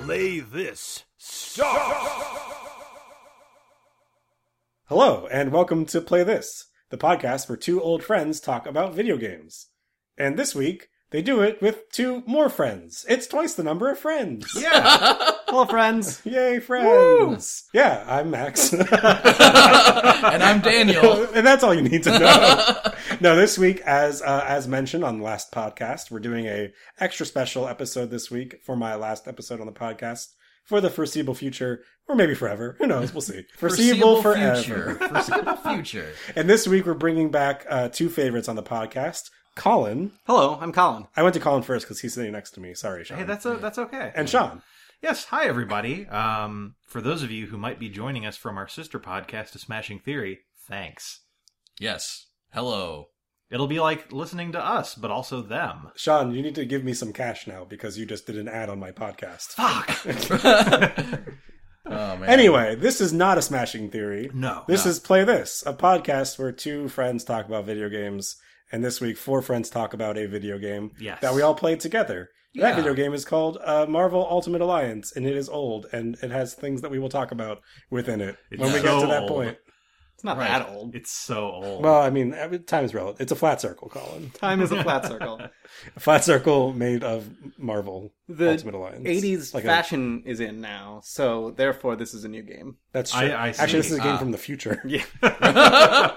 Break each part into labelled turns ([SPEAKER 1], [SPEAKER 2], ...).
[SPEAKER 1] Play this. Stop!
[SPEAKER 2] Hello, and welcome to Play This, the podcast where two old friends talk about video games. And this week, they do it with two more friends. It's twice the number of friends.
[SPEAKER 1] Yeah.
[SPEAKER 3] Hello, friends.
[SPEAKER 2] Yay, friends. Yeah, I'm Max.
[SPEAKER 4] and I'm Daniel.
[SPEAKER 2] and that's all you need to know. no, this week, as uh, as mentioned on the last podcast, we're doing a extra special episode this week for my last episode on the podcast for the foreseeable future, or maybe forever. Who knows? We'll see. Foreseeable, forever.
[SPEAKER 4] future. Foreseeable future.
[SPEAKER 2] And this week, we're bringing back uh, two favorites on the podcast. Colin,
[SPEAKER 3] Hello, I'm Colin.
[SPEAKER 2] I went to Colin first because he's sitting next to me. Sorry, Sean.
[SPEAKER 1] Hey, that's a, that's okay.
[SPEAKER 2] and Sean.
[SPEAKER 1] yes, hi everybody. Um, for those of you who might be joining us from our sister podcast, to Smashing Theory, thanks.
[SPEAKER 4] Yes. Hello.
[SPEAKER 1] It'll be like listening to us, but also them.
[SPEAKER 2] Sean, you need to give me some cash now because you just did an ad on my podcast.
[SPEAKER 4] Oh man.
[SPEAKER 2] Anyway, this is not a smashing theory.
[SPEAKER 1] No.
[SPEAKER 2] This is Play This, a podcast where two friends talk about video games, and this week four friends talk about a video game
[SPEAKER 1] Yes.
[SPEAKER 2] that we all played together.
[SPEAKER 4] Yeah.
[SPEAKER 2] That video game is called uh, Marvel Ultimate Alliance, and it is old, and it has things that we will talk about within it
[SPEAKER 1] It's
[SPEAKER 2] when we
[SPEAKER 1] so
[SPEAKER 2] get to that
[SPEAKER 1] old.
[SPEAKER 2] point.
[SPEAKER 3] It's not
[SPEAKER 4] Right.
[SPEAKER 3] that old.
[SPEAKER 1] It's so old.
[SPEAKER 2] Well, I mean, I mean, time is relative. It's a flat circle, Colin.
[SPEAKER 3] Time is a flat circle.
[SPEAKER 2] A flat circle made of Marvel
[SPEAKER 3] The
[SPEAKER 2] Ultimate Alliance.
[SPEAKER 3] 80s
[SPEAKER 2] Like a-
[SPEAKER 3] fashion is in now, so therefore this is a new game.
[SPEAKER 2] That's true.
[SPEAKER 1] I- I see.
[SPEAKER 2] Actually, this is a game
[SPEAKER 4] Ah.
[SPEAKER 2] from the future.
[SPEAKER 3] Yeah.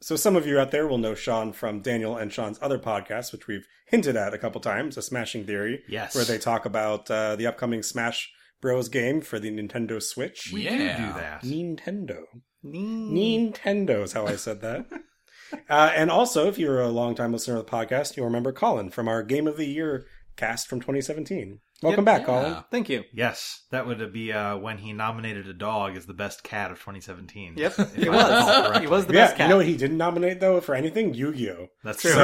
[SPEAKER 2] So some of you out there will know Sean from Daniel and Sean's other podcast, which we've hinted at a couple times, a Smashing Theory,
[SPEAKER 1] yes.
[SPEAKER 2] where they talk about uh, the upcoming Smash Bros. game for the Nintendo Switch.
[SPEAKER 1] we
[SPEAKER 4] Yeah.
[SPEAKER 1] do do that.
[SPEAKER 2] Nintendo.
[SPEAKER 3] Neat.
[SPEAKER 2] Nintendo is how I said that. uh, and also, if you're a longtime listener of the podcast, you'll remember Colin from our Game of the Year cast from 2017. Welcome back,
[SPEAKER 4] yeah.
[SPEAKER 2] Colin.
[SPEAKER 3] Thank you.
[SPEAKER 1] Yes, that would be uh, when he nominated a dog as the best cat of 2017.
[SPEAKER 3] Yep,
[SPEAKER 1] If
[SPEAKER 3] it
[SPEAKER 1] I recall
[SPEAKER 3] was.
[SPEAKER 1] correctly.
[SPEAKER 3] It was the
[SPEAKER 2] yeah,
[SPEAKER 3] best cat.
[SPEAKER 2] you know what he didn't nominate though for anything? Yu-Gi-Oh.
[SPEAKER 1] That's true.
[SPEAKER 2] So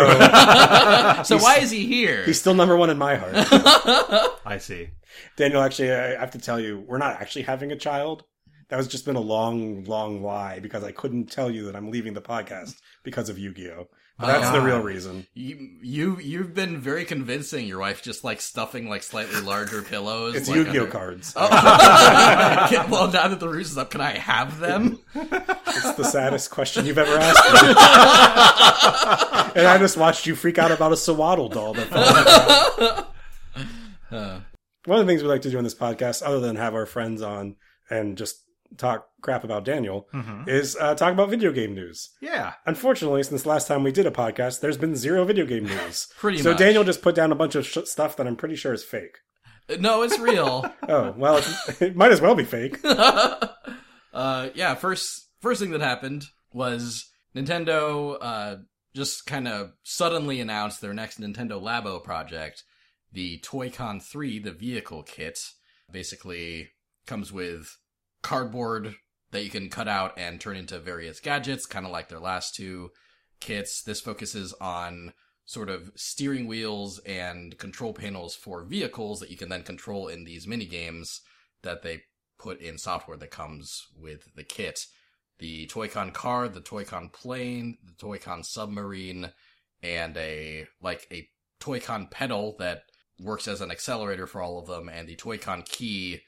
[SPEAKER 4] so why is he here?
[SPEAKER 2] he's still number one in my heart.
[SPEAKER 1] I see.
[SPEAKER 2] Daniel, actually, I have to tell you, we're not actually having a child. That was just been a long, long lie because I couldn't tell you that I'm leaving the podcast because of Yu-Gi-Oh. But that's the
[SPEAKER 4] Ah.
[SPEAKER 2] real reason.
[SPEAKER 4] You you you've been very convincing. Your wife just like stuffing like slightly larger pillows.
[SPEAKER 2] It's
[SPEAKER 4] like,
[SPEAKER 2] Yu-Gi-Oh
[SPEAKER 4] under-
[SPEAKER 2] cards.
[SPEAKER 4] Oh. Can- well, now that the roost is up, can I have them?
[SPEAKER 2] It's the saddest question you've ever asked me. and I just watched you freak out about a swaddle doll. That fell out. One of the things we like to do on this podcast, other than have our friends on and just talk crap about Daniel, is uh, talk about video game news.
[SPEAKER 1] Mm-hmm. Yeah.
[SPEAKER 2] Unfortunately, since last time we did a podcast, there's been zero video game news.
[SPEAKER 4] Pretty
[SPEAKER 2] so
[SPEAKER 4] much.
[SPEAKER 2] Daniel just put down a bunch of sh- stuff that I'm pretty sure is fake.
[SPEAKER 4] No, it's real.
[SPEAKER 2] Oh well, it, it might as well be fake.
[SPEAKER 4] uh, yeah, first first thing that happened was Nintendo uh, just kind of suddenly announced their next Nintendo Labo project, the Toy-Con 3, the vehicle kit. Basically, comes with cardboard that you can cut out and turn into various gadgets, kind of like their last two kits. This focuses on sort of steering wheels and control panels for vehicles that you can then control in these mini games that they put in software that comes with the kit. The Toy-Con car, the Toy-Con plane, the Toy-Con submarine, and a, like, a Toy-Con pedal that works as an accelerator for all of them, and the Toy-Con key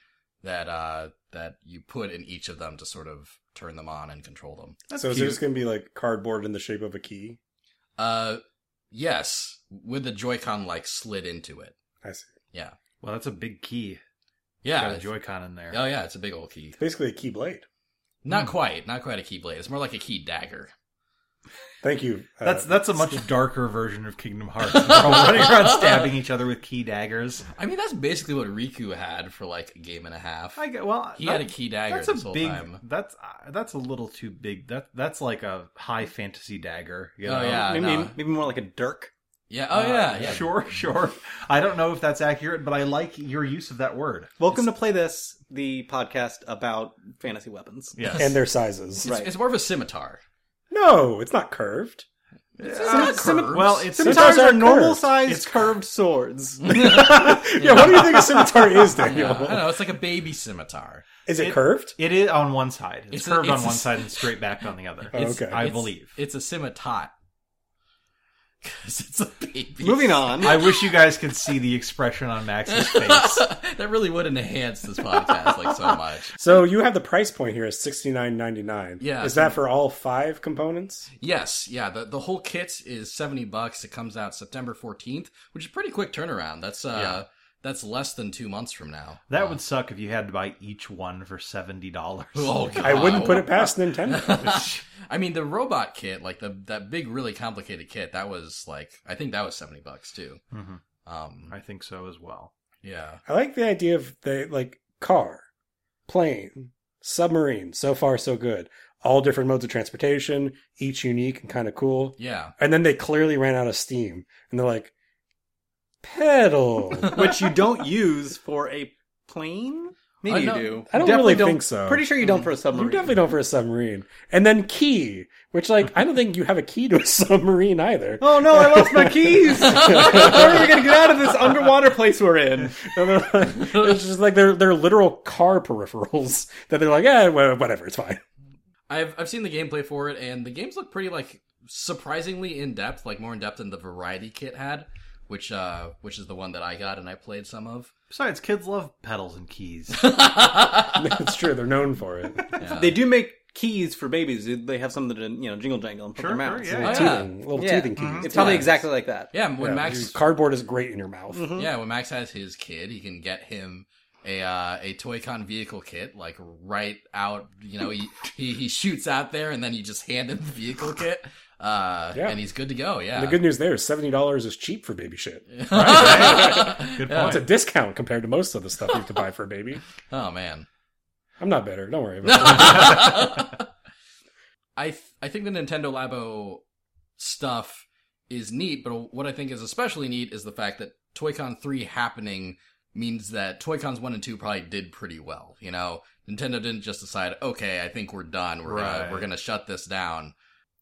[SPEAKER 4] that, uh, that you put in each of them to sort of turn them on and control them.
[SPEAKER 2] so is it just going to be like cardboard in the shape of a key?
[SPEAKER 4] Uh, yes, with the Joy-Con, like, slid into it.
[SPEAKER 2] I see.
[SPEAKER 4] Yeah.
[SPEAKER 1] Well, that's a big key. Got
[SPEAKER 4] Yeah.
[SPEAKER 1] a Joy-Con in there.
[SPEAKER 4] Oh, yeah, it's a big old key.
[SPEAKER 2] It's basically a key blade.
[SPEAKER 4] Not
[SPEAKER 1] Hmm.
[SPEAKER 4] quite, not quite a key blade. It's more like a key dagger.
[SPEAKER 2] Thank you. uh,
[SPEAKER 1] That's that's a much darker version of Kingdom Hearts. They're all running around stabbing each other with key daggers.
[SPEAKER 4] I mean, that's basically what Riku had for like a game and a half.
[SPEAKER 1] I get, well,
[SPEAKER 4] he
[SPEAKER 1] that-
[SPEAKER 4] had a key dagger
[SPEAKER 1] That's a
[SPEAKER 4] this whole
[SPEAKER 1] big.
[SPEAKER 4] time.
[SPEAKER 1] That's uh, that's a little too big. That that's like a high fantasy dagger. You
[SPEAKER 4] Oh,
[SPEAKER 1] know?
[SPEAKER 4] yeah.
[SPEAKER 3] maybe,
[SPEAKER 4] no.
[SPEAKER 3] maybe more like a dirk.
[SPEAKER 4] Yeah. Oh
[SPEAKER 1] Uh,
[SPEAKER 4] yeah. Yeah.
[SPEAKER 1] Sure, sure. I don't know if that's accurate, but I like your use of that word.
[SPEAKER 3] Welcome to Play This, the podcast about fantasy weapons.
[SPEAKER 1] Yes.
[SPEAKER 2] and their sizes.
[SPEAKER 3] Right.
[SPEAKER 4] It's, it's more of a scimitar.
[SPEAKER 2] No, it's not curved.
[SPEAKER 4] It's
[SPEAKER 1] Uh,
[SPEAKER 4] not
[SPEAKER 3] sim-
[SPEAKER 4] curved.
[SPEAKER 1] well, it's
[SPEAKER 3] Scimitars
[SPEAKER 2] are
[SPEAKER 3] are
[SPEAKER 2] curved.
[SPEAKER 3] normal sized
[SPEAKER 1] It's-
[SPEAKER 3] curved swords.
[SPEAKER 2] Yeah, what do you think a scimitar is,
[SPEAKER 4] Yeah,
[SPEAKER 2] Daniel?
[SPEAKER 4] I don't know. It's like a baby scimitar.
[SPEAKER 2] Is it,
[SPEAKER 1] It-
[SPEAKER 2] curved?
[SPEAKER 1] it is on one side. It's,
[SPEAKER 4] It's a-
[SPEAKER 1] curved
[SPEAKER 4] it's
[SPEAKER 1] on
[SPEAKER 4] a-
[SPEAKER 1] Oh,
[SPEAKER 4] Oh,
[SPEAKER 1] one side and straight backed on the other.
[SPEAKER 2] Oh, okay.
[SPEAKER 1] I
[SPEAKER 4] It's-
[SPEAKER 1] believe.
[SPEAKER 4] it's a scimitar. because it's a baby.
[SPEAKER 3] Moving on.
[SPEAKER 1] I wish you guys could see the expression on Max's face.
[SPEAKER 4] that really would enhance this podcast like so much.
[SPEAKER 2] So you have the price point here is sixty nine ninety nine.
[SPEAKER 4] Yeah.
[SPEAKER 2] Is that for all five components?
[SPEAKER 4] Yes, yeah. The the whole kit is seventy bucks. It comes out September fourteenth, which is a pretty quick turnaround. That's uh
[SPEAKER 1] Yeah.
[SPEAKER 4] that's less than two months from now.
[SPEAKER 1] That
[SPEAKER 4] Uh,
[SPEAKER 1] would suck if you had to buy each one for seventy dollars.
[SPEAKER 4] Oh, God.
[SPEAKER 2] I wouldn't
[SPEAKER 4] Oh.
[SPEAKER 2] put it past Nintendo.
[SPEAKER 4] I mean, the robot kit, like the that big, really complicated kit, that was like I think that was seventy bucks too.
[SPEAKER 1] hmm
[SPEAKER 4] Um,
[SPEAKER 1] I think so as well.
[SPEAKER 4] yeah,
[SPEAKER 2] I like the idea of the like car, plane, submarine. So far, so good. All different modes of transportation, each unique and kind of cool.
[SPEAKER 4] yeah,
[SPEAKER 2] And then they clearly ran out of steam, and they're like, pedal.
[SPEAKER 3] which you don't use for a plane? Maybe
[SPEAKER 4] Uh,
[SPEAKER 3] you
[SPEAKER 4] no.
[SPEAKER 3] do.
[SPEAKER 2] I don't
[SPEAKER 3] You definitely
[SPEAKER 2] really think so.
[SPEAKER 3] Pretty sure you don't for a submarine.
[SPEAKER 2] You definitely don't for a submarine. And then key, which like I don't think you have a key to a submarine either.
[SPEAKER 3] Oh no, I lost my keys! How are we gonna get out of this underwater place we're in?
[SPEAKER 2] And they're like- it's just like they're they're literal car peripherals that they're like, yeah, wha- whatever, it's fine.
[SPEAKER 4] I've I've seen the gameplay for it, and the games look pretty like surprisingly in depth, like more in depth than the variety kit had, which uh which is the one that I got and I played some of.
[SPEAKER 1] Besides, kids love pedals and keys.
[SPEAKER 2] it's true. They're known for it.
[SPEAKER 4] Yeah.
[SPEAKER 3] They do make keys for babies. They have something to you know jingle jangle and put
[SPEAKER 1] Sure,
[SPEAKER 3] their
[SPEAKER 1] sure,
[SPEAKER 3] mouths.
[SPEAKER 1] yeah.
[SPEAKER 4] Oh, yeah.
[SPEAKER 2] Teething, little
[SPEAKER 3] Yeah. Mm-hmm.
[SPEAKER 2] teething keys.
[SPEAKER 3] It's probably
[SPEAKER 4] Yeah.
[SPEAKER 3] exactly like that. Mm-hmm.
[SPEAKER 4] yeah, when
[SPEAKER 2] Yeah,
[SPEAKER 4] Max
[SPEAKER 2] your cardboard is great in your mouth.
[SPEAKER 4] Yeah, when Max has his kid, he can get him a uh, a Toy-Con vehicle kit, like right out. You know, he, he he shoots out there, and then you just hand him the vehicle kit, uh,
[SPEAKER 2] Yeah.
[SPEAKER 4] and he's good to go. Yeah,
[SPEAKER 2] And the good news there is seventy dollars is cheap for baby shit.
[SPEAKER 1] Good
[SPEAKER 4] Yeah.
[SPEAKER 1] point.
[SPEAKER 2] It's a discount compared to most of the stuff you have to buy for a baby.
[SPEAKER 4] oh man.
[SPEAKER 2] I'm not better. Don't worry about it.
[SPEAKER 4] I th- I think the Nintendo Labo stuff is neat, but what I think is especially neat is the fact that Toy-Con 3 happening means that Toy-Cons 1 and 2 probably did pretty well, you know. Nintendo didn't just decide, "Okay, I think we're done. We're
[SPEAKER 1] Right.
[SPEAKER 4] gonna, we're going to shut this down."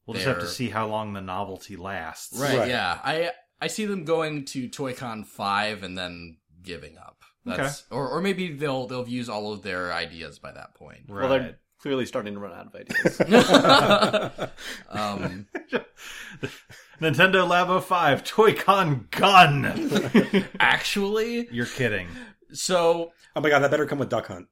[SPEAKER 1] We'll just have to
[SPEAKER 4] They're-
[SPEAKER 1] see how long the novelty lasts.
[SPEAKER 4] Right,
[SPEAKER 2] Right.
[SPEAKER 4] yeah. I I see them going to Toy-Con 5 and then giving up. That's or or maybe they'll they'll have used all of their ideas by that point.
[SPEAKER 1] Right.
[SPEAKER 3] Well, they're clearly starting to run out of ideas.
[SPEAKER 4] um
[SPEAKER 1] Nintendo Labo 5 Toy-Con gun.
[SPEAKER 4] actually
[SPEAKER 1] You're kidding.
[SPEAKER 4] so
[SPEAKER 2] Oh my god, that better come with Duck Hunt.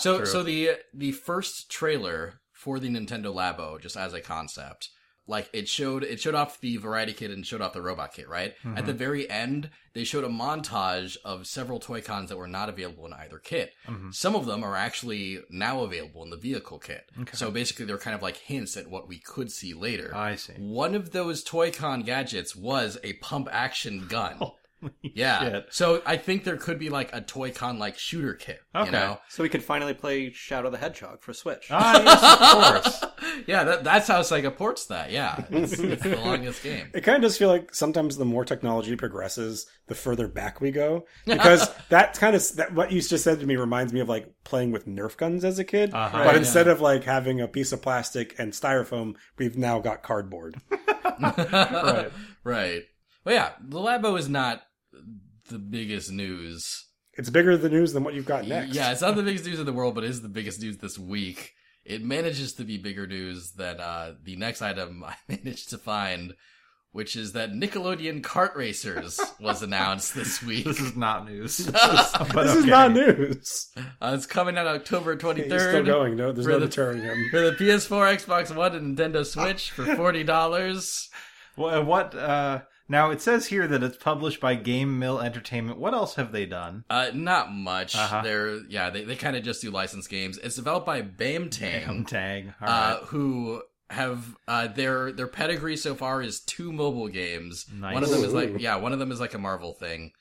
[SPEAKER 4] so
[SPEAKER 1] True.
[SPEAKER 4] so the the first trailer for the Nintendo Labo just as a concept like it showed it showed off the variety kit and showed off the robot kit right at
[SPEAKER 1] Mm-hmm.
[SPEAKER 4] the very end they showed a montage of several toy cons that were not available in either kit
[SPEAKER 1] Mhm.
[SPEAKER 4] some of them are actually now available in the vehicle kit
[SPEAKER 1] Okay.
[SPEAKER 4] so basically they're kind of like hints at what we could see later
[SPEAKER 1] I see.
[SPEAKER 4] one of those toy con gadgets was a pump action gun yeah
[SPEAKER 1] shit.
[SPEAKER 4] so i think there could be like a toy con like shooter kit
[SPEAKER 1] Okay.
[SPEAKER 4] you know
[SPEAKER 3] so we could finally play Shadow the Hedgehog for Switch.
[SPEAKER 1] Ah, yes, of course.
[SPEAKER 4] yeah, that, that's how Sega ports that. Yeah, it's, it's the longest game.
[SPEAKER 2] It kind of does feel like sometimes the more technology progresses, the further back we go. Because that kind of that what you just said to me reminds me of like playing with Nerf guns as a kid,
[SPEAKER 1] Uh-huh.
[SPEAKER 2] but
[SPEAKER 4] Right,
[SPEAKER 2] instead of like having a piece of plastic and styrofoam, we've now got cardboard.
[SPEAKER 4] right. right. Well, yeah, the Labo is not the biggest news.
[SPEAKER 2] It's bigger the news than what you've got next.
[SPEAKER 4] Yeah, it's not the biggest news in the world, but it is the biggest news this week. It manages to be bigger news than uh, the next item I managed to find, which is that Nickelodeon Kart Racers was announced this week.
[SPEAKER 1] This is not news.
[SPEAKER 2] this is not news.
[SPEAKER 4] Uh, it's coming out October
[SPEAKER 2] He's
[SPEAKER 4] 23rd.
[SPEAKER 2] still going. No, there's no
[SPEAKER 4] Rhythm.
[SPEAKER 2] deterring him.
[SPEAKER 4] For the PS4, Xbox One, and Nintendo Switch for forty dollars.
[SPEAKER 1] Well, what? Uh, now it says here that it's published by Game Mill Entertainment. What else have they done?
[SPEAKER 4] Uh, not much.
[SPEAKER 1] Uh-huh.
[SPEAKER 4] They're yeah, they, they kind of just do licensed games. It's developed by Bamtang,
[SPEAKER 1] Damn tag. All
[SPEAKER 4] uh,
[SPEAKER 1] right.
[SPEAKER 4] who have uh their their pedigree so far is two mobile games.
[SPEAKER 1] Nice.
[SPEAKER 4] One of them is
[SPEAKER 2] Ooh.
[SPEAKER 4] like yeah, one of them is like a Marvel thing.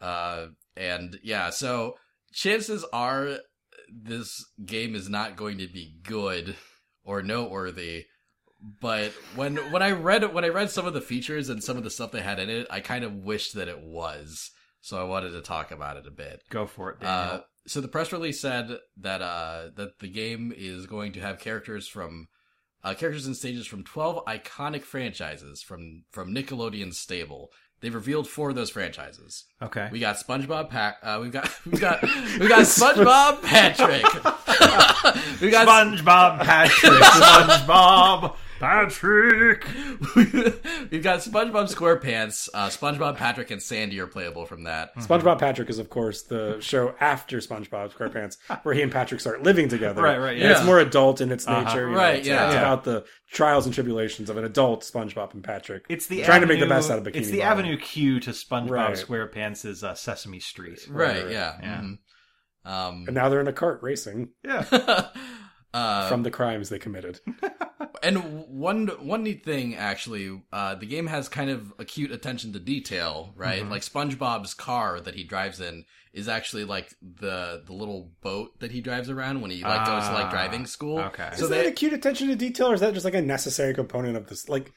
[SPEAKER 4] Uh, and yeah, so chances are this game is not going to be good or noteworthy. But when when I read when I read some of the features and some of the stuff they had in it, I kind of wished that it was. So I wanted to talk about it a bit.
[SPEAKER 1] Go for it, Daniel.
[SPEAKER 4] Uh, so the press release said that uh, that the game is going to have characters from uh, characters and stages from twelve iconic franchises from from Nickelodeon's stable. They've revealed four of those franchises.
[SPEAKER 1] okay.
[SPEAKER 4] We got SpongeBob Pack. Uh, we've got we've got we got SpongeBob Patrick. we got
[SPEAKER 1] SpongeBob Patrick. SpongeBob Patrick!
[SPEAKER 4] We've got SpongeBob SquarePants, uh, SpongeBob Patrick, and Sandy are playable from that.
[SPEAKER 2] SpongeBob Patrick is, of course, the show after SpongeBob SquarePants, where he and Patrick start living together.
[SPEAKER 1] Right, right,
[SPEAKER 2] And it's
[SPEAKER 4] yeah.
[SPEAKER 2] more adult in its
[SPEAKER 4] Uh-huh.
[SPEAKER 2] nature. you know,
[SPEAKER 4] Right,
[SPEAKER 2] it's,
[SPEAKER 4] yeah.
[SPEAKER 2] It's
[SPEAKER 1] Yeah.
[SPEAKER 2] about the trials and tribulations of an adult SpongeBob and Patrick.
[SPEAKER 1] It's the
[SPEAKER 2] trying to make the
[SPEAKER 1] avenue-
[SPEAKER 2] best out of Bikini
[SPEAKER 1] It's the
[SPEAKER 2] Bottom.
[SPEAKER 1] avenue Q to SpongeBob
[SPEAKER 2] Right.
[SPEAKER 1] SquarePants' uh, Sesame Street.
[SPEAKER 4] Right, yeah.
[SPEAKER 1] Yeah.
[SPEAKER 4] mhm.
[SPEAKER 2] And now they're in a cart racing
[SPEAKER 1] Yeah.
[SPEAKER 4] Um, uh,
[SPEAKER 2] from the crimes they committed.
[SPEAKER 4] and one one neat thing actually, uh, the game has kind of acute attention to detail, right?
[SPEAKER 1] Mhm.
[SPEAKER 4] Like SpongeBob's car that he drives in is actually like the the little boat that he drives around when he like goes to like
[SPEAKER 1] Ah,
[SPEAKER 4] driving school.
[SPEAKER 1] Okay.
[SPEAKER 4] So
[SPEAKER 2] is that
[SPEAKER 4] they-
[SPEAKER 2] a cute attention to detail, or is that just like a necessary component of this? Like,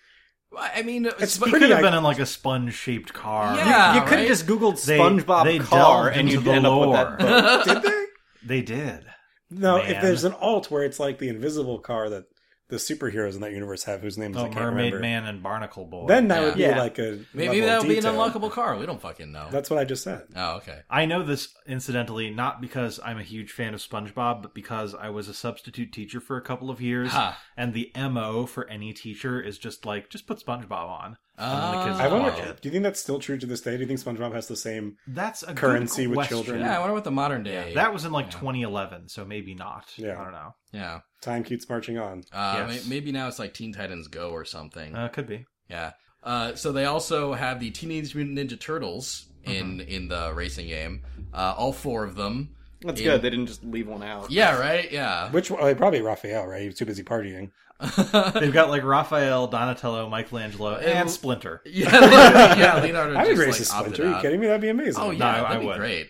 [SPEAKER 4] I mean, uh,
[SPEAKER 2] It's
[SPEAKER 1] he
[SPEAKER 4] Spon-
[SPEAKER 2] pretty-
[SPEAKER 1] could have
[SPEAKER 2] like-
[SPEAKER 1] been in like a sponge shaped car.
[SPEAKER 4] Yeah,
[SPEAKER 3] you could have
[SPEAKER 4] Ah, right?
[SPEAKER 3] just Googled
[SPEAKER 1] They-
[SPEAKER 3] SpongeBob
[SPEAKER 1] they
[SPEAKER 3] car
[SPEAKER 1] delved
[SPEAKER 3] and
[SPEAKER 1] into
[SPEAKER 3] you'd
[SPEAKER 1] the
[SPEAKER 3] end up
[SPEAKER 1] lore.
[SPEAKER 3] with that boat.
[SPEAKER 2] did they?
[SPEAKER 1] They did.
[SPEAKER 2] No, if
[SPEAKER 1] Man.
[SPEAKER 2] there's an alt where it's like the invisible car that the superheroes in that universe have, whose names I
[SPEAKER 1] Oh,
[SPEAKER 2] can't
[SPEAKER 1] Mermaid
[SPEAKER 2] remember.
[SPEAKER 1] Man and Barnacle Boy.
[SPEAKER 2] Then that
[SPEAKER 4] Yeah.
[SPEAKER 2] would be
[SPEAKER 3] Yeah.
[SPEAKER 2] like a
[SPEAKER 4] maybe
[SPEAKER 2] level of
[SPEAKER 4] that'll be an
[SPEAKER 2] detail.
[SPEAKER 4] unlockable car. We don't fucking know.
[SPEAKER 2] That's what I just said.
[SPEAKER 4] oh, okay.
[SPEAKER 1] I know this incidentally not because I'm a huge fan of SpongeBob, but because I was a substitute teacher for a couple of years,
[SPEAKER 4] Ha.
[SPEAKER 1] and the mo for any teacher is just like just put SpongeBob on. And then the kids
[SPEAKER 2] I
[SPEAKER 1] will
[SPEAKER 2] wonder.
[SPEAKER 4] Uh,
[SPEAKER 1] watch it.
[SPEAKER 2] Do you think that's still true to this day? Do you think SpongeBob has the same?
[SPEAKER 1] That's a good
[SPEAKER 2] Currency with
[SPEAKER 1] question.
[SPEAKER 2] children.
[SPEAKER 4] Yeah, I wonder what the modern day.
[SPEAKER 1] Yeah, that was in like
[SPEAKER 4] Yeah.
[SPEAKER 1] 2011, so maybe not.
[SPEAKER 2] Yeah.
[SPEAKER 1] I don't know.
[SPEAKER 4] Yeah.
[SPEAKER 2] Time keeps marching on.
[SPEAKER 4] Uh,
[SPEAKER 1] Yes.
[SPEAKER 4] may- maybe now it's like Teen Titans Go or something.
[SPEAKER 1] Uh, could be.
[SPEAKER 4] yeah. Uh, so they also have the Teenage Mutant Ninja Turtles in in the racing game. Uh, all four of them.
[SPEAKER 3] That's
[SPEAKER 4] In-
[SPEAKER 3] good. They didn't just leave one out.
[SPEAKER 4] Yeah. Right. Yeah.
[SPEAKER 2] Which oh, probably Raphael, right? He was too busy partying.
[SPEAKER 1] They've got like Raphael, Donatello, Michelangelo, and Splinter.
[SPEAKER 4] yeah. Leonardo, yeah. Leonardo
[SPEAKER 2] I would
[SPEAKER 4] just
[SPEAKER 2] raise
[SPEAKER 4] like
[SPEAKER 2] his
[SPEAKER 4] opted
[SPEAKER 2] splinter. Are you
[SPEAKER 4] out.
[SPEAKER 2] kidding me? That'd be amazing.
[SPEAKER 4] Oh yeah,
[SPEAKER 1] No,
[SPEAKER 4] that'd
[SPEAKER 1] I
[SPEAKER 4] be
[SPEAKER 1] would.
[SPEAKER 4] great.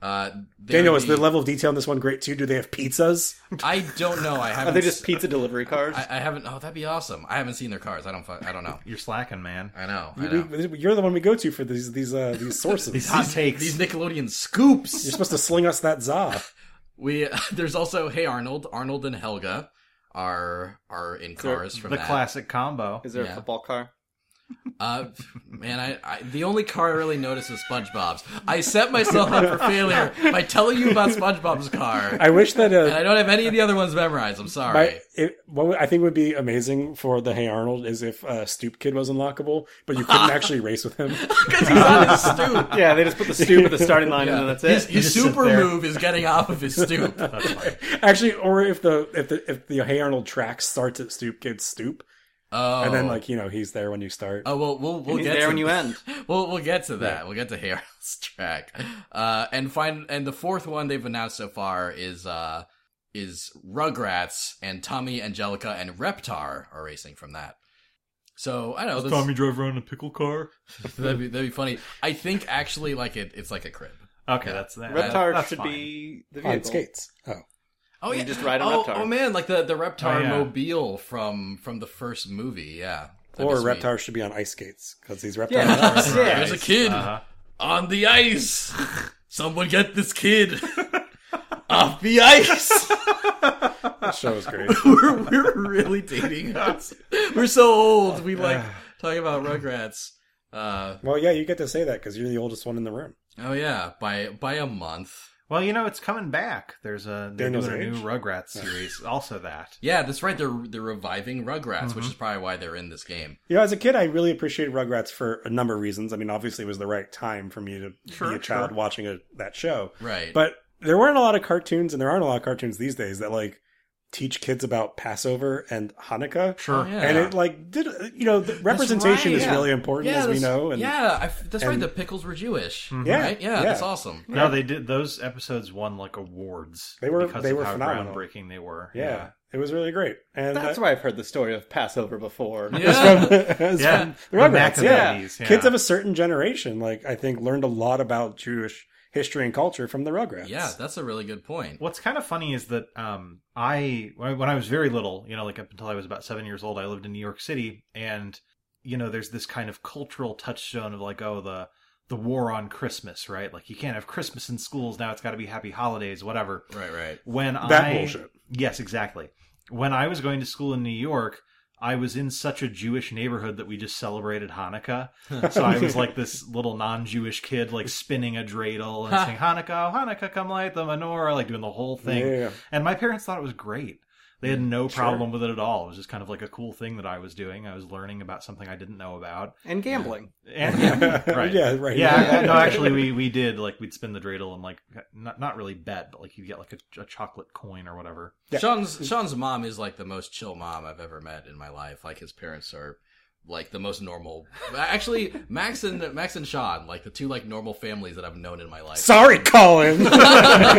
[SPEAKER 4] Uh, they
[SPEAKER 2] Daniel,
[SPEAKER 4] would
[SPEAKER 2] is the
[SPEAKER 4] be-
[SPEAKER 2] level of detail in this one great too? Do they have pizzas?
[SPEAKER 4] I don't know. I
[SPEAKER 3] Are
[SPEAKER 4] haven't.
[SPEAKER 3] they just
[SPEAKER 4] s-
[SPEAKER 3] pizza delivery cars?
[SPEAKER 4] I, I haven't. Oh, that'd be awesome. I haven't seen their cars. I don't. fu- I don't know.
[SPEAKER 1] You're slacking, man.
[SPEAKER 4] I know. I know.
[SPEAKER 2] We, you're the one we go to for these these uh, these sources.
[SPEAKER 1] These hot takes.
[SPEAKER 4] These Nickelodeon
[SPEAKER 2] You're
[SPEAKER 4] scoops.
[SPEAKER 2] supposed to sling us that za.
[SPEAKER 4] We there's also Hey Arnold. Arnold and Helga are are in
[SPEAKER 3] there-
[SPEAKER 4] cars from
[SPEAKER 1] the
[SPEAKER 4] that.
[SPEAKER 1] classic combo.
[SPEAKER 3] Is there
[SPEAKER 4] Yeah.
[SPEAKER 3] a football car?
[SPEAKER 4] Uh, man, I, I the only car I really noticed was SpongeBob's. I set myself up for failure by telling you about SpongeBob's car,
[SPEAKER 2] I wish that
[SPEAKER 4] and I
[SPEAKER 2] uh,
[SPEAKER 4] don't have any of the other ones memorized. I'm sorry.
[SPEAKER 2] my, it, what would- I think would be amazing for the Hey Arnold is if uh, Stoop Kid was unlockable, but you couldn't actually race with him.
[SPEAKER 4] Because he's on his stoop.
[SPEAKER 3] Yeah, they just put the stoop at the starting line
[SPEAKER 4] Yeah.
[SPEAKER 3] and then that's
[SPEAKER 4] His,
[SPEAKER 3] it.
[SPEAKER 4] his
[SPEAKER 1] just sit
[SPEAKER 4] super
[SPEAKER 1] there.
[SPEAKER 4] move is getting off of his stoop.
[SPEAKER 2] Actually, or if the if the if the Hey Arnold track starts at Stoop Kid's stoop,
[SPEAKER 4] Oh,
[SPEAKER 2] and then like you know he's there when you start.
[SPEAKER 4] oh, well, we'll we'll
[SPEAKER 3] He's
[SPEAKER 4] get
[SPEAKER 3] there
[SPEAKER 4] to
[SPEAKER 3] when you end.
[SPEAKER 4] We'll we'll get to that. We'll get to Harold's track. Uh, and find and the fourth one they've announced so far is uh is Rugrats and Tommy, Angelica, and Reptar are racing from that. So I don't know.
[SPEAKER 1] Tommy
[SPEAKER 4] Oh, This,
[SPEAKER 1] drove around in a pickle car.
[SPEAKER 4] that'd, be, that'd be funny. I think actually like it, it's like a crib.
[SPEAKER 1] Okay, that's that.
[SPEAKER 3] Reptar
[SPEAKER 1] that's
[SPEAKER 3] should
[SPEAKER 1] fine.
[SPEAKER 3] be the
[SPEAKER 2] on
[SPEAKER 3] vehicle.
[SPEAKER 2] skates. Oh,
[SPEAKER 4] Oh
[SPEAKER 3] You
[SPEAKER 4] yeah,
[SPEAKER 3] just ride a
[SPEAKER 4] oh,
[SPEAKER 3] Reptar.
[SPEAKER 4] Oh man, like the the Reptar
[SPEAKER 1] Oh, yeah.
[SPEAKER 4] mobile from from the first movie. Yeah, That'd be
[SPEAKER 2] or
[SPEAKER 4] sweet.
[SPEAKER 2] Reptar should be on ice skates because he's Reptar.
[SPEAKER 3] Yeah, that's
[SPEAKER 4] There's a
[SPEAKER 3] it.
[SPEAKER 4] kid
[SPEAKER 1] Uh-huh.
[SPEAKER 4] on the ice. Someone get this kid off the ice.
[SPEAKER 2] That show is great.
[SPEAKER 4] we're, we're really dating us. We're so old. We like talking about Rugrats. Uh,
[SPEAKER 2] Well, yeah, you get to say that because you're the oldest one in the room.
[SPEAKER 4] oh yeah, by by a month.
[SPEAKER 1] Well, you know, it's coming back. There's a they're
[SPEAKER 2] Daniel's
[SPEAKER 1] doing a
[SPEAKER 2] age?
[SPEAKER 1] new Rugrats series. also, that
[SPEAKER 4] Yeah, that's right. They're they're reviving Rugrats, which
[SPEAKER 2] Mm-hmm.
[SPEAKER 4] is probably why they're in this game.
[SPEAKER 2] You know, as a kid, I really appreciated Rugrats for a number of reasons. I mean, obviously, it was the right time for me to
[SPEAKER 1] Sure,
[SPEAKER 2] be a child
[SPEAKER 1] sure.
[SPEAKER 2] watching a, that show.
[SPEAKER 4] Right.
[SPEAKER 2] But there weren't a lot of cartoons, and there aren't a lot of cartoons these days that like teach kids about Passover and Hanukkah.
[SPEAKER 1] sure.
[SPEAKER 4] Oh, yeah.
[SPEAKER 2] And it like did you know the representation
[SPEAKER 4] right,
[SPEAKER 2] is
[SPEAKER 4] yeah.
[SPEAKER 2] really important
[SPEAKER 4] yeah,
[SPEAKER 2] as we
[SPEAKER 4] that's-
[SPEAKER 2] know. And
[SPEAKER 4] yeah, I f that's right.
[SPEAKER 2] and- Mm-hmm.
[SPEAKER 4] The pickles were Jewish.
[SPEAKER 2] Yeah,
[SPEAKER 4] Right? Yeah,
[SPEAKER 2] yeah.
[SPEAKER 4] that's awesome.
[SPEAKER 1] No, they did. Those episodes won like awards.
[SPEAKER 2] They were-
[SPEAKER 1] because
[SPEAKER 2] they
[SPEAKER 1] of
[SPEAKER 2] were
[SPEAKER 1] how
[SPEAKER 2] phenomenal.
[SPEAKER 1] groundbreaking they were.
[SPEAKER 2] yeah, it was really great. And
[SPEAKER 3] That's
[SPEAKER 2] uh,
[SPEAKER 3] why I've heard the story of Passover before.
[SPEAKER 4] Yeah.
[SPEAKER 2] it's
[SPEAKER 1] Yeah.
[SPEAKER 2] from the
[SPEAKER 1] The
[SPEAKER 2] Rugrats. Yeah.
[SPEAKER 1] Maccabees, yeah.
[SPEAKER 2] kids of a certain generation, like I think, learned a lot about Jewish history and culture from the Rugrats.
[SPEAKER 4] yeah, that's a really good point.
[SPEAKER 1] What's kind of funny is that um, I, when I was very little, you know, like up until I was about seven years old, I lived in New York City, and you know, there's this kind of cultural touchstone of like, oh, the the war on Christmas, right? Like you can't have Christmas in schools now; it's got to be Happy Holidays, whatever.
[SPEAKER 4] Right, right.
[SPEAKER 1] When
[SPEAKER 2] that
[SPEAKER 1] I
[SPEAKER 2] bullshit.
[SPEAKER 1] Yes, exactly. When I was going to school in New York, I was in such a Jewish neighborhood that we just celebrated Hanukkah. so I was like this little non-Jewish kid, like spinning a dreidel oh, and saying Hanukkah, Hanukkah, come light the menorah, like doing the whole thing.
[SPEAKER 2] Yeah.
[SPEAKER 1] And my parents thought it was great. They had no
[SPEAKER 2] Sure.
[SPEAKER 1] problem with it at all. It was just kind of like a cool thing that I was doing. I was learning about something I didn't know about.
[SPEAKER 3] and gambling.
[SPEAKER 1] And yeah, right.
[SPEAKER 2] Yeah, right.
[SPEAKER 1] Yeah, no, actually, we we did like we'd spin the dreidel and like not not really bet, but like you'd get like a, a chocolate coin or whatever.
[SPEAKER 2] Yeah.
[SPEAKER 4] Sean's Sean's mom is like the most chill mom I've ever met in my life. Like his parents are like the most normal. Actually, Max and Max and Sean, like the two like normal families that I've known in my life.
[SPEAKER 2] Sorry, Colin.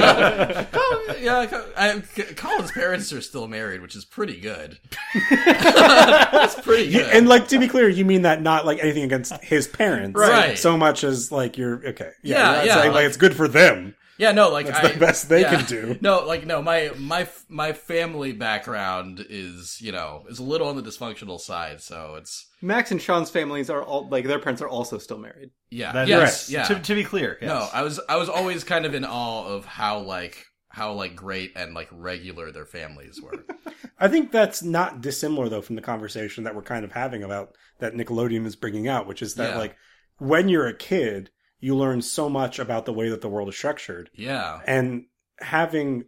[SPEAKER 4] Oh, yeah, Co- I, C- Colin's parents are still married, which is pretty good. That's pretty good.
[SPEAKER 2] and like to be clear, you mean that not like anything against his parents,
[SPEAKER 4] Right.
[SPEAKER 2] So much as like you're okay.
[SPEAKER 4] Yeah,
[SPEAKER 2] you're not
[SPEAKER 4] yeah,
[SPEAKER 2] saying, like,
[SPEAKER 4] like-
[SPEAKER 2] it's good for them.
[SPEAKER 4] yeah, no, like
[SPEAKER 2] That's
[SPEAKER 4] I,
[SPEAKER 2] the best they
[SPEAKER 4] yeah.
[SPEAKER 2] can do.
[SPEAKER 4] No, like no, my my my family background is you know is a little on the dysfunctional side, so it's
[SPEAKER 3] Max and Sean's families are all like their parents are also still married.
[SPEAKER 4] yeah,
[SPEAKER 1] That
[SPEAKER 4] yes,
[SPEAKER 1] yes,
[SPEAKER 4] yeah.
[SPEAKER 1] To, to be clear, yes.
[SPEAKER 4] No, I was I was always kind of in awe of how like how like great and like regular their families were.
[SPEAKER 2] I think that's not dissimilar though from the conversation that we're kind of having about that Nickelodeon is bringing out, which is that
[SPEAKER 4] Yeah.
[SPEAKER 2] like when you're a kid, you learn so much about the way that the world is structured,
[SPEAKER 4] yeah.
[SPEAKER 2] and having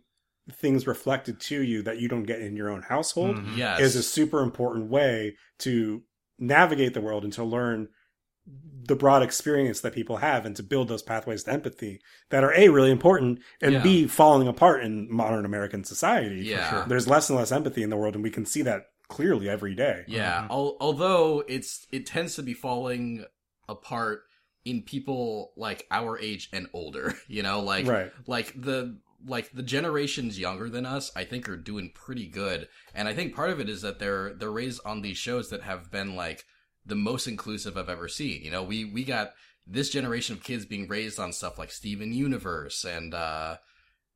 [SPEAKER 2] things reflected to you that you don't get in your own household
[SPEAKER 1] Mhm.
[SPEAKER 4] Yes.
[SPEAKER 2] is a super important way to navigate the world and to learn the broad experience that people have and to build those pathways to empathy that are a really important and
[SPEAKER 4] Yeah.
[SPEAKER 2] b falling apart in modern american society
[SPEAKER 4] Yeah. sure.
[SPEAKER 2] there's less and less empathy in the world and we can see that clearly every day
[SPEAKER 4] Yeah, al- although it's it tends to be falling apart in people like our age and older, you know, like
[SPEAKER 2] right
[SPEAKER 4] like the like the generations younger than us I think are doing pretty good. And I think part of it is that they're they're raised on these shows that have been like the most inclusive I've ever seen. You know, we we got this generation of kids being raised on stuff like Steven Universe and uh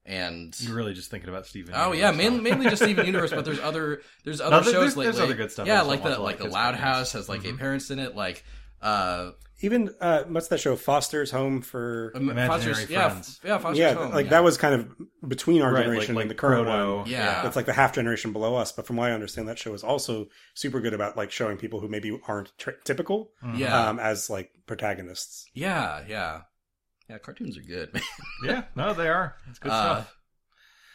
[SPEAKER 4] and
[SPEAKER 1] You're really just thinking about Steven.
[SPEAKER 4] Oh
[SPEAKER 1] Universe,
[SPEAKER 4] yeah,
[SPEAKER 1] so-
[SPEAKER 4] mainly, mainly just Steven Universe, but there's other there's other
[SPEAKER 1] there-
[SPEAKER 4] shows
[SPEAKER 1] there's-
[SPEAKER 4] lately.
[SPEAKER 1] there's other good stuff. I
[SPEAKER 4] Yeah,
[SPEAKER 1] just
[SPEAKER 4] like
[SPEAKER 1] don't watch a
[SPEAKER 4] the
[SPEAKER 1] lot
[SPEAKER 4] like
[SPEAKER 1] of
[SPEAKER 4] the
[SPEAKER 1] kids'
[SPEAKER 4] Loud
[SPEAKER 1] cartoons.
[SPEAKER 4] House has like
[SPEAKER 1] Mhm.
[SPEAKER 4] gay parents in it. Like uh,
[SPEAKER 2] even uh what's that show foster's home for
[SPEAKER 4] um,
[SPEAKER 1] Imaginary
[SPEAKER 4] Foster's, yeah,
[SPEAKER 1] Friends.
[SPEAKER 4] f- yeah, Foster's
[SPEAKER 2] yeah
[SPEAKER 4] Home,
[SPEAKER 2] like
[SPEAKER 4] yeah.
[SPEAKER 2] that was kind of between our
[SPEAKER 1] Right,
[SPEAKER 2] generation
[SPEAKER 1] like-
[SPEAKER 2] and the
[SPEAKER 1] like
[SPEAKER 2] current
[SPEAKER 1] proto-
[SPEAKER 2] one
[SPEAKER 4] yeah.
[SPEAKER 2] That's like the half generation below us, but from what I understand, that show is also super good about like showing people who maybe aren't tr typical
[SPEAKER 1] Mhm.
[SPEAKER 4] Yeah.
[SPEAKER 2] um, as like protagonists.
[SPEAKER 4] yeah, yeah, yeah. Cartoons are good. man.
[SPEAKER 1] yeah. No, they are. It's good
[SPEAKER 4] Uh,
[SPEAKER 1] stuff.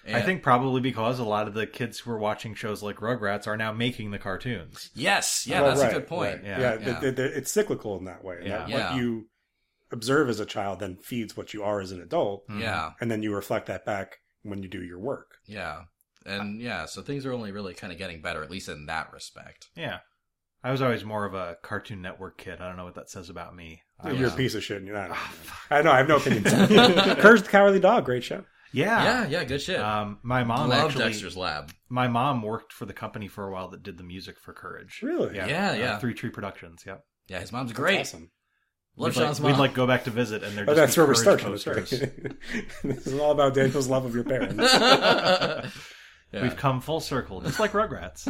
[SPEAKER 1] I
[SPEAKER 4] and-
[SPEAKER 1] think probably because a lot of the kids who are watching shows like Rugrats are now making the cartoons.
[SPEAKER 4] yes, yeah,
[SPEAKER 2] Well,
[SPEAKER 4] that's
[SPEAKER 2] right,
[SPEAKER 4] a good point.
[SPEAKER 2] right.
[SPEAKER 1] Yeah,
[SPEAKER 2] Yeah, th-
[SPEAKER 4] yeah.
[SPEAKER 2] th- th- it's cyclical in that way. and
[SPEAKER 1] Yeah.
[SPEAKER 2] that
[SPEAKER 4] Yeah.
[SPEAKER 2] What you observe as a child then feeds what you are as an adult,
[SPEAKER 1] Mhm.
[SPEAKER 4] Yeah,
[SPEAKER 2] and then you reflect that back when you do your work.
[SPEAKER 4] yeah, and yeah. So things are only really kind of getting better, at least in that respect.
[SPEAKER 1] Yeah. I was always more of a Cartoon Network kid. I don't know what that says about me. Uh, I
[SPEAKER 2] You're
[SPEAKER 1] was-
[SPEAKER 2] a piece of shit. And you're not.
[SPEAKER 1] Oh, Ah,
[SPEAKER 2] I know. I have no opinions. Courage the Cowardly Dog, great show.
[SPEAKER 1] yeah.
[SPEAKER 4] Yeah, yeah, good shit.
[SPEAKER 2] Uh,
[SPEAKER 1] Um, my mom
[SPEAKER 4] Love
[SPEAKER 1] actually.
[SPEAKER 4] Dexter's Lab.
[SPEAKER 1] My mom worked for the company for a while that did the music for Courage. Uh,
[SPEAKER 2] Really?
[SPEAKER 4] Yeah, yeah.
[SPEAKER 1] Three Tree Productions. Yep.
[SPEAKER 4] Yeah, his mom's
[SPEAKER 2] That's
[SPEAKER 4] great.
[SPEAKER 2] Awesome.
[SPEAKER 4] Love
[SPEAKER 1] we'd,
[SPEAKER 4] Sean's
[SPEAKER 1] like, we'd
[SPEAKER 4] mom.
[SPEAKER 1] like go back to visit, and they're
[SPEAKER 2] Oh,
[SPEAKER 1] just
[SPEAKER 2] that's where we're
[SPEAKER 1] Courage
[SPEAKER 2] starting. That's right.
[SPEAKER 1] posters.
[SPEAKER 2] this is all about Daniel's love of your parents.
[SPEAKER 4] Yeah.
[SPEAKER 1] We've come full circle, just like Rugrats.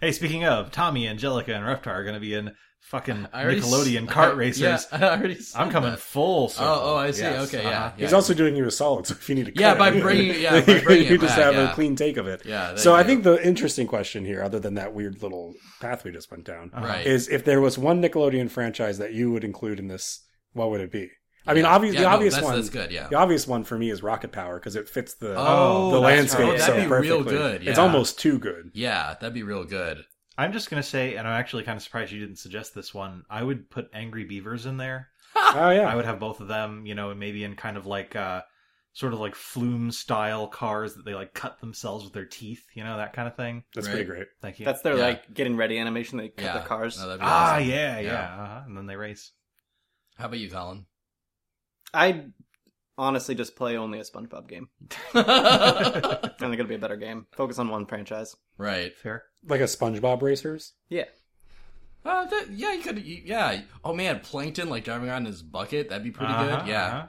[SPEAKER 1] hey, speaking of, Tommy, Angelica, and Reptar are going to be in fucking
[SPEAKER 4] I already
[SPEAKER 1] Nickelodeon
[SPEAKER 4] s-
[SPEAKER 1] kart
[SPEAKER 4] I-
[SPEAKER 1] racers.
[SPEAKER 4] Yeah, I already said
[SPEAKER 1] I'm coming
[SPEAKER 4] that.
[SPEAKER 1] full circle.
[SPEAKER 4] Oh, oh, I see. Okay, yeah,
[SPEAKER 1] uh-huh.
[SPEAKER 4] yeah.
[SPEAKER 2] He's also doing you a solid, so if you need to,
[SPEAKER 4] Yeah,
[SPEAKER 2] cut
[SPEAKER 4] by
[SPEAKER 2] it,
[SPEAKER 4] bringing- yeah, by bringing
[SPEAKER 2] you
[SPEAKER 4] it
[SPEAKER 2] just
[SPEAKER 4] back,
[SPEAKER 2] have a
[SPEAKER 4] yeah.
[SPEAKER 2] clean take of it.
[SPEAKER 4] Yeah, there
[SPEAKER 2] So
[SPEAKER 4] you
[SPEAKER 2] I
[SPEAKER 4] go.
[SPEAKER 2] think the interesting question here, other than that weird little path we just went down,
[SPEAKER 1] Uh-huh.
[SPEAKER 4] Right.
[SPEAKER 2] is if there was one Nickelodeon franchise that you would include in this, what would it be? I mean, obvious,
[SPEAKER 4] Yeah,
[SPEAKER 2] the
[SPEAKER 4] no,
[SPEAKER 2] obvious
[SPEAKER 4] that's,
[SPEAKER 2] one,
[SPEAKER 4] That's good. Yeah.
[SPEAKER 2] the obvious one for me is Rocket Power because it fits the
[SPEAKER 4] Oh,
[SPEAKER 2] the
[SPEAKER 1] that's
[SPEAKER 2] landscape
[SPEAKER 1] right.
[SPEAKER 2] so
[SPEAKER 4] That'd be
[SPEAKER 2] perfectly.
[SPEAKER 4] real good,
[SPEAKER 2] It's
[SPEAKER 4] yeah.
[SPEAKER 2] almost too good.
[SPEAKER 4] Yeah, that'd be real good.
[SPEAKER 1] I'm just going to say, and I'm actually kind of surprised you didn't suggest this one. I would put Angry Beavers in there.
[SPEAKER 2] Oh
[SPEAKER 1] I
[SPEAKER 2] yeah,
[SPEAKER 1] would have both of them, you know, and maybe in kind of like uh sort of like flume style cars that they like cut themselves with their teeth, you know, that kind of thing.
[SPEAKER 2] that's
[SPEAKER 4] Right.
[SPEAKER 2] pretty great.
[SPEAKER 1] Thank you.
[SPEAKER 3] That's their
[SPEAKER 4] Yeah.
[SPEAKER 3] like getting ready animation. They cut
[SPEAKER 4] yeah.
[SPEAKER 3] their cars.
[SPEAKER 4] No, that'd be
[SPEAKER 1] ah,
[SPEAKER 4] awesome.
[SPEAKER 1] yeah, yeah.
[SPEAKER 4] Yeah.
[SPEAKER 1] Uh-huh. And then they race.
[SPEAKER 4] How about you, Colin?
[SPEAKER 3] I honestly just play only a SpongeBob game.
[SPEAKER 4] right.
[SPEAKER 3] And they're gonna be a better game. Focus on one franchise.
[SPEAKER 1] Fair.
[SPEAKER 2] Like a SpongeBob racers.
[SPEAKER 3] Yeah.
[SPEAKER 4] Uh, that, yeah, you could. You, yeah. Oh man, Plankton like driving around in his bucket. That'd be pretty
[SPEAKER 1] Uh-huh,
[SPEAKER 4] good. Yeah.
[SPEAKER 1] uh-huh.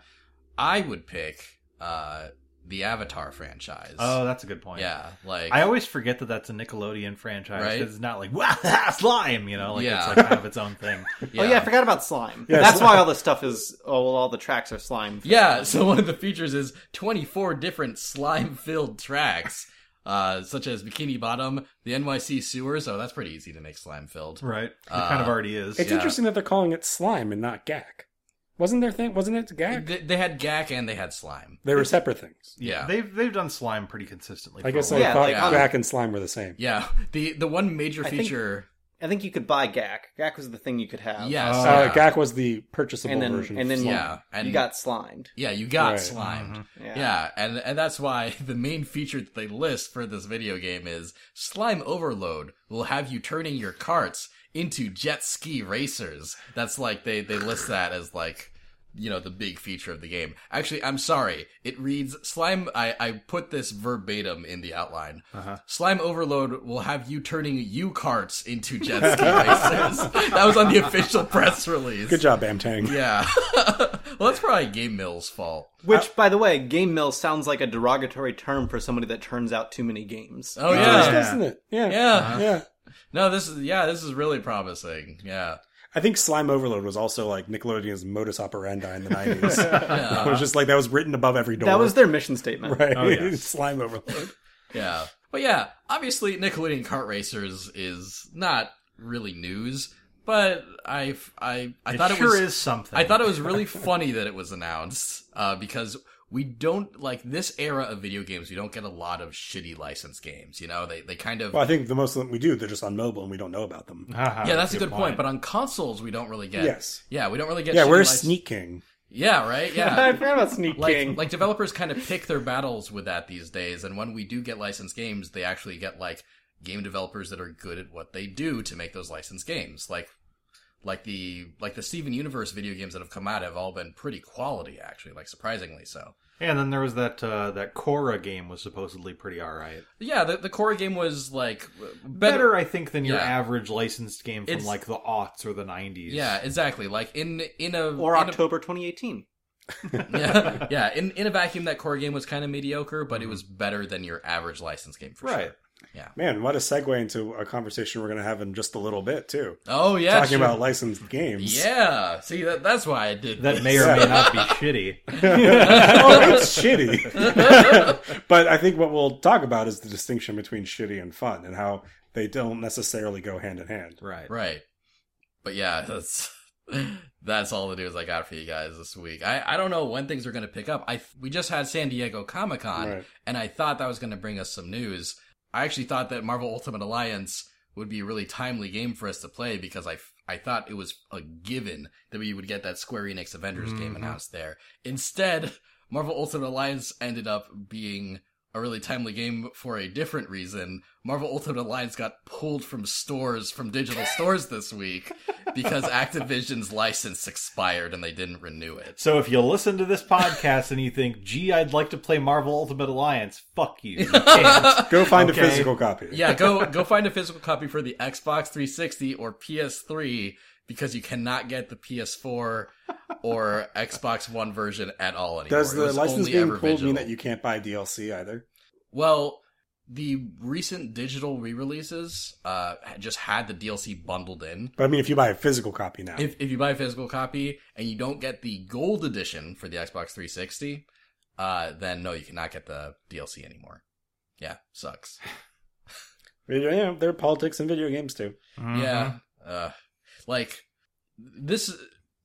[SPEAKER 4] I would pick uh the Avatar franchise.
[SPEAKER 1] Oh, that's a good point.
[SPEAKER 4] yeah. Like
[SPEAKER 1] I always forget that that's a Nickelodeon franchise. 'cause
[SPEAKER 4] Right.
[SPEAKER 1] It's not like wow, slime, you know, like
[SPEAKER 4] Yeah.
[SPEAKER 1] it's like kind of its own thing.
[SPEAKER 3] Oh yeah, I forgot about slime.
[SPEAKER 2] Yeah,
[SPEAKER 3] That's
[SPEAKER 2] slime.
[SPEAKER 3] why all this stuff is. Oh, well, all the tracks are slime.
[SPEAKER 4] Yeah, so one of the features is 24 different slime filled tracks, uh, such as Bikini Bottom, the NYC sewers. Oh, that's pretty easy to make slime filled.
[SPEAKER 1] right. It
[SPEAKER 4] Uh,
[SPEAKER 1] kind of already is.
[SPEAKER 2] It's
[SPEAKER 4] Yeah.
[SPEAKER 2] interesting that they're calling it slime and not gack. Wasn't their thing? Wasn't it Gak?
[SPEAKER 4] They, they had Gak and they had slime.
[SPEAKER 2] They were separate things.
[SPEAKER 4] Yeah.
[SPEAKER 1] They've they've done slime pretty consistently. for
[SPEAKER 2] I
[SPEAKER 1] a
[SPEAKER 2] guess I
[SPEAKER 1] while.
[SPEAKER 3] Yeah,
[SPEAKER 2] thought
[SPEAKER 3] like, um,
[SPEAKER 2] Gak and slime were the same.
[SPEAKER 4] yeah. The the one major
[SPEAKER 3] I think-
[SPEAKER 4] feature.
[SPEAKER 3] I think you could buy Gak. Gak was the thing you could have.
[SPEAKER 4] yes.
[SPEAKER 1] Oh,
[SPEAKER 4] yeah.
[SPEAKER 2] Uh, Gak was the purchasable
[SPEAKER 3] And then
[SPEAKER 2] version.
[SPEAKER 3] and then
[SPEAKER 4] Yeah, and-
[SPEAKER 3] you got slimed.
[SPEAKER 4] Yeah, you got
[SPEAKER 2] Right.
[SPEAKER 4] slimed.
[SPEAKER 1] Mhm.
[SPEAKER 3] Yeah.
[SPEAKER 4] Mm-hmm. Yeah. and and that's why the main feature that they list for this video game is slime overload will have you turning your carts into jet ski racers. That's like they they list that as like you know the big feature of the game. Actually, I'm sorry. It reads slime I I put this verbatim in the outline.
[SPEAKER 1] Uh-huh.
[SPEAKER 4] Slime overload will have you turning U carts into jet ski racers. That was on the official press release.
[SPEAKER 2] Good job, Amtang.
[SPEAKER 4] Yeah. well, that's probably Game Mill's fault.
[SPEAKER 3] Which, by the way, game mill sounds like a derogatory term for somebody that turns out too many games.
[SPEAKER 4] Oh
[SPEAKER 2] Nice,
[SPEAKER 4] yeah.
[SPEAKER 2] wasn't it? Yeah.
[SPEAKER 4] Yeah.
[SPEAKER 2] Yeah.
[SPEAKER 4] No, this is yeah, this is really promising. Yeah.
[SPEAKER 2] I think Slime Overload was also like Nickelodeon's modus operandi in the 90s. it
[SPEAKER 4] Yeah.
[SPEAKER 2] was just like that was written above every door.
[SPEAKER 3] That was their mission statement.
[SPEAKER 2] right.
[SPEAKER 1] Oh, yeah.
[SPEAKER 2] slime Overload.
[SPEAKER 4] yeah. But yeah, obviously Nickelodeon kart racers is not really news, but I I I
[SPEAKER 1] It
[SPEAKER 4] thought
[SPEAKER 1] sure
[SPEAKER 4] it was
[SPEAKER 1] is something.
[SPEAKER 4] I thought it was really funny that it was announced uh, because we don't like this era of video games. We don't get a lot of shitty licensed games. You know, they they kind of
[SPEAKER 2] Well, I think the most of them we do, they're just on mobile and we don't know about them.
[SPEAKER 4] yeah, that's a good point. But on consoles, we don't really get
[SPEAKER 2] Yes.
[SPEAKER 4] yeah, we don't really get
[SPEAKER 2] Yeah,
[SPEAKER 4] shitty
[SPEAKER 2] where's
[SPEAKER 4] lic-
[SPEAKER 2] Sneak King?
[SPEAKER 4] Yeah, right. Yeah,
[SPEAKER 3] I forgot about Sneak
[SPEAKER 4] like
[SPEAKER 3] King.
[SPEAKER 4] like developers kind of pick their battles with that these days and when we do get licensed games they actually get like game developers that are good at what they do to make those licensed games like like the like the steven universe video games that have come out have all been pretty quality actually like surprisingly so
[SPEAKER 1] and then there was that uh, that Korra game was supposedly pretty alright.
[SPEAKER 4] yeah the, the core game was like better,
[SPEAKER 1] Better, I think, than your
[SPEAKER 4] Yeah.
[SPEAKER 1] average licensed game from
[SPEAKER 4] It's-
[SPEAKER 1] like the aughts or the nineties.
[SPEAKER 4] yeah exactly like in in a
[SPEAKER 3] or
[SPEAKER 4] in a-
[SPEAKER 3] October 2018.
[SPEAKER 4] yeah, yeah in in a vacuum that core game was kind of mediocre but it was better than your average licensed game for
[SPEAKER 1] Right.
[SPEAKER 4] sure
[SPEAKER 2] Man, what a segue into a conversation we're going to have in just a little bit, too.
[SPEAKER 4] oh yeah
[SPEAKER 2] Talking
[SPEAKER 4] sure.
[SPEAKER 2] about licensed games.
[SPEAKER 4] yeah see that that's why i did
[SPEAKER 1] That
[SPEAKER 4] this.
[SPEAKER 1] may or may not be shitty.
[SPEAKER 2] oh, it's shitty. but I think what we'll talk about is the distinction between shitty and fun and how they don't necessarily go hand in hand.
[SPEAKER 1] Right.
[SPEAKER 4] Right. But yeah, that's that's all the news I got for you guys this week. I, I don't know when things are going to pick up. I we just had San Diego Comic Con,
[SPEAKER 2] Right.
[SPEAKER 4] and I thought that was going to bring us some news. I actually thought that Marvel Ultimate Alliance would be a really timely game for us to play because I, f- I thought it was a given that we would get that Square Enix Avengers game
[SPEAKER 1] Mhm.
[SPEAKER 4] announced there. Instead, Marvel Ultimate Alliance ended up being a really timely game for a different reason. Marvel Ultimate Alliance got pulled from stores, from digital stores this week because Activision's license expired and they didn't renew it.
[SPEAKER 1] So if you listen to this podcast and you think, "Gee, I'd like to play Marvel Ultimate Alliance," fuck you. You can't.
[SPEAKER 2] Go find
[SPEAKER 1] Okay.
[SPEAKER 2] a physical copy.
[SPEAKER 4] yeah, go go find a physical copy for the Xbox 360 or PS3 because you cannot get the PS4 or Xbox One version at all anymore.
[SPEAKER 2] Does
[SPEAKER 4] It
[SPEAKER 2] the
[SPEAKER 4] was
[SPEAKER 2] license
[SPEAKER 4] only
[SPEAKER 2] being
[SPEAKER 4] ever
[SPEAKER 2] pulled
[SPEAKER 4] digital.
[SPEAKER 2] mean that you can't buy DLC either?
[SPEAKER 4] Well, the recent digital re-releases uh, just had the DLC bundled in.
[SPEAKER 2] But I mean, if you buy a physical copy now,
[SPEAKER 4] If if you buy a physical copy and you don't get the gold edition for the Xbox 360, uh, then no, you cannot get the DLC anymore. Yeah, sucks.
[SPEAKER 2] yeah, there are politics in video games too.
[SPEAKER 1] Mm-hmm.
[SPEAKER 4] Yeah. Uh, like this,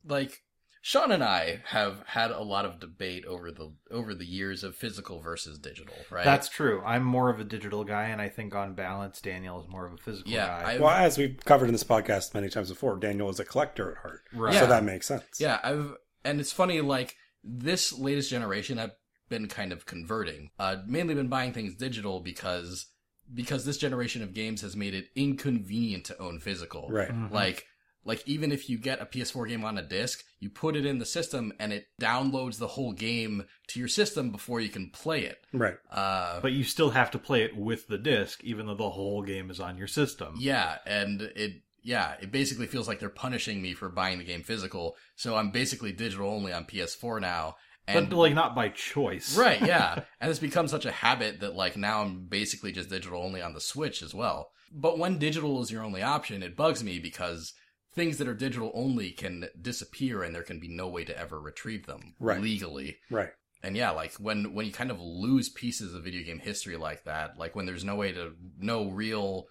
[SPEAKER 4] like Sean and I have had a lot of debate over the over the years of physical versus digital, right?
[SPEAKER 1] That's true. I'm more of a digital guy, and I think on balance, Daniel is more of a physical
[SPEAKER 4] yeah.
[SPEAKER 1] guy.
[SPEAKER 4] I've-
[SPEAKER 2] Well, as we've covered in this podcast many times before, Daniel is a collector at heart,
[SPEAKER 1] right.
[SPEAKER 4] Yeah.
[SPEAKER 2] so that makes sense.
[SPEAKER 4] Yeah, I've and it's funny like this latest generation I've been kind of converting. Uh mainly been buying things digital because because this generation of games has made it inconvenient to own physical.
[SPEAKER 2] right.
[SPEAKER 1] Mhm.
[SPEAKER 4] Like like even if you get a PS4 game on a disc, you put it in the system and it downloads the whole game to your system before you can play it.
[SPEAKER 2] Right.
[SPEAKER 4] Uh
[SPEAKER 1] but you still have to play it with the disc, even though the whole game is on your system.
[SPEAKER 4] Yeah, and it yeah, it basically feels like they're punishing me for buying the game physical, so I'm basically digital only on PS4 now. And
[SPEAKER 1] but like not by choice.
[SPEAKER 4] Right, yeah. and it's become such a habit that like now I'm basically just digital only on the Switch as well. But when digital is your only option, it bugs me because things that are digital only can disappear and there can be no way to ever retrieve them
[SPEAKER 2] Right.
[SPEAKER 4] legally.
[SPEAKER 2] Right.
[SPEAKER 4] And yeah, like when when you kind of lose pieces of video game history like that, like when there's no way to no real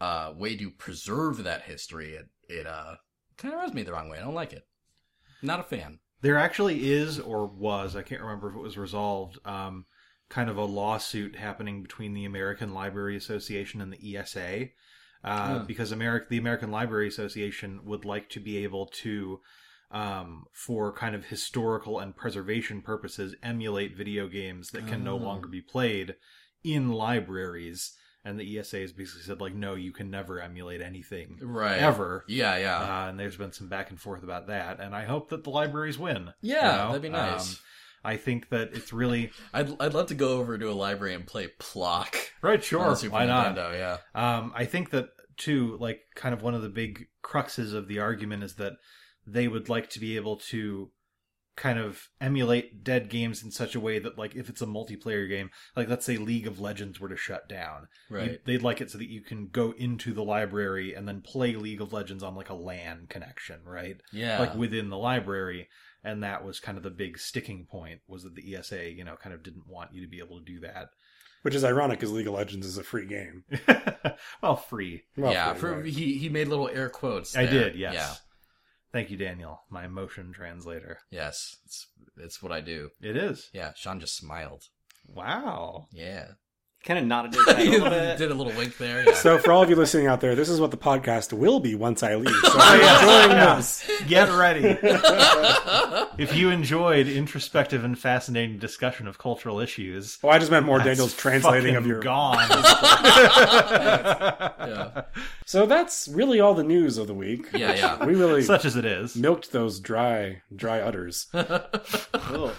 [SPEAKER 4] uh way to preserve that history, it it uh kind of rubs me the wrong way. I don't like it. Not a fan.
[SPEAKER 1] There actually is, or was, I can't remember if it was resolved, um, kind of a lawsuit happening between the American Library Association and the ESA, uh,
[SPEAKER 4] Huh.
[SPEAKER 1] because Ameri- the American Library Association would like to be able to, um, for kind of historical and preservation purposes, emulate video games that can no
[SPEAKER 4] Oh.
[SPEAKER 1] longer be played in libraries. And the ESA has basically said, like, no, you can never emulate anything
[SPEAKER 4] Right.
[SPEAKER 1] ever.
[SPEAKER 4] Yeah, yeah.
[SPEAKER 1] Uh, and there's been some back and forth about that, and I hope that the libraries win.
[SPEAKER 4] yeah, that'd be nice.
[SPEAKER 1] Um, I think that it's really
[SPEAKER 4] I'd I'd love to go over to a library and play Plock.
[SPEAKER 1] right.
[SPEAKER 4] on the
[SPEAKER 1] Sure,
[SPEAKER 4] Super
[SPEAKER 1] why not?
[SPEAKER 4] Nintendo, yeah.
[SPEAKER 1] Um, I think that too. Like, kind of one of the big cruxes of the argument is that they would like to be able to kind of emulate dead games in such a way that, like, if it's a multiplayer game, like let's say League of Legends were to shut down, you-
[SPEAKER 4] Right.
[SPEAKER 1] they'd like it so that you can go into the library and then play League of Legends on like a LAN connection, right?
[SPEAKER 4] Yeah.
[SPEAKER 1] like within the library and that was kind of the big sticking point was that the esa you know kind of didn't want you to be able to do
[SPEAKER 2] Which is ironic because League of Legends is a free game.
[SPEAKER 1] that well free
[SPEAKER 2] Well,
[SPEAKER 4] yeah,
[SPEAKER 2] free,
[SPEAKER 4] for,
[SPEAKER 2] right.
[SPEAKER 4] he he made little air quotes.
[SPEAKER 1] i
[SPEAKER 4] there.
[SPEAKER 1] did yes
[SPEAKER 4] Yeah.
[SPEAKER 1] thank you daniel my emotion translator
[SPEAKER 4] Yes. It's it's what I do.
[SPEAKER 1] it is
[SPEAKER 4] Yeah, Sean just smiled.
[SPEAKER 1] wow
[SPEAKER 4] Yeah.
[SPEAKER 3] Kind of nodded his head a little bit.
[SPEAKER 4] did a little wink there. Yeah.
[SPEAKER 2] So, for all of you listening out there, this is what the podcast will be once I leave. So,
[SPEAKER 1] yeah.
[SPEAKER 2] I'm enjoying
[SPEAKER 1] Yeah.
[SPEAKER 2] this.
[SPEAKER 1] get ready if you enjoyed introspective and fascinating discussion of cultural issues
[SPEAKER 2] Well, Oh, I just meant more
[SPEAKER 1] that's
[SPEAKER 2] Daniel's translating of
[SPEAKER 1] fucking
[SPEAKER 2] your.
[SPEAKER 1] gone
[SPEAKER 4] yeah.
[SPEAKER 2] So that's really all the news of the week.
[SPEAKER 4] Yeah, yeah.
[SPEAKER 2] We really
[SPEAKER 1] such as it is
[SPEAKER 2] milked those dry, dry udders.
[SPEAKER 3] Ugh.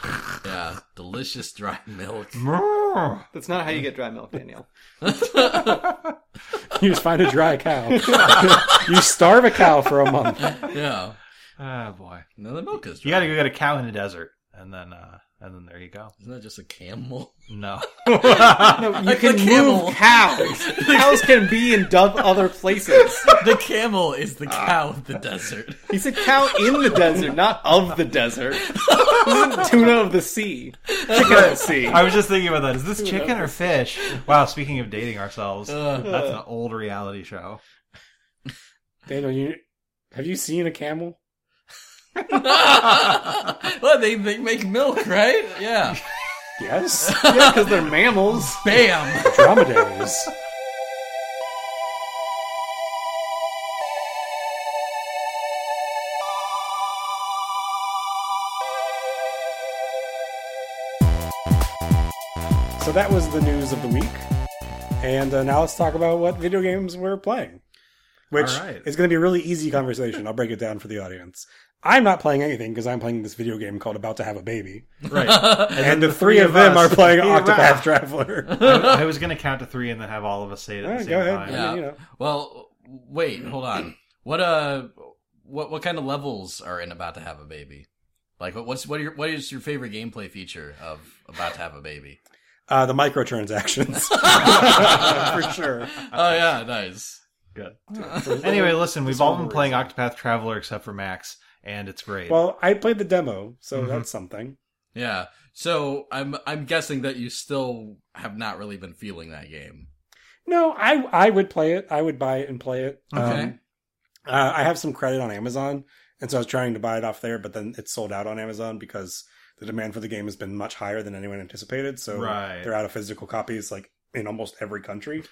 [SPEAKER 4] Yeah. Delicious dry milk.
[SPEAKER 1] Brrr.
[SPEAKER 3] That's not how you get dry milk, Daniel.
[SPEAKER 2] You just find a dry cow. you starve a cow for a month.
[SPEAKER 4] Yeah.
[SPEAKER 1] Ah, boy
[SPEAKER 4] No, the milk is
[SPEAKER 1] you
[SPEAKER 4] dry.
[SPEAKER 1] gotta go get a cow in the desert and then uh and then there you go
[SPEAKER 4] Isn't that just a camel?
[SPEAKER 1] No.
[SPEAKER 3] No, you
[SPEAKER 4] Like
[SPEAKER 3] can
[SPEAKER 4] the camel.
[SPEAKER 3] move cows. cows can be in dove other places.
[SPEAKER 4] the camel is the
[SPEAKER 1] Ah.
[SPEAKER 4] cow of the desert.
[SPEAKER 3] He said cow in the desert, not of the desert. This isn't tuna of the sea. Chicken of the sea.
[SPEAKER 1] I was just thinking about that. Is this chicken or fish? Wow, speaking of dating ourselves,
[SPEAKER 4] Uh.
[SPEAKER 1] that's an old reality show.
[SPEAKER 2] Daniel, you have you seen a camel?
[SPEAKER 4] well, they, they make milk, right? Yeah.
[SPEAKER 2] Yes.
[SPEAKER 3] Yeah, because they're mammals.
[SPEAKER 4] Bam.
[SPEAKER 2] Dromedaries. So that was the news of the week. And uh, now let's talk about what video games we're playing, which
[SPEAKER 1] All right.
[SPEAKER 2] is going to be a really easy conversation. I'll break it down for the audience. I'm not playing anything because I'm playing this video game called About to Have a Baby.
[SPEAKER 1] Right. And,
[SPEAKER 2] And, the, three, of them
[SPEAKER 1] us-
[SPEAKER 2] are playing
[SPEAKER 1] Yeah,
[SPEAKER 2] Octopath Traveler.
[SPEAKER 1] I, I was going to count to three and then have all of us say it at
[SPEAKER 2] All
[SPEAKER 1] the
[SPEAKER 2] right,
[SPEAKER 1] same
[SPEAKER 2] go ahead.
[SPEAKER 1] time.
[SPEAKER 2] I mean,
[SPEAKER 4] Yeah.
[SPEAKER 2] you know.
[SPEAKER 4] Well, wait, hold on. What uh, what what kind of levels are in about to have a baby? Like, what, what's what are your, what is your favorite gameplay feature of about to have a baby?
[SPEAKER 2] Uh, the microtransactions. For sure.
[SPEAKER 4] Oh yeah, nice.
[SPEAKER 1] Good.
[SPEAKER 4] Uh,
[SPEAKER 1] Anyway, listen, we've
[SPEAKER 2] This
[SPEAKER 1] all
[SPEAKER 2] one
[SPEAKER 1] been
[SPEAKER 2] worries
[SPEAKER 1] playing
[SPEAKER 2] me.
[SPEAKER 1] Octopath Traveler except for Max, and it's great.
[SPEAKER 2] Well, I played the demo, so
[SPEAKER 1] Mhm.
[SPEAKER 2] that's something.
[SPEAKER 4] yeah. So I'm I'm guessing that you still have not really been feeling that game.
[SPEAKER 2] No, I I would play it. I would buy it and play it.
[SPEAKER 4] Okay.
[SPEAKER 2] Um, uh, I have some credit on Amazon, and so I was trying to buy it off there, but then it sold out on Amazon because the demand for the game has been much higher than anyone anticipated. So
[SPEAKER 1] Right.
[SPEAKER 2] they're out of physical copies, like in almost every country.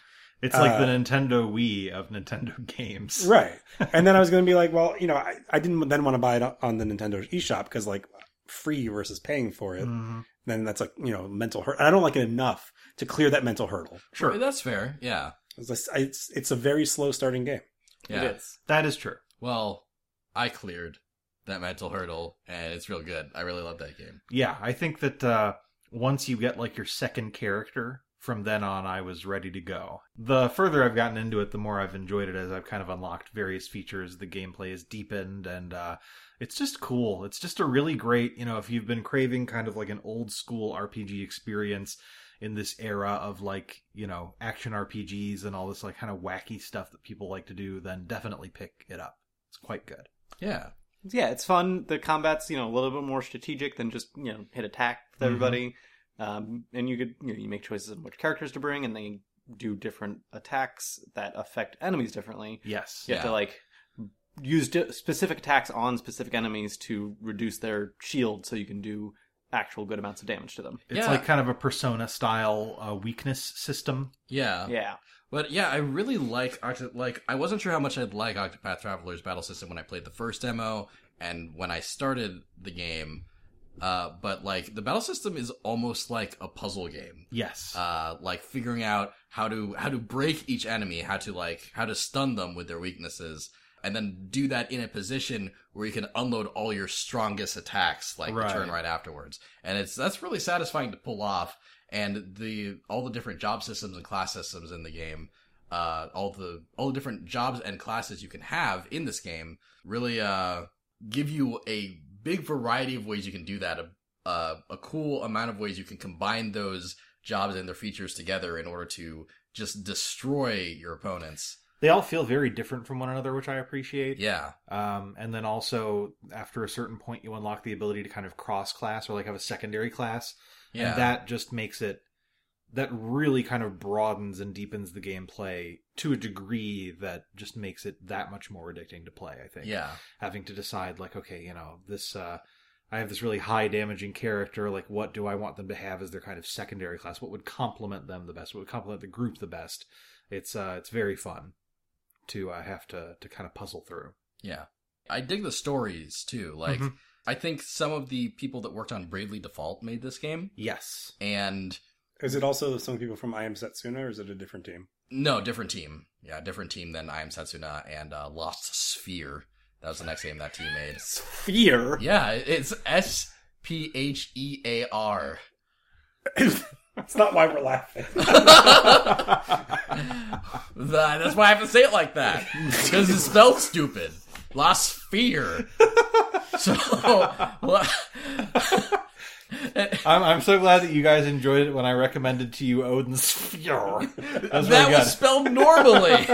[SPEAKER 1] it's like the
[SPEAKER 2] uh,
[SPEAKER 1] Nintendo Wii of Nintendo games.
[SPEAKER 2] Right. And then I was going to be like, well, you know, I, I didn't then want to buy it on the Nintendo eShop because, like, free versus paying for it.
[SPEAKER 1] Mhm.
[SPEAKER 2] Then that's like, you know, mental hurt. I don't like it enough to clear that mental hurdle.
[SPEAKER 1] Sure.
[SPEAKER 4] That's fair. Yeah.
[SPEAKER 2] It's, just- it's, it's a very slow starting game.
[SPEAKER 4] Yeah.
[SPEAKER 3] It is.
[SPEAKER 1] That is true.
[SPEAKER 4] Well, I cleared that mental hurdle, and it's real good. I really love that game.
[SPEAKER 1] Yeah, I think that uh, once you get like your second character, from then on, I was ready to go. The further I've gotten into it, the more I've enjoyed it as I've kind of unlocked various features. The gameplay is deepened, and uh, it's just cool. It's just a really great, you know, if you've been craving kind of like an old school RPG experience in this era of like, you know, action RPGs and all this like kind of wacky stuff that people like to do, then definitely pick it up. It's quite good.
[SPEAKER 4] Yeah.
[SPEAKER 3] Yeah, it's fun. The combat's you know a little bit more strategic than just you know hit attack with
[SPEAKER 4] Mm-hmm.
[SPEAKER 3] everybody, um, and you could you, know, you make choices on which characters to bring, and they do different attacks that affect enemies differently.
[SPEAKER 1] Yes.
[SPEAKER 3] You have
[SPEAKER 4] Yeah.
[SPEAKER 3] to like use di- specific attacks on specific enemies to reduce their shield, so you can do actual good amounts of damage to them.
[SPEAKER 1] It's
[SPEAKER 4] Yeah.
[SPEAKER 1] like kind of a persona style uh, weakness system.
[SPEAKER 4] Yeah.
[SPEAKER 3] Yeah,
[SPEAKER 4] But yeah, I really like Octo- like I wasn't sure how much I'd like Octopath Traveler's battle system when I played the first demo and when I started the game. Uh, but like the battle system is almost like a puzzle game.
[SPEAKER 1] Yes.
[SPEAKER 4] Uh, like figuring out how to how to break each enemy, how to like how to stun them with their weaknesses, and then do that in a position where you can unload all your strongest attacks like
[SPEAKER 1] Right.
[SPEAKER 4] the turn right afterwards. And it's that's really satisfying to pull off. And the all the different job systems and class systems in the game, uh, all the all the different jobs and classes you can have in this game really uh give you a big variety of ways you can do that. A uh, a cool amount of ways you can combine those jobs and their features together in order to just destroy your opponents.
[SPEAKER 1] they all feel very different from one another, which I appreciate.
[SPEAKER 4] Yeah.
[SPEAKER 1] Um, and then also, after a certain point, you unlock the ability to kind of cross class or like have a secondary class.
[SPEAKER 4] Yeah.
[SPEAKER 1] And that just makes it, that really kind of broadens and deepens the gameplay to a degree that just makes it that much more addicting to play, I think.
[SPEAKER 4] yeah.
[SPEAKER 1] having to decide like okay you know this uh i have this really high damaging character like what do i want them to have as their kind of secondary class what would complement them the best what would complement the group the best it's uh it's very fun to uh, have to to kind of puzzle through
[SPEAKER 4] Yeah. I dig the stories too. Like
[SPEAKER 1] Mhm.
[SPEAKER 4] I think some of the people that worked on Bravely Default made this game
[SPEAKER 1] yes
[SPEAKER 4] and
[SPEAKER 2] Is it also some people from I Am Setsuna, or is it a different team?
[SPEAKER 4] no, different team. Yeah, different team than I Am Setsuna and uh, Lost Sphere. That was the next game that team made.
[SPEAKER 2] Sphere.
[SPEAKER 4] Yeah, it's S P H E A R.
[SPEAKER 2] That's not why we're laughing.
[SPEAKER 4] That- That's why I have to say it like that. Because it's spelled stupid. Lost fear. So, what?
[SPEAKER 1] I'm, I'm so glad that you guys enjoyed it when i recommended to you odin's sphere that's
[SPEAKER 4] that was spelled normally.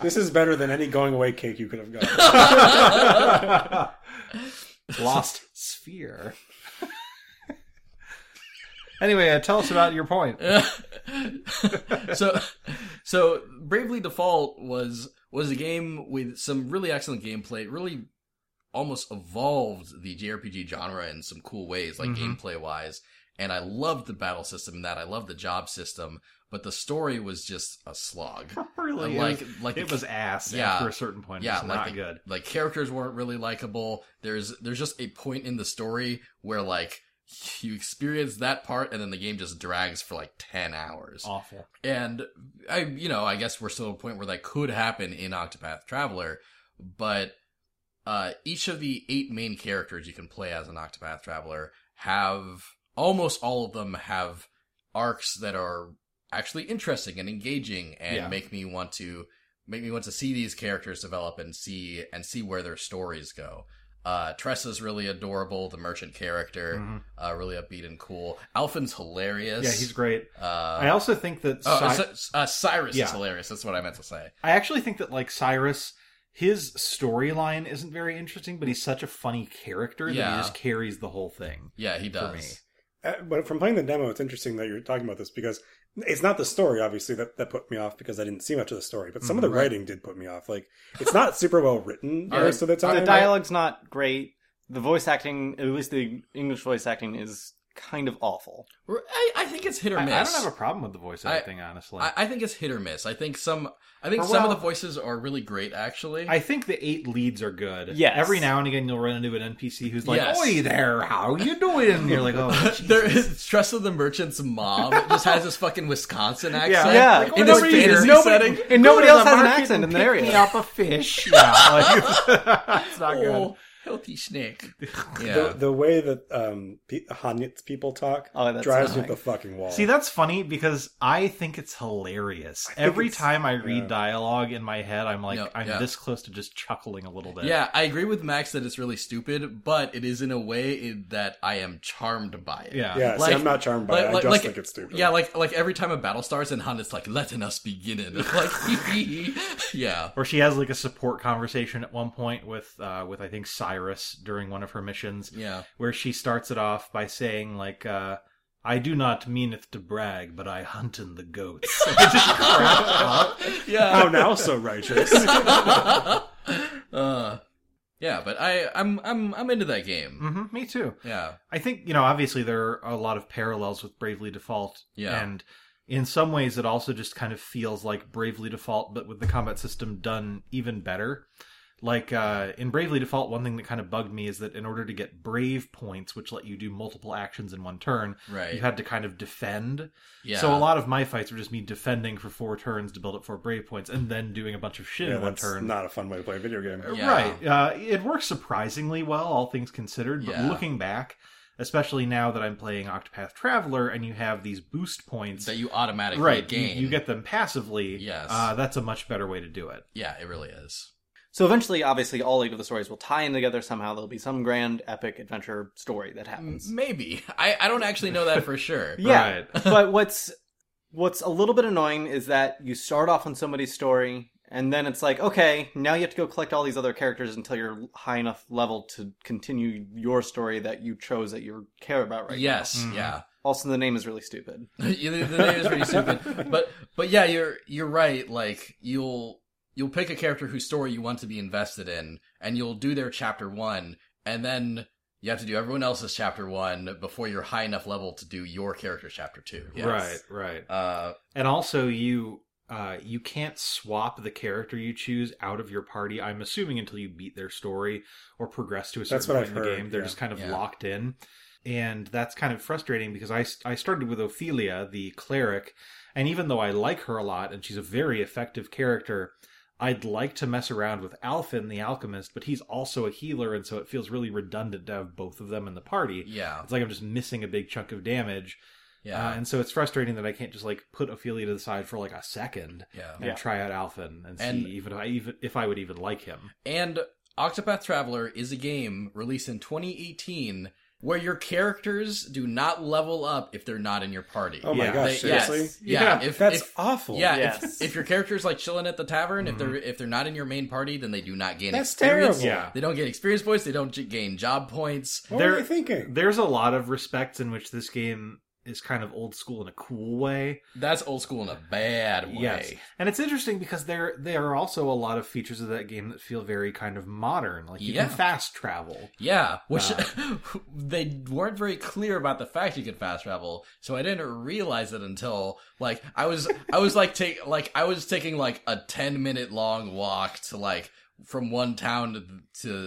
[SPEAKER 2] this is better than any going away cake you could have gotten.
[SPEAKER 1] lost sphere anyway uh, tell us about your point
[SPEAKER 4] so so bravely default was was a game with some really excellent gameplay It really almost evolved the jrpg genre in some cool ways like
[SPEAKER 1] Mhm.
[SPEAKER 4] gameplay wise and i loved the battle system in that i loved the job system but the story was just a slog
[SPEAKER 1] really
[SPEAKER 4] Uh, like like
[SPEAKER 1] it
[SPEAKER 4] the-
[SPEAKER 1] was ass
[SPEAKER 4] Yeah.
[SPEAKER 1] after a certain point.
[SPEAKER 4] yeah,
[SPEAKER 1] Yeah, it's
[SPEAKER 4] like
[SPEAKER 1] not
[SPEAKER 4] the-
[SPEAKER 1] good.
[SPEAKER 4] like characters weren't really likable there's there's just a point in the story where like you experience that part and then the game just drags for like 10 hours
[SPEAKER 1] Awful.
[SPEAKER 4] And I, you know, I guess we're still at a point where that could happen in Octopath Traveler, but uh, each of the eight main characters you can play as an Octopath Traveler have almost all of them have arcs that are actually interesting and engaging and
[SPEAKER 1] Yeah.
[SPEAKER 4] make me want to make me want to see these characters develop and see and see where their stories go. Uh, Tressa's really adorable, the merchant character,
[SPEAKER 1] Mhm.
[SPEAKER 4] uh, really upbeat and cool. Alfin's hilarious.
[SPEAKER 1] Yeah, he's great.
[SPEAKER 4] Uh,
[SPEAKER 1] I also think that
[SPEAKER 4] Oh,
[SPEAKER 1] Cy-
[SPEAKER 4] Cy- uh, Cyrus
[SPEAKER 1] Yeah.
[SPEAKER 4] is hilarious. That's what I meant to say.
[SPEAKER 1] I actually think that like Cyrus, his storyline isn't very interesting, but he's such a funny character that
[SPEAKER 4] Yeah.
[SPEAKER 1] he just carries the whole thing.
[SPEAKER 4] Yeah, he does.
[SPEAKER 1] For me.
[SPEAKER 2] Uh, but from playing the demo, it's interesting that you're talking about this because it's not the story, obviously, that, that put me off because I didn't see much of the story. But some of the
[SPEAKER 3] Mm-hmm,
[SPEAKER 4] Mhm, right.
[SPEAKER 2] writing did put me off. Like, it's not super well written
[SPEAKER 4] Yeah,
[SPEAKER 2] most of the time.
[SPEAKER 3] the dialogue's not great. The voice acting, at least the English voice acting, is kind of awful.
[SPEAKER 4] R- I, I think it's hit or
[SPEAKER 1] I,
[SPEAKER 4] miss.
[SPEAKER 1] I don't have a problem with the voice
[SPEAKER 4] I-
[SPEAKER 1] acting, honestly.
[SPEAKER 4] I-
[SPEAKER 1] I,
[SPEAKER 4] I think it's hit or miss. I think some. I think
[SPEAKER 1] Or
[SPEAKER 4] some of
[SPEAKER 1] well-
[SPEAKER 4] the voices are really great, actually.
[SPEAKER 1] think the eight leads are good.
[SPEAKER 3] Yes.
[SPEAKER 1] Every now and again, you'll run into an NPC who's like,
[SPEAKER 4] Yes.
[SPEAKER 1] "Oi there, how you doing?" And you're like, "Oh,
[SPEAKER 4] there is Trust of the Merchant's mom. It just has this fucking Wisconsin accent.
[SPEAKER 3] yeah.
[SPEAKER 4] Like,
[SPEAKER 1] Like,
[SPEAKER 4] in
[SPEAKER 1] well,
[SPEAKER 4] this
[SPEAKER 1] nobody-
[SPEAKER 4] fantasy
[SPEAKER 3] nobody-
[SPEAKER 4] setting.
[SPEAKER 3] and
[SPEAKER 1] go
[SPEAKER 3] nobody
[SPEAKER 1] to the
[SPEAKER 3] else has an
[SPEAKER 1] market
[SPEAKER 3] accent in
[SPEAKER 1] and
[SPEAKER 3] that
[SPEAKER 1] pick
[SPEAKER 3] area."
[SPEAKER 1] Me up a fish. Yeah, like, it's not good.
[SPEAKER 4] Oh, healthy snake.
[SPEAKER 2] the,
[SPEAKER 4] Yeah.
[SPEAKER 2] the way that um, pe- Hanyut's people talk
[SPEAKER 3] Oh, that's
[SPEAKER 2] drives me
[SPEAKER 3] annoying.
[SPEAKER 2] up the fucking wall.
[SPEAKER 1] See, that's funny because I think it's hilarious.
[SPEAKER 2] think
[SPEAKER 1] Every
[SPEAKER 2] it's-
[SPEAKER 1] time I read
[SPEAKER 2] yeah.
[SPEAKER 1] dialogue in my head, I'm like,
[SPEAKER 4] No,
[SPEAKER 1] I'm
[SPEAKER 4] yeah.
[SPEAKER 1] this close to just chuckling a little bit.
[SPEAKER 4] Yeah, I agree with Max that it's really stupid, but it is in a way in that I am charmed by it.
[SPEAKER 1] Yeah.
[SPEAKER 2] Yeah,
[SPEAKER 4] Uh, Like-
[SPEAKER 2] see, I'm not charmed by
[SPEAKER 4] like-
[SPEAKER 2] it. I
[SPEAKER 4] like-
[SPEAKER 2] just
[SPEAKER 4] like-
[SPEAKER 2] think it's stupid.
[SPEAKER 4] Yeah, like like every time a battle starts and Han's like, letting us begin it. Like Yeah.
[SPEAKER 1] Or she has like a support conversation at one point with, uh, with I think Cyrus during one of her missions,
[SPEAKER 4] Yeah.
[SPEAKER 1] where she starts it off by saying like, uh, I do not meaneth to brag, but I huntin' the goats. I just cracked up.
[SPEAKER 2] Oh,
[SPEAKER 4] yeah.
[SPEAKER 2] now so righteous.
[SPEAKER 4] uh, yeah, but I, I'm, I'm, I'm into that game.
[SPEAKER 1] hmm me too.
[SPEAKER 4] Yeah.
[SPEAKER 1] I think, you know, obviously there are a lot of parallels with Bravely Default.
[SPEAKER 4] Yeah.
[SPEAKER 1] And in some ways, it also just kind of feels like Bravely Default, but with the combat system done even better. Like uh, in Bravely Default, one thing that kind of bugged me is that in order to get brave points, which let you do multiple actions in one turn,
[SPEAKER 4] Right.
[SPEAKER 1] you had to kind of defend.
[SPEAKER 4] yeah.
[SPEAKER 1] So a lot of my fights were just me defending for four turns to build up four brave points, and then doing a bunch of shit
[SPEAKER 2] yeah,
[SPEAKER 1] in one
[SPEAKER 2] that's
[SPEAKER 1] turn.
[SPEAKER 2] not a fun way to play a video game.
[SPEAKER 4] Yeah.
[SPEAKER 1] Right. Uh, it works surprisingly well, all things considered. But
[SPEAKER 4] Yeah.
[SPEAKER 1] looking back, especially now that I'm playing Octopath Traveler, and you have these boost points,
[SPEAKER 4] that you automatically
[SPEAKER 1] right? you-
[SPEAKER 4] gain.
[SPEAKER 1] You, get them passively.
[SPEAKER 4] Yes.
[SPEAKER 1] Uh, that's a much better way to do it.
[SPEAKER 4] Yeah, it really is.
[SPEAKER 3] So eventually, obviously, all eight of the stories will tie in together somehow. There'll be some grand epic adventure story that
[SPEAKER 4] M-
[SPEAKER 3] happens.
[SPEAKER 4] Maybe I, I don't actually know that for sure.
[SPEAKER 3] Yeah.
[SPEAKER 1] Right.
[SPEAKER 3] but what's what's a little bit annoying is that you start off on somebody's story and then it's like okay now you have to go collect all these other characters until you're high enough level to continue your story that you chose that you care about right
[SPEAKER 4] Yes.
[SPEAKER 1] Mhm.
[SPEAKER 4] Yeah.
[SPEAKER 3] now. also the name is really stupid
[SPEAKER 4] Yeah, the, the name is pretty stupid, but but yeah, you're you're right. Like you'll you'll pick a character whose story you want to be invested in, and you'll do their chapter one, and then you have to do everyone else's chapter one before you're high enough level to do your character's chapter two. Yes.
[SPEAKER 1] Right. Right.
[SPEAKER 4] Uh,
[SPEAKER 1] And also, you uh, you can't swap the character you choose out of your party. I'm assuming until you beat their story or progress to a certain
[SPEAKER 2] That's what
[SPEAKER 1] point
[SPEAKER 2] I've
[SPEAKER 1] in the
[SPEAKER 2] heard,
[SPEAKER 1] game, they're
[SPEAKER 2] yeah.
[SPEAKER 1] just kind of
[SPEAKER 4] Yeah.
[SPEAKER 1] locked in, and that's kind of frustrating because I I started with Ophelia, the cleric, and even though I like her a lot and she's a very effective character. I'd like to mess around with Alfin the alchemist, but he's also a healer, and so it feels really redundant to have both of them in the party.
[SPEAKER 4] yeah.
[SPEAKER 1] It's like I'm just missing a big chunk of damage,
[SPEAKER 4] Yeah.
[SPEAKER 1] uh, and so it's frustrating that I can't just like put Ophelia to the side for like a second
[SPEAKER 4] yeah.
[SPEAKER 1] and
[SPEAKER 3] Yeah.
[SPEAKER 1] try out Alfin and see
[SPEAKER 4] And-
[SPEAKER 1] even if I even if I would even like him.
[SPEAKER 4] And Octopath Traveler is a game released in 2018 where your characters do not level up if they're not in your party.
[SPEAKER 2] Oh my
[SPEAKER 1] Yeah.
[SPEAKER 2] gosh,
[SPEAKER 4] They- yes.
[SPEAKER 2] seriously?
[SPEAKER 4] Yeah.
[SPEAKER 1] Yeah,
[SPEAKER 4] if,
[SPEAKER 2] That's
[SPEAKER 4] if,
[SPEAKER 2] awful.
[SPEAKER 4] Yeah,
[SPEAKER 3] Yes.
[SPEAKER 4] if, if your character's like chilling at the tavern, if they're if they're not in your main party, then they do not gain
[SPEAKER 2] That's
[SPEAKER 4] experience.
[SPEAKER 2] terrible. Yeah.
[SPEAKER 4] They don't get experience points. They don't j- gain job points.
[SPEAKER 2] What
[SPEAKER 1] They're-
[SPEAKER 2] were you thinking?
[SPEAKER 1] There's a lot of respects in which this game is kind of old school in a cool way.
[SPEAKER 4] That's old school in a bad way.
[SPEAKER 1] Yes. And it's interesting because there there are also a lot of features of that game that feel very kind of modern. Like you
[SPEAKER 4] Yeah.
[SPEAKER 1] can fast travel.
[SPEAKER 4] Yeah, which they weren't very clear about the fact you could fast travel, so I didn't realize it until like I was I was like take like I was taking like a ten minute long walk to like from one town to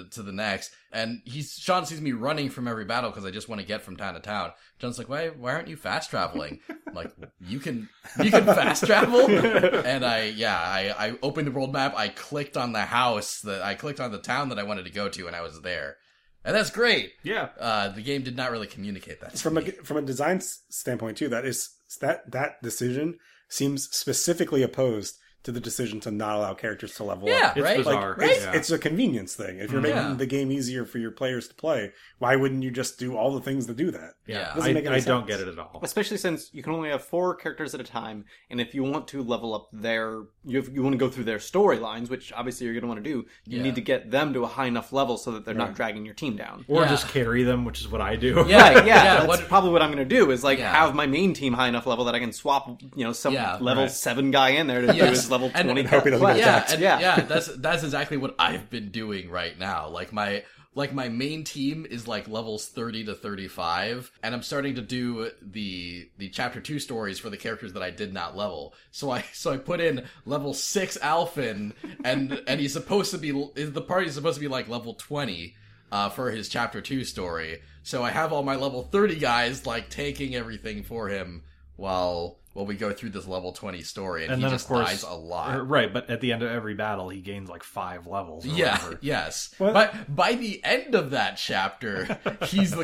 [SPEAKER 4] to, to the next, and he's Sean sees me running from every battle because I just want to get from town to town. John's like, why why aren't you fast traveling? I'm like you can you can fast travel, and I yeah I I opened the world map, I clicked on the house that I clicked on the town that I wanted to go to, and I was there. And that's great.
[SPEAKER 1] Yeah.
[SPEAKER 4] Uh, the game did not really communicate that. to
[SPEAKER 2] From a
[SPEAKER 4] me.
[SPEAKER 2] from a design s- standpoint too, that is that that decision seems specifically opposed to the decision to not allow characters to level
[SPEAKER 4] yeah,
[SPEAKER 2] up.
[SPEAKER 1] It's
[SPEAKER 4] right?
[SPEAKER 1] bizarre.
[SPEAKER 4] Like, right?
[SPEAKER 2] It's, it's a convenience thing. If you're making
[SPEAKER 4] Yeah.
[SPEAKER 2] the game easier for your players to play, why wouldn't you just do all the things to do that?
[SPEAKER 4] Yeah.
[SPEAKER 1] I,
[SPEAKER 2] Doesn't make any
[SPEAKER 1] I don't
[SPEAKER 2] sense.
[SPEAKER 1] get it at all.
[SPEAKER 3] especially since you can only have four characters at a time and if you want to level up their you, have, you want to go through their storylines which obviously you're going to want to do you
[SPEAKER 4] Yeah.
[SPEAKER 3] need to get them to a high enough level so that they're
[SPEAKER 2] Right.
[SPEAKER 3] not dragging your team down
[SPEAKER 1] Or
[SPEAKER 4] Yeah.
[SPEAKER 1] just carry them, which is what I do.
[SPEAKER 4] Yeah.
[SPEAKER 3] Right, yeah,
[SPEAKER 4] yeah,
[SPEAKER 3] that's
[SPEAKER 4] what-
[SPEAKER 3] probably what I'm going to do is like
[SPEAKER 4] Yeah.
[SPEAKER 3] have my main team high enough level that I can swap, you know, some
[SPEAKER 4] Yeah,
[SPEAKER 3] level
[SPEAKER 1] right.
[SPEAKER 3] seven guy in there to do
[SPEAKER 4] Yes.
[SPEAKER 3] his level
[SPEAKER 4] And-
[SPEAKER 3] twenty.
[SPEAKER 4] and
[SPEAKER 2] hope he doesn't
[SPEAKER 3] quest.
[SPEAKER 2] get
[SPEAKER 4] yeah,
[SPEAKER 2] attacked.
[SPEAKER 4] and-
[SPEAKER 3] yeah,
[SPEAKER 4] yeah, That's that's exactly what I've been doing right now. Like my like my main team is like levels thirty to thirty five, and I'm starting to do the the chapter two stories for the characters that I did not level. So I so I put in level six Alfin, and and he's supposed to be the party's supposed to be like level twenty. Uh, for his chapter two story, so I have all my level thirty guys like taking everything for him while while we go through this level twenty story, and,
[SPEAKER 1] And
[SPEAKER 4] he
[SPEAKER 1] then, of
[SPEAKER 4] just
[SPEAKER 1] course,
[SPEAKER 4] dies a lot.
[SPEAKER 1] Uh, Right, but at the end of every battle he gains like five levels or
[SPEAKER 4] Yeah,
[SPEAKER 1] whatever.
[SPEAKER 4] yes.
[SPEAKER 2] Well-
[SPEAKER 4] But by the end of that chapter, he's the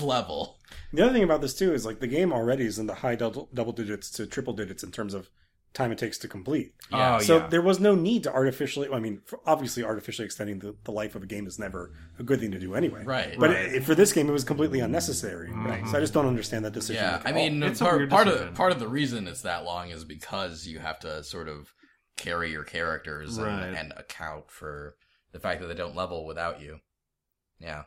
[SPEAKER 4] level.
[SPEAKER 2] The other thing about this too is like the game already is in the high double, double digits to triple digits in terms of time it takes to complete.
[SPEAKER 4] Yeah.
[SPEAKER 1] Oh,
[SPEAKER 2] so
[SPEAKER 1] yeah.
[SPEAKER 2] there was no need to artificially. I mean, f- obviously, artificially extending the, the life of a game is never a good thing to do anyway.
[SPEAKER 4] Right.
[SPEAKER 2] But
[SPEAKER 1] Right.
[SPEAKER 2] It, for this game, it was completely unnecessary. Right. So I just don't understand that decision.
[SPEAKER 4] Yeah.
[SPEAKER 2] like,
[SPEAKER 4] I
[SPEAKER 2] at
[SPEAKER 4] mean,
[SPEAKER 1] It's a
[SPEAKER 4] part,
[SPEAKER 1] weird
[SPEAKER 4] part of
[SPEAKER 1] decision.
[SPEAKER 4] part of the reason it's that long is because you have to sort of carry your characters and,
[SPEAKER 1] Right.
[SPEAKER 4] and account for the fact that they don't level without you. Yeah.
[SPEAKER 2] all.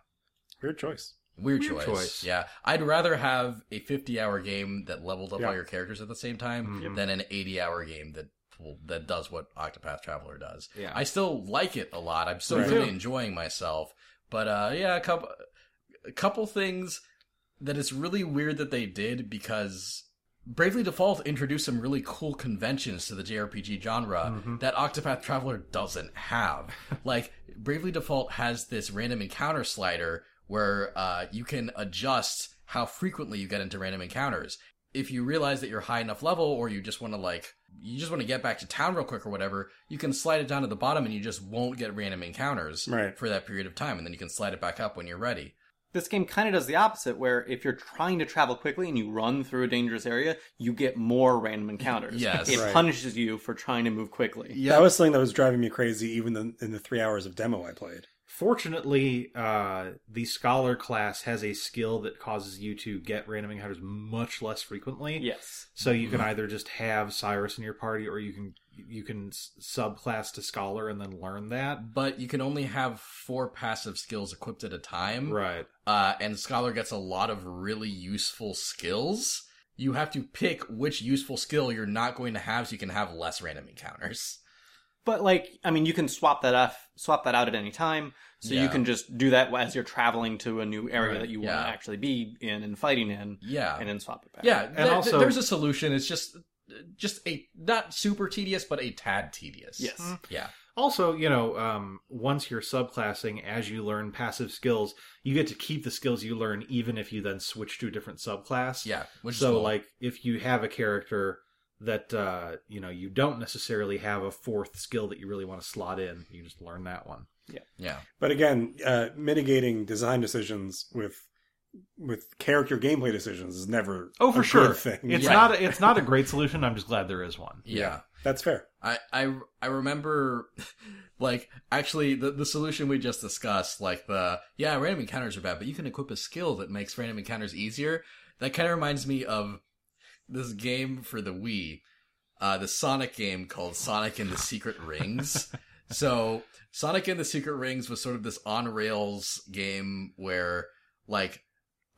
[SPEAKER 2] weird choice.
[SPEAKER 4] Weird,
[SPEAKER 1] Weird
[SPEAKER 4] choice.
[SPEAKER 1] choice.
[SPEAKER 4] Yeah. I'd rather have a 50 hour game that leveled up
[SPEAKER 2] Yeah.
[SPEAKER 4] all your characters at the same time
[SPEAKER 1] Mhm.
[SPEAKER 4] than an 80 hour game that will- that does what Octopath Traveler does.
[SPEAKER 3] Yeah.
[SPEAKER 4] I still like it a lot. I'm still
[SPEAKER 2] Right.
[SPEAKER 4] really
[SPEAKER 1] Too.
[SPEAKER 4] enjoying myself. But uh yeah, a couple a couple things that it's really weird that they did because Bravely Default introduced some really cool conventions to the JRPG genre
[SPEAKER 1] Mhm.
[SPEAKER 4] that Octopath Traveler doesn't have. like Bravely Default has this random encounter slider where uh, you can adjust how frequently you get into random encounters. If you realize that you're high enough level, or you just want to like, you just want to get back to town real quick or whatever, you can slide it down to the bottom, and you just won't get random encounters
[SPEAKER 2] Right.
[SPEAKER 4] for that period of time, and then you can slide it back up when you're ready.
[SPEAKER 3] This game kind of does the opposite, where if you're trying to travel quickly and you run through a dangerous area, you get more random encounters.
[SPEAKER 4] Yes.
[SPEAKER 3] It
[SPEAKER 2] Right.
[SPEAKER 3] punishes you for trying to move quickly.
[SPEAKER 4] Yeah,
[SPEAKER 2] That was something that was driving me crazy even the, in the three hours of demo I played.
[SPEAKER 1] Fortunately, uh, the scholar class has a skill that causes you to get random encounters much less frequently.
[SPEAKER 3] Yes.
[SPEAKER 1] So you can either just have Cyrus in your party, or you can you can s- subclass to scholar and then learn that.
[SPEAKER 4] but you can only have four passive skills equipped at a time.
[SPEAKER 1] Right.
[SPEAKER 4] uh, and Scholar gets a lot of really useful skills. You have to pick which useful skill you're not going to have so you can have less random encounters.
[SPEAKER 3] But like, I mean, you can swap that off, swap that out at any time. So
[SPEAKER 4] Yeah.
[SPEAKER 3] you can just do that as you're traveling to a new area
[SPEAKER 1] Right,
[SPEAKER 3] that you
[SPEAKER 4] yeah.
[SPEAKER 3] want to actually be in and fighting in,
[SPEAKER 4] Yeah.
[SPEAKER 3] and then swap it back.
[SPEAKER 4] yeah.
[SPEAKER 1] And
[SPEAKER 4] th- th-
[SPEAKER 1] also-
[SPEAKER 4] there's a solution. It's just just a not super tedious, but a tad tedious.
[SPEAKER 3] Yes.
[SPEAKER 4] Yeah.
[SPEAKER 1] Also, you know, um, once you're subclassing, as you learn passive skills, you get to keep the skills you learn, even if you then switch to a different subclass.
[SPEAKER 4] Yeah. Which is
[SPEAKER 1] so,
[SPEAKER 4] cool.
[SPEAKER 1] like, if you have a character that uh, you know you don't necessarily have a fourth skill that you really want to slot in, you just learn that one.
[SPEAKER 4] yeah.
[SPEAKER 2] But again, uh, mitigating design decisions with with character gameplay decisions is never a good thing.
[SPEAKER 1] It's
[SPEAKER 4] Yeah.
[SPEAKER 1] not a, it's not a great solution. I'm just glad there is one.
[SPEAKER 4] Yeah.
[SPEAKER 2] That's fair.
[SPEAKER 4] I I I remember like actually the the solution we just discussed like the yeah random encounters are bad but you can equip a skill that makes random encounters easier that kind of reminds me of this game for the Wii uh the Sonic game called Sonic and the Secret Rings so Sonic and the Secret Rings was sort of this on rails game where like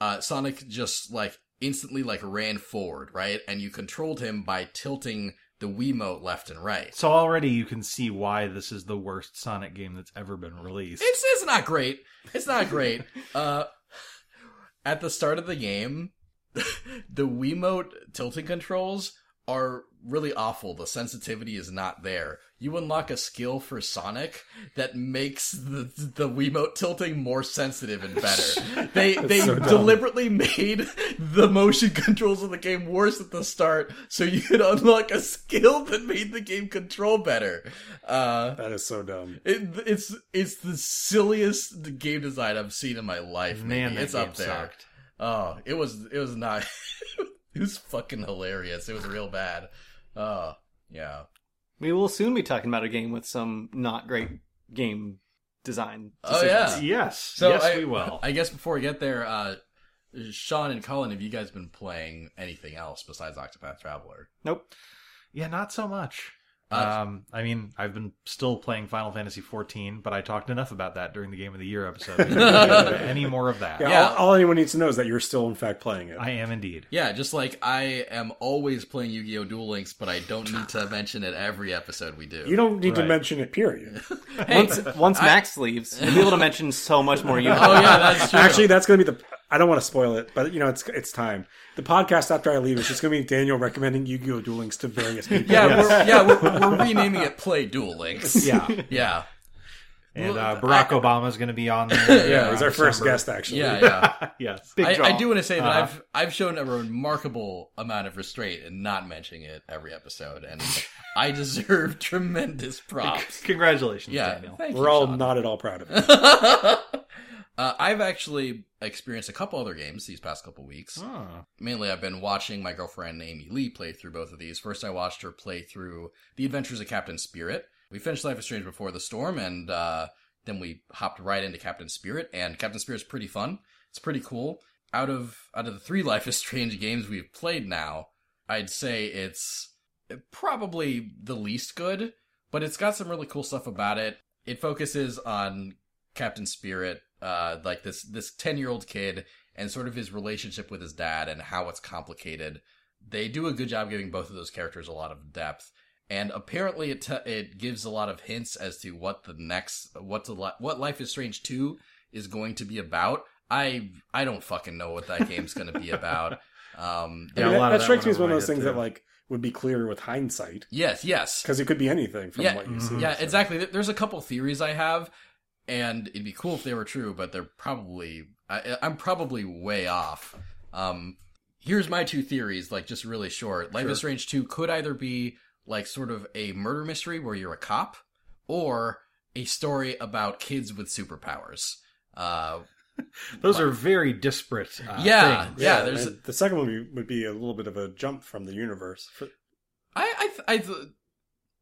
[SPEAKER 4] uh Sonic just like instantly like ran forward right and you controlled him by tilting the Wiimote left and right
[SPEAKER 1] So already you can see why this is the worst Sonic game that's ever been released.
[SPEAKER 4] It's it's not great. It's not great. uh, at the start of the game, the Wiimote tilting controls are really awful. The sensitivity is not there. You unlock a skill for Sonic that makes the the Wiimote tilting more sensitive and better. they they
[SPEAKER 2] so dumb.
[SPEAKER 4] deliberately made the motion controls of the game worse at the start so you could unlock a skill that made the game control better. Uh
[SPEAKER 2] That is so dumb.
[SPEAKER 4] it, it's it's the silliest game design I've seen in my life.
[SPEAKER 1] Man,
[SPEAKER 4] Man,
[SPEAKER 1] that
[SPEAKER 4] it's
[SPEAKER 1] game
[SPEAKER 4] up there.
[SPEAKER 1] sucked.
[SPEAKER 4] Oh, it was it was not. it was fucking hilarious. It was real bad. Oh yeah.
[SPEAKER 3] We will soon be talking about a game with some not great game design.
[SPEAKER 4] Oh,
[SPEAKER 3] decisions.
[SPEAKER 4] yeah.
[SPEAKER 1] Yes,
[SPEAKER 4] So
[SPEAKER 1] yes,
[SPEAKER 4] I,
[SPEAKER 1] we will.
[SPEAKER 4] I guess before we get there, uh, Sean and Colin, have you guys been playing anything else besides Octopath Traveler?
[SPEAKER 3] Nope.
[SPEAKER 1] yeah, not so much.
[SPEAKER 4] Uh,
[SPEAKER 1] um, I mean, I've been still playing Final Fantasy XIV, but I talked enough about that during the Game of the Year episode. We don't need to do Any more of that?
[SPEAKER 2] Yeah,
[SPEAKER 4] Yeah.
[SPEAKER 2] All, all anyone needs to know is that you're still in fact playing it.
[SPEAKER 1] I am indeed.
[SPEAKER 4] yeah, just like I am always playing Yu-Gi-Oh! Duel Links, but I don't need to mention it every episode we do.
[SPEAKER 2] you don't need to
[SPEAKER 1] Right.
[SPEAKER 2] mention it. Period.
[SPEAKER 4] Hey,
[SPEAKER 3] Once, once Max leaves, you'll be able to mention so much more. You
[SPEAKER 4] oh yeah, that's true.
[SPEAKER 2] Actually, that's going to be the. I don't want to spoil it, but you know it's it's time. The podcast after I leave is just going to be Daniel recommending Yu-Gi-Oh! Duel Links to various people.
[SPEAKER 4] Yeah, we're, yeah, we're, we're renaming it Play Duel Links.
[SPEAKER 1] Yeah,
[SPEAKER 4] Yeah.
[SPEAKER 1] and
[SPEAKER 4] Well,
[SPEAKER 1] uh, Barack
[SPEAKER 4] I-
[SPEAKER 1] Obama's going to be on there.
[SPEAKER 2] yeah. He's our first
[SPEAKER 1] December.
[SPEAKER 2] guest, actually.
[SPEAKER 4] Yeah, yeah.
[SPEAKER 1] Yes,
[SPEAKER 3] Big
[SPEAKER 4] I, I
[SPEAKER 3] draw.
[SPEAKER 4] do want to say that
[SPEAKER 1] Uh-huh.
[SPEAKER 4] I've I've shown a remarkable amount of restraint in not mentioning it every episode, and I deserve tremendous props.
[SPEAKER 1] Congratulations,
[SPEAKER 4] Yeah,
[SPEAKER 1] Daniel.
[SPEAKER 4] thank you,
[SPEAKER 2] We're all
[SPEAKER 4] Sean.
[SPEAKER 2] not at all proud of it.
[SPEAKER 4] uh, I've actually experienced a couple other games these past couple weeks.
[SPEAKER 1] Oh,
[SPEAKER 4] mainly I've been watching my girlfriend Amy Lee play through both of these. First, I watched her play through The Adventures of Captain Spirit. We finished Life is Strange before the storm, and uh, then we hopped right into Captain Spirit. And Captain Spirit's pretty fun. It's pretty cool. Out of out of the three Life is Strange games we've played now, I'd say it's probably the least good, but it's got some really cool stuff about it. It focuses on Captain Spirit, uh, like this this ten year old kid and sort of his relationship with his dad and how it's complicated. They do a good job giving both of those characters a lot of depth, and apparently it t- it gives a lot of hints as to what the next what the li- what Life is Strange two is going to be about. I I don't fucking know what that game's going to be about. Um,
[SPEAKER 2] I
[SPEAKER 1] Yeah,
[SPEAKER 2] mean,
[SPEAKER 1] a
[SPEAKER 2] that,
[SPEAKER 1] lot
[SPEAKER 2] that
[SPEAKER 1] of that
[SPEAKER 2] strikes me
[SPEAKER 1] went
[SPEAKER 2] as one of
[SPEAKER 1] over my
[SPEAKER 2] those
[SPEAKER 1] head,
[SPEAKER 2] things that
[SPEAKER 1] too.
[SPEAKER 2] like would be clearer with hindsight
[SPEAKER 4] yes, yes.
[SPEAKER 2] because it could be anything from
[SPEAKER 4] Yeah. mm-hmm.
[SPEAKER 2] what you
[SPEAKER 1] Mhm.
[SPEAKER 2] see.
[SPEAKER 4] Yeah,
[SPEAKER 2] so.
[SPEAKER 4] exactly. There- There's a couple theories I have, and it'd be cool if they were true, but they're probably I, I'm probably way off. Um, here's my two theories, like just really short. Life
[SPEAKER 1] Sure.
[SPEAKER 4] is Strange Two could either be like sort of a murder mystery where you're a cop, or a story about kids with superpowers. Uh,
[SPEAKER 1] Those are very disparate. Uh,
[SPEAKER 4] Yeah.
[SPEAKER 1] things.
[SPEAKER 4] Yeah, there's-
[SPEAKER 2] and the second one would be, would be a little bit of a jump from the universe. For-
[SPEAKER 4] I, I, th- I, th-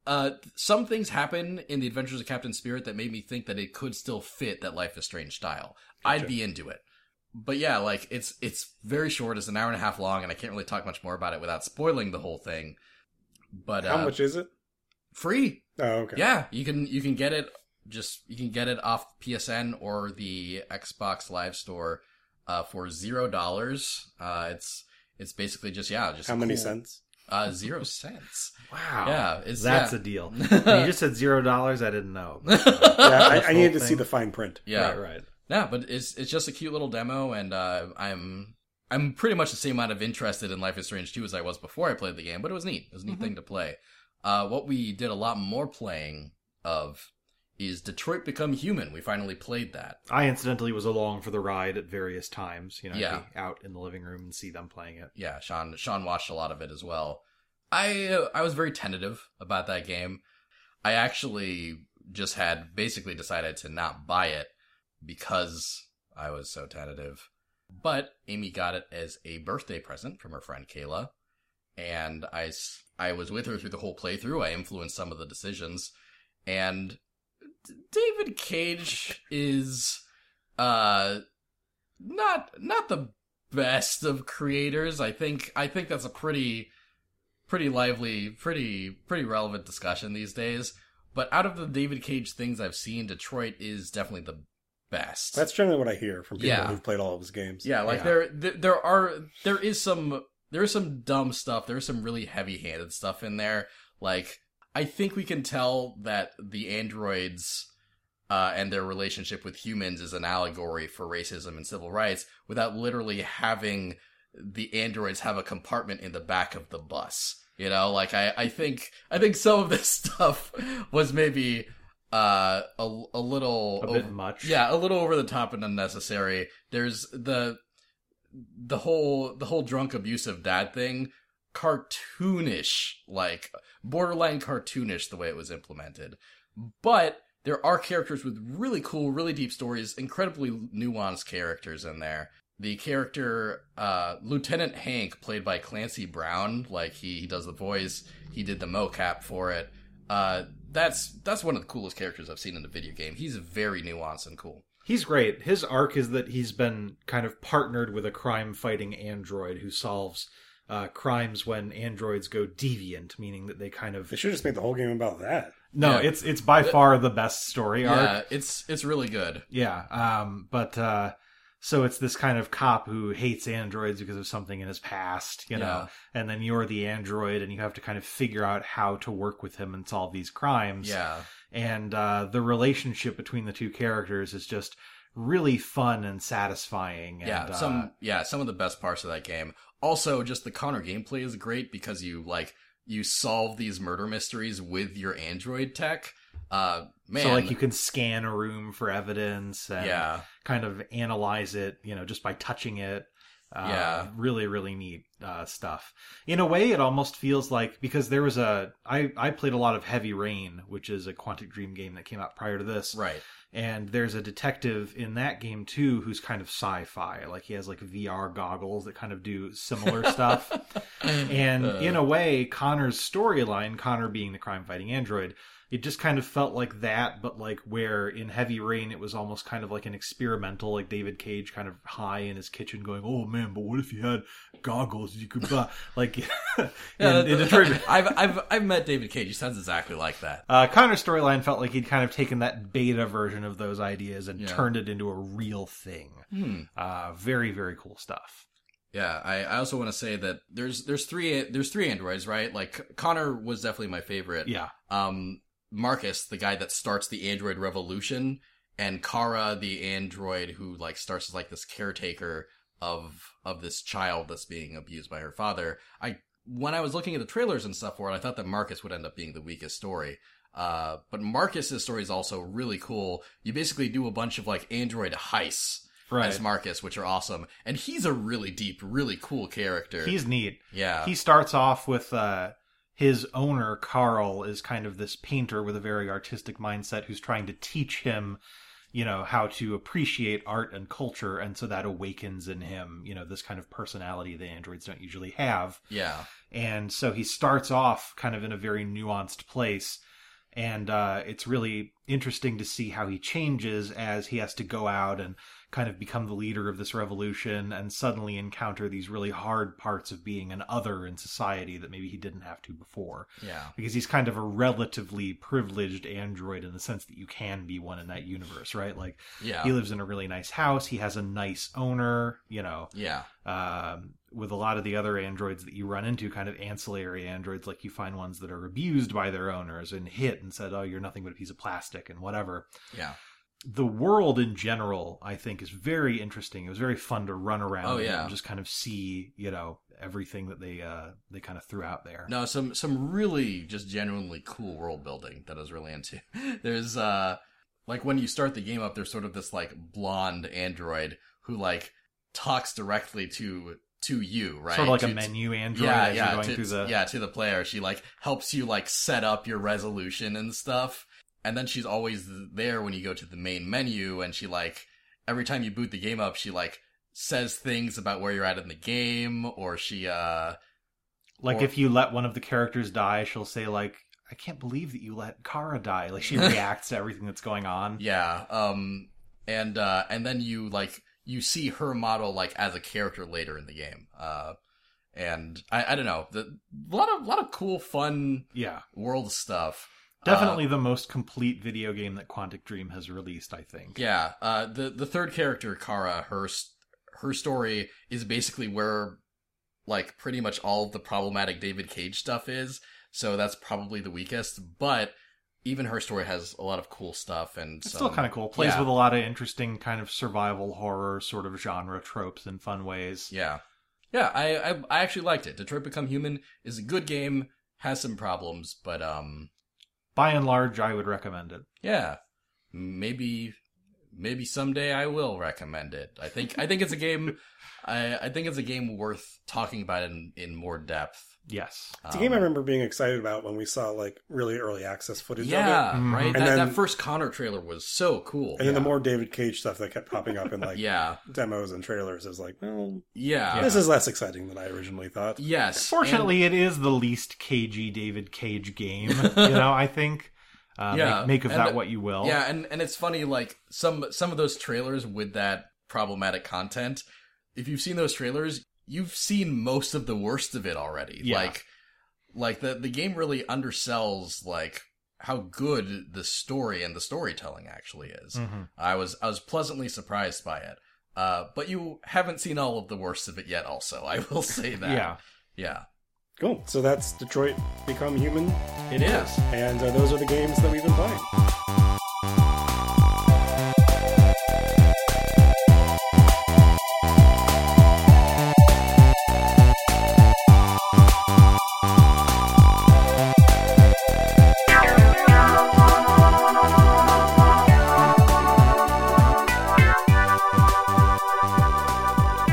[SPEAKER 4] uh, some things happen in the Adventures of Captain Spirit that made me think that it could still fit that Life is Strange style. I'd be into it, but yeah, like it's it's very short. It's an hour and a half long, and I can't really talk much more about it without spoiling the whole thing. But uh,
[SPEAKER 2] How much is it?
[SPEAKER 4] free?
[SPEAKER 2] Oh, okay.
[SPEAKER 4] Yeah, you can you can get it. Just you can get it off PSN or the Xbox Live Store uh, for zero dollars. Uh, it's it's basically just yeah, just
[SPEAKER 2] How many
[SPEAKER 4] cool-
[SPEAKER 2] cents?
[SPEAKER 4] Uh, zero cents.
[SPEAKER 1] Wow.
[SPEAKER 4] Yeah, it's-
[SPEAKER 1] that's
[SPEAKER 4] yeah.
[SPEAKER 1] a deal. When you just said zero dollars. I didn't know. But,
[SPEAKER 2] Yeah, I, I needed to
[SPEAKER 1] thing.
[SPEAKER 2] see the fine print.
[SPEAKER 4] Yeah,
[SPEAKER 1] Right. Right.
[SPEAKER 4] yeah, but it's it's just a cute little demo, and uh, I'm I'm pretty much the same amount of interested in Life is Strange 2 as I was before I played the game, but it was neat. It was a neat thing to play. Uh, what we did a lot more playing of is Detroit Become Human. We finally played that.
[SPEAKER 1] I incidentally was along for the ride at various times. You know, I'd
[SPEAKER 4] Yeah.
[SPEAKER 1] be out in the living room and see them playing it.
[SPEAKER 4] Yeah, Sean Sean watched a lot of it as well. I uh, I was very tentative about that game. I actually just had basically decided to not buy it because I was so tentative. But Amy got it as a birthday present from her friend Kayla, and I s- I was with her through the whole playthrough. I influenced some of the decisions, and D- David Cage is uh not not the best of creators. I think I think that's a pretty pretty lively, pretty pretty relevant discussion these days. But out of the David Cage things I've seen, Detroit is definitely the best.
[SPEAKER 2] That's generally what I hear from people
[SPEAKER 4] Yeah.
[SPEAKER 2] who've played all of his games.
[SPEAKER 4] Yeah, like
[SPEAKER 1] Yeah.
[SPEAKER 4] there there there are there is some there is some dumb stuff. There's some really heavy-handed stuff in there. Like I think we can tell that the androids uh, and their relationship with humans is an allegory for racism and civil rights without literally having the androids have a compartment in the back of the bus. You know, like I, I think I think some of this stuff was maybe uh a, a little
[SPEAKER 1] A
[SPEAKER 4] over-
[SPEAKER 1] bit much.
[SPEAKER 4] oh, yeah, a little over the top and unnecessary. There's the the whole the whole drunk abusive dad thing, cartoonish, like borderline cartoonish the way it was implemented. But there are characters with really cool, really deep stories, incredibly nuanced characters in there. The character uh, Lieutenant Hank, played by Clancy Brown, like he, he does the voice, he did the mocap for it. Uh, that's that's one of the coolest characters I've seen in a video game. He's very nuanced and cool.
[SPEAKER 1] He's great. His arc is that he's been kind of partnered with a crime fighting android who solves uh, crimes when androids go deviant, meaning that they kind of
[SPEAKER 2] They should have just made the whole game about that.
[SPEAKER 1] no.
[SPEAKER 4] Yeah.
[SPEAKER 1] It's it's by far the best story arc.
[SPEAKER 4] Yeah, it's it's really good.
[SPEAKER 1] Yeah. Um, but uh, so it's this kind of cop who hates androids because of something in his past, you know, and then you're the android and you have to kind of figure out how to work with him and solve these crimes.
[SPEAKER 4] Yeah,
[SPEAKER 1] And uh, the relationship between the two characters is just really fun and satisfying. And,
[SPEAKER 4] yeah.
[SPEAKER 1] uh,
[SPEAKER 4] some yeah, some of the best parts of that game. Also, just the Connor gameplay is great because you like you solve these murder mysteries with your Android tech. Uh, man,
[SPEAKER 1] So like you uh, can scan a room for evidence and
[SPEAKER 4] yeah,
[SPEAKER 1] kind of analyze it, you know, just by touching it. Uh,
[SPEAKER 4] Yeah.
[SPEAKER 1] really, really neat uh, stuff. In a way, it almost feels like because there was a I I played a lot of Heavy Rain, which is a Quantic Dream game that came out prior to this,
[SPEAKER 4] right.
[SPEAKER 1] and there's a detective in that game too who's kind of sci-fi, like he has like VR goggles that kind of do similar stuff. And
[SPEAKER 4] Uh,
[SPEAKER 1] in a way, Connor's storyline, Connor being the crime fighting android, it just kind of felt like that, but like where in Heavy Rain it was almost kind of like an experimental, like David Cage kind of high in his kitchen going, Oh man, but what if you had goggles tools you could buy. Like in,
[SPEAKER 4] Yeah,
[SPEAKER 1] in
[SPEAKER 4] that-
[SPEAKER 1] Detroit.
[SPEAKER 4] Uh, I've I've I've met David Cage. He sounds exactly like that.
[SPEAKER 1] Uh, Connor's storyline felt like he'd kind of taken that beta version of those ideas and
[SPEAKER 4] Yeah.
[SPEAKER 1] turned it into a real thing.
[SPEAKER 4] Hmm.
[SPEAKER 1] Uh, very, very cool stuff.
[SPEAKER 4] Yeah, I, I also want to say that there's there's three there's three androids, right? Like Connor was definitely my favorite.
[SPEAKER 1] Yeah.
[SPEAKER 4] Um, Marcus, the guy that starts the android revolution, and Kara, the android who like starts as like this caretaker of of this child that's being abused by her father. I when I was looking at the trailers and stuff for it, I thought that Marcus would end up being the weakest story. Uh, but Marcus's story is also really cool. You basically do a bunch of like android heists
[SPEAKER 1] Right.
[SPEAKER 4] as Marcus, which are awesome. And he's a really deep, really cool character.
[SPEAKER 1] He's neat.
[SPEAKER 4] yeah,
[SPEAKER 1] he starts off with uh, his owner Carl is kind of this painter with a very artistic mindset who's trying to teach him, you know, how to appreciate art and culture, and so that awakens in him, you know, this kind of personality that androids don't usually have.
[SPEAKER 4] yeah,
[SPEAKER 1] And so he starts off kind of in a very nuanced place. And uh, it's really interesting to see how he changes as he has to go out and kind of become the leader of this revolution and suddenly encounter these really hard parts of being an other in society that maybe he didn't have to before.
[SPEAKER 4] yeah,
[SPEAKER 1] Because he's kind of a relatively privileged android in the sense that you can be one in that universe, right? Like,
[SPEAKER 4] yeah,
[SPEAKER 1] he lives in a really nice house, he has a nice owner, you know
[SPEAKER 4] yeah,
[SPEAKER 1] um, with a lot of the other androids that you run into, kind of ancillary androids, like you find ones that are abused by their owners and hit and said, "Oh, you're nothing but a piece of plastic" and whatever.
[SPEAKER 4] yeah.
[SPEAKER 1] The world in general, I think, is very interesting. It was very fun to run around
[SPEAKER 4] Oh,
[SPEAKER 1] in
[SPEAKER 4] yeah.
[SPEAKER 1] and just kind of see, you know, everything that they uh, they kind of threw out there.
[SPEAKER 4] No, some some really just genuinely cool world building that I was really into. There's uh, like when you start the game up, there's sort of this like blonde android who like talks directly to to you, right?
[SPEAKER 1] Sort of like
[SPEAKER 4] To-
[SPEAKER 1] a
[SPEAKER 4] to-
[SPEAKER 1] menu android as you're going
[SPEAKER 4] to,
[SPEAKER 1] through the
[SPEAKER 4] yeah to the player. She like helps you like set up your resolution and stuff, and then she's always there when you go to the main menu. And she like every time you boot the game up, she like says things about where you're at in the game, or she uh
[SPEAKER 1] like
[SPEAKER 4] or-
[SPEAKER 1] if you let one of the characters die, she'll say like. I can't believe that you let Kara die. Like she reacts to everything that's going on.
[SPEAKER 4] yeah um and uh and then you like you see her model like as a character later in the game uh and I, I don't know the a lot of lot of cool fun
[SPEAKER 1] Yeah.
[SPEAKER 4] world stuff Uh,
[SPEAKER 1] Definitely the most complete video game that Quantic Dream has released, I think.
[SPEAKER 4] Yeah, uh, the the third character, Kara, her s- her story is basically where like pretty much all of the problematic David Cage stuff is. So that's probably the weakest, but even her story has a lot of cool stuff and
[SPEAKER 1] It's still kind of cool. Plays
[SPEAKER 4] yeah.
[SPEAKER 1] with a lot of interesting kind of survival horror sort of genre tropes in fun ways.
[SPEAKER 4] Yeah, yeah, I, I I actually liked it. Detroit Become Human is a good game, has some problems, but um,
[SPEAKER 1] By and large, I would recommend it.
[SPEAKER 4] yeah, maybe maybe someday I will recommend it. I think I think it's a game. I, I think it's a game worth talking about in in more depth. Um,
[SPEAKER 1] Yes.
[SPEAKER 2] It's a game I remember being excited about when we saw like really early access footage of it.
[SPEAKER 4] Yeah,
[SPEAKER 1] Mhm.
[SPEAKER 4] right.
[SPEAKER 1] And
[SPEAKER 4] That,
[SPEAKER 2] then-
[SPEAKER 4] that first Connor trailer was so cool.
[SPEAKER 2] And then the more David Cage stuff that kept popping up in like
[SPEAKER 4] yeah,
[SPEAKER 2] demos and trailers is like, well,
[SPEAKER 4] yeah,
[SPEAKER 2] this is less exciting than I originally thought.
[SPEAKER 4] yes.
[SPEAKER 1] Fortunately, it is the least cagey David Cage game, you know, I think. Uh,
[SPEAKER 4] Yeah,
[SPEAKER 1] Make, make of
[SPEAKER 4] and-
[SPEAKER 1] that what you will.
[SPEAKER 4] And- yeah, and and it's funny. Like some some of those trailers with that problematic content. If you've seen those trailers, you've seen most of the worst of it already.
[SPEAKER 1] Yeah.
[SPEAKER 4] Like, like the the game really undersells like how good the story and the storytelling actually is.
[SPEAKER 1] Mhm.
[SPEAKER 4] I was I was pleasantly surprised by it. Uh, but you haven't seen all of the worst of it yet. Also, I will say that.
[SPEAKER 1] Yeah.
[SPEAKER 4] yeah,
[SPEAKER 2] Cool. So that's Detroit Become Human,
[SPEAKER 4] it is.
[SPEAKER 2] and uh, those are the games that we've been playing.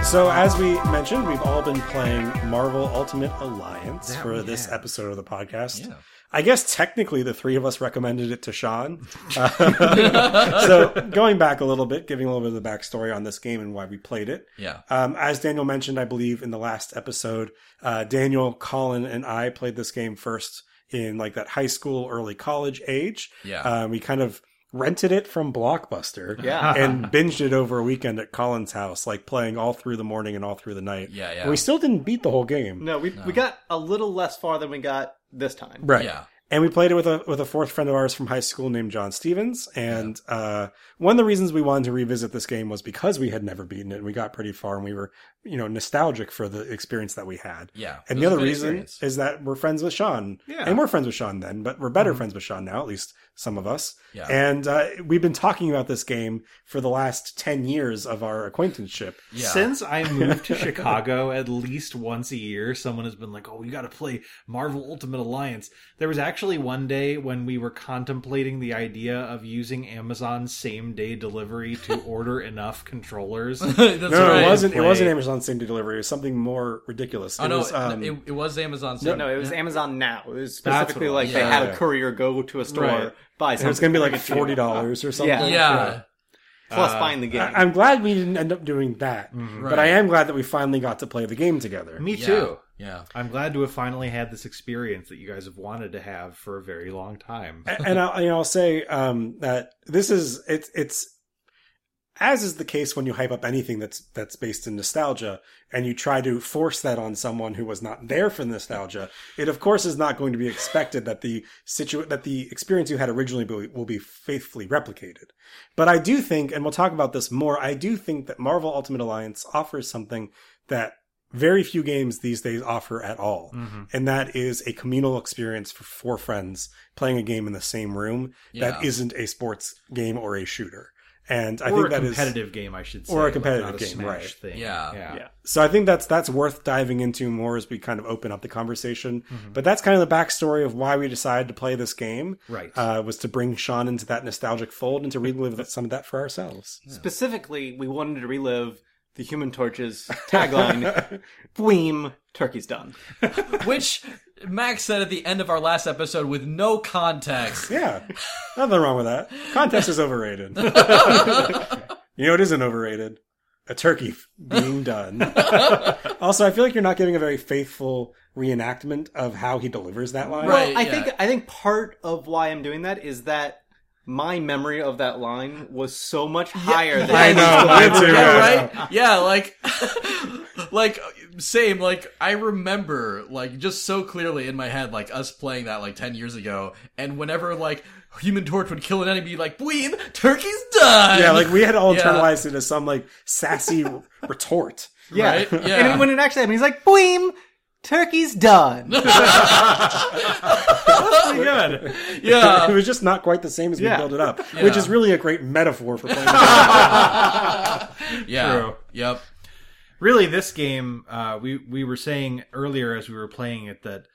[SPEAKER 2] So, as we mentioned, we've all been playing Marvel Ultimate Alliance
[SPEAKER 4] That
[SPEAKER 2] for
[SPEAKER 4] we
[SPEAKER 2] this
[SPEAKER 4] have.
[SPEAKER 2] episode of the podcast.
[SPEAKER 4] Yeah.
[SPEAKER 2] I guess technically the three of us recommended it to Sean. Uh, so, going back a little bit, giving a little bit of the backstory on this game and why we played it.
[SPEAKER 4] Yeah.
[SPEAKER 2] Um, as Daniel mentioned, I believe in the last episode, uh, Daniel, Colin, and I played this game first in like that high school, early college age.
[SPEAKER 4] Yeah.
[SPEAKER 2] Uh, we kind of rented it from Blockbuster
[SPEAKER 3] Yeah.
[SPEAKER 2] and binged it over a weekend at Colin's house, like playing all through the morning and all through the night.
[SPEAKER 4] Yeah, yeah.
[SPEAKER 2] And we still didn't beat the whole game.
[SPEAKER 3] No, we we got a little less far than we got this time.
[SPEAKER 2] Right.
[SPEAKER 4] Yeah.
[SPEAKER 2] And we played it with a with a fourth friend of ours from high school named John Stevens. And uh, one of the reasons we wanted to revisit this game was because we had never beaten it. and We got pretty far, and we were you know nostalgic for the experience that we had.
[SPEAKER 4] Yeah.
[SPEAKER 2] And
[SPEAKER 4] It
[SPEAKER 2] the
[SPEAKER 4] was a
[SPEAKER 2] other
[SPEAKER 4] good
[SPEAKER 2] reason
[SPEAKER 4] experience.
[SPEAKER 2] is that we're friends with Sean.
[SPEAKER 1] Yeah.
[SPEAKER 2] And we're friends with Sean then, but we're better
[SPEAKER 4] Mm-hmm.
[SPEAKER 2] friends with Sean now, at least some of us.
[SPEAKER 4] Yeah.
[SPEAKER 2] And uh, we've been talking about this game for the last 10 years of our acquaintanceship.
[SPEAKER 4] yeah.
[SPEAKER 1] Since I moved to Chicago, at least once a year, someone has been like, "Oh, you got to play Marvel Ultimate Alliance." There was actually one day when we were contemplating the idea of using Amazon same day delivery to order enough controllers.
[SPEAKER 4] That's
[SPEAKER 2] No,
[SPEAKER 4] right.
[SPEAKER 2] it wasn't. It
[SPEAKER 1] Play.
[SPEAKER 2] wasn't Amazon same day delivery. It was something more ridiculous.
[SPEAKER 4] Oh
[SPEAKER 2] it
[SPEAKER 4] no,
[SPEAKER 2] was, um,
[SPEAKER 4] it, it was Amazon.
[SPEAKER 3] No, no, it was Amazon Now. It was
[SPEAKER 1] what it
[SPEAKER 3] specifically like
[SPEAKER 4] was.
[SPEAKER 3] they
[SPEAKER 4] Yeah.
[SPEAKER 3] had
[SPEAKER 2] Yeah.
[SPEAKER 3] a courier go to a store,
[SPEAKER 1] Right.
[SPEAKER 3] buy
[SPEAKER 2] it
[SPEAKER 3] something.
[SPEAKER 2] was going to be like
[SPEAKER 3] bring it to you.
[SPEAKER 2] forty dollars or something.
[SPEAKER 4] Yeah.
[SPEAKER 3] Yeah. Plus
[SPEAKER 4] Uh,
[SPEAKER 3] buying the game.
[SPEAKER 2] I- I'm glad we didn't end up doing that, but
[SPEAKER 4] Right.
[SPEAKER 2] I am glad that we finally got to play the game together.
[SPEAKER 1] Me
[SPEAKER 4] Yeah.
[SPEAKER 1] too.
[SPEAKER 4] Yeah.
[SPEAKER 1] I'm glad to have finally had this experience that you guys have wanted to have for a very long time.
[SPEAKER 2] A- and I'll, and I'll say um, that this is it's it's as is the case when you hype up anything that's that's based in nostalgia and you try to force that on someone who was not there for nostalgia it of course is not going to be expected that the situ- that the experience you had originally be- will be faithfully replicated but i do think and we'll talk about this more i do think that marvel ultimate alliance offers something that very few games these days offer at all
[SPEAKER 4] Mm-hmm.
[SPEAKER 2] and that is a communal experience for four friends playing a game in the same room that
[SPEAKER 4] Yeah.
[SPEAKER 2] isn't a sports game or a shooter. And I
[SPEAKER 1] or
[SPEAKER 2] think
[SPEAKER 1] a
[SPEAKER 2] that is
[SPEAKER 1] competitive game, I should say,
[SPEAKER 2] or a
[SPEAKER 1] like,
[SPEAKER 2] competitive
[SPEAKER 1] not a
[SPEAKER 2] game,
[SPEAKER 1] Smash
[SPEAKER 2] right.
[SPEAKER 1] Thing.
[SPEAKER 4] Yeah.
[SPEAKER 1] yeah,
[SPEAKER 2] yeah. So I think that's that's worth diving into more as we kind of open up the conversation.
[SPEAKER 1] Mm-hmm.
[SPEAKER 2] But that's kind of the backstory of why we decided to play this game.
[SPEAKER 1] Right.
[SPEAKER 2] Uh, was to bring Sean into that nostalgic fold and to relive that- some of that for ourselves.
[SPEAKER 3] Specifically, we wanted to relive the Human Torch's tagline, "Bweem, turkey's done."
[SPEAKER 4] Which Max said at the end of our last episode with no context.
[SPEAKER 2] Yeah. Nothing wrong with that. Contest is overrated. you know it isn't overrated? A turkey f- being done. also, I feel like you're not giving a very faithful reenactment of how he delivers that line.
[SPEAKER 4] Right.
[SPEAKER 3] I
[SPEAKER 4] yeah.
[SPEAKER 3] think I think part of why I'm doing that is that my memory of that line was so much higher than
[SPEAKER 2] I know, mine too,
[SPEAKER 4] yeah,
[SPEAKER 2] yeah.
[SPEAKER 4] right? Yeah, like, like same. Like I remember, like just so clearly in my head, like us playing that like ten years ago, and whenever like Human Torch would kill an enemy, like Bweem, turkey's done.
[SPEAKER 2] Yeah, like we had all
[SPEAKER 4] Yeah.
[SPEAKER 2] internalized it as some like sassy retort.
[SPEAKER 3] Yeah.
[SPEAKER 4] Right? Yeah.
[SPEAKER 3] And when it actually happened, he's like, "Bweem, turkey's done."
[SPEAKER 1] good.
[SPEAKER 4] yeah,
[SPEAKER 2] it was just not quite the same as we
[SPEAKER 3] Yeah.
[SPEAKER 2] built it up, which is really a great metaphor for playing. the game.
[SPEAKER 4] yeah,
[SPEAKER 1] True.
[SPEAKER 4] yep,
[SPEAKER 1] really this game uh, we we were saying earlier as we were playing it that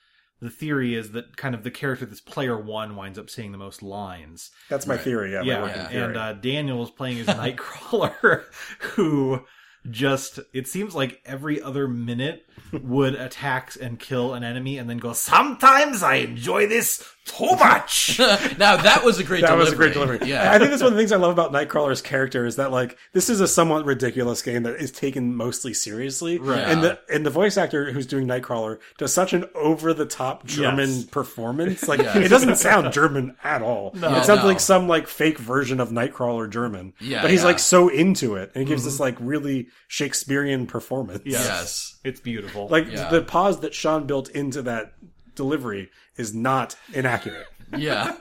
[SPEAKER 1] the theory is that kind of the character that's player one winds up saying the most lines
[SPEAKER 2] That's my theory. Yeah, my
[SPEAKER 1] yeah,
[SPEAKER 2] working theory.
[SPEAKER 1] and uh, daniel is playing as nightcrawler who just it seems like every other minute would attack and kill an enemy and then go sometimes i enjoy this too much
[SPEAKER 4] now that was a great.
[SPEAKER 2] that
[SPEAKER 4] delivery.
[SPEAKER 2] was a great delivery.
[SPEAKER 4] Yeah,
[SPEAKER 2] I think that's one of the things I love about Nightcrawler's character is that like this is a somewhat ridiculous game that is taken mostly seriously,
[SPEAKER 1] Right.
[SPEAKER 2] and the and the voice actor who's doing Nightcrawler does such an over the top German
[SPEAKER 1] Yes.
[SPEAKER 2] performance. Like
[SPEAKER 4] Yes.
[SPEAKER 2] it doesn't sound German at all. it sounds
[SPEAKER 4] No.
[SPEAKER 2] like some like fake version of Nightcrawler German.
[SPEAKER 4] Yeah,
[SPEAKER 2] but he's
[SPEAKER 4] yeah. Mm-hmm.
[SPEAKER 2] like so into it, and he gives this like really Shakespearean performance.
[SPEAKER 1] Yeah.
[SPEAKER 4] yes.
[SPEAKER 1] it's beautiful
[SPEAKER 2] like
[SPEAKER 4] Yeah.
[SPEAKER 2] the pause that Sean built into that delivery is not inaccurate.
[SPEAKER 4] yeah.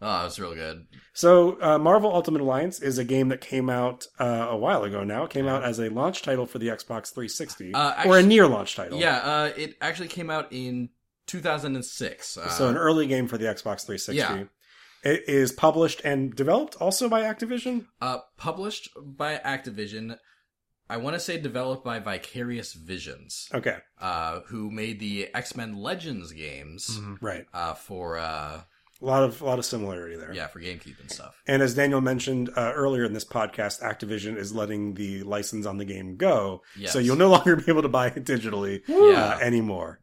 [SPEAKER 4] Oh, it's real good.
[SPEAKER 2] So, uh, Marvel Ultimate Alliance is a game that came out uh, a while ago now. It came out as a launch title for the Xbox 360,
[SPEAKER 4] Uh,
[SPEAKER 2] or a
[SPEAKER 4] actu-
[SPEAKER 2] near launch title.
[SPEAKER 4] Yeah, uh, it actually came out in 2006. Uh,
[SPEAKER 2] So, an early game for the Xbox 360.
[SPEAKER 4] Yeah.
[SPEAKER 2] It is published and developed also by Activision.
[SPEAKER 4] uh, published by Activision. I want to say developed by Vicarious Visions,
[SPEAKER 2] Okay,
[SPEAKER 4] uh, who made the X Men Legends games
[SPEAKER 1] Mm-hmm.
[SPEAKER 2] right.
[SPEAKER 4] uh, for uh,
[SPEAKER 2] A lot of a lot of similarity there.
[SPEAKER 4] yeah for GameCube and stuff.
[SPEAKER 2] And as Daniel mentioned uh, earlier in this podcast, Activision is letting the license on the game go,
[SPEAKER 4] Yes.
[SPEAKER 2] so you'll no longer be able to buy it digitally
[SPEAKER 4] Yeah.
[SPEAKER 2] uh, anymore.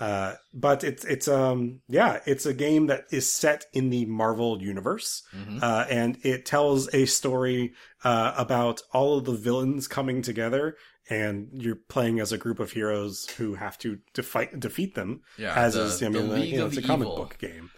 [SPEAKER 2] Uh, but it's it's um yeah, it's a game that is set in the Marvel universe,
[SPEAKER 4] Mhm.
[SPEAKER 2] uh, and it tells a story uh, about all of the villains coming together. And you're playing as a group of heroes who have to defi- defeat them,
[SPEAKER 4] Yeah,
[SPEAKER 2] as
[SPEAKER 4] the-
[SPEAKER 2] is I
[SPEAKER 4] the
[SPEAKER 2] mean, the-
[SPEAKER 4] League
[SPEAKER 2] you know,
[SPEAKER 4] of
[SPEAKER 2] it's a comic
[SPEAKER 4] Evil.
[SPEAKER 2] book game.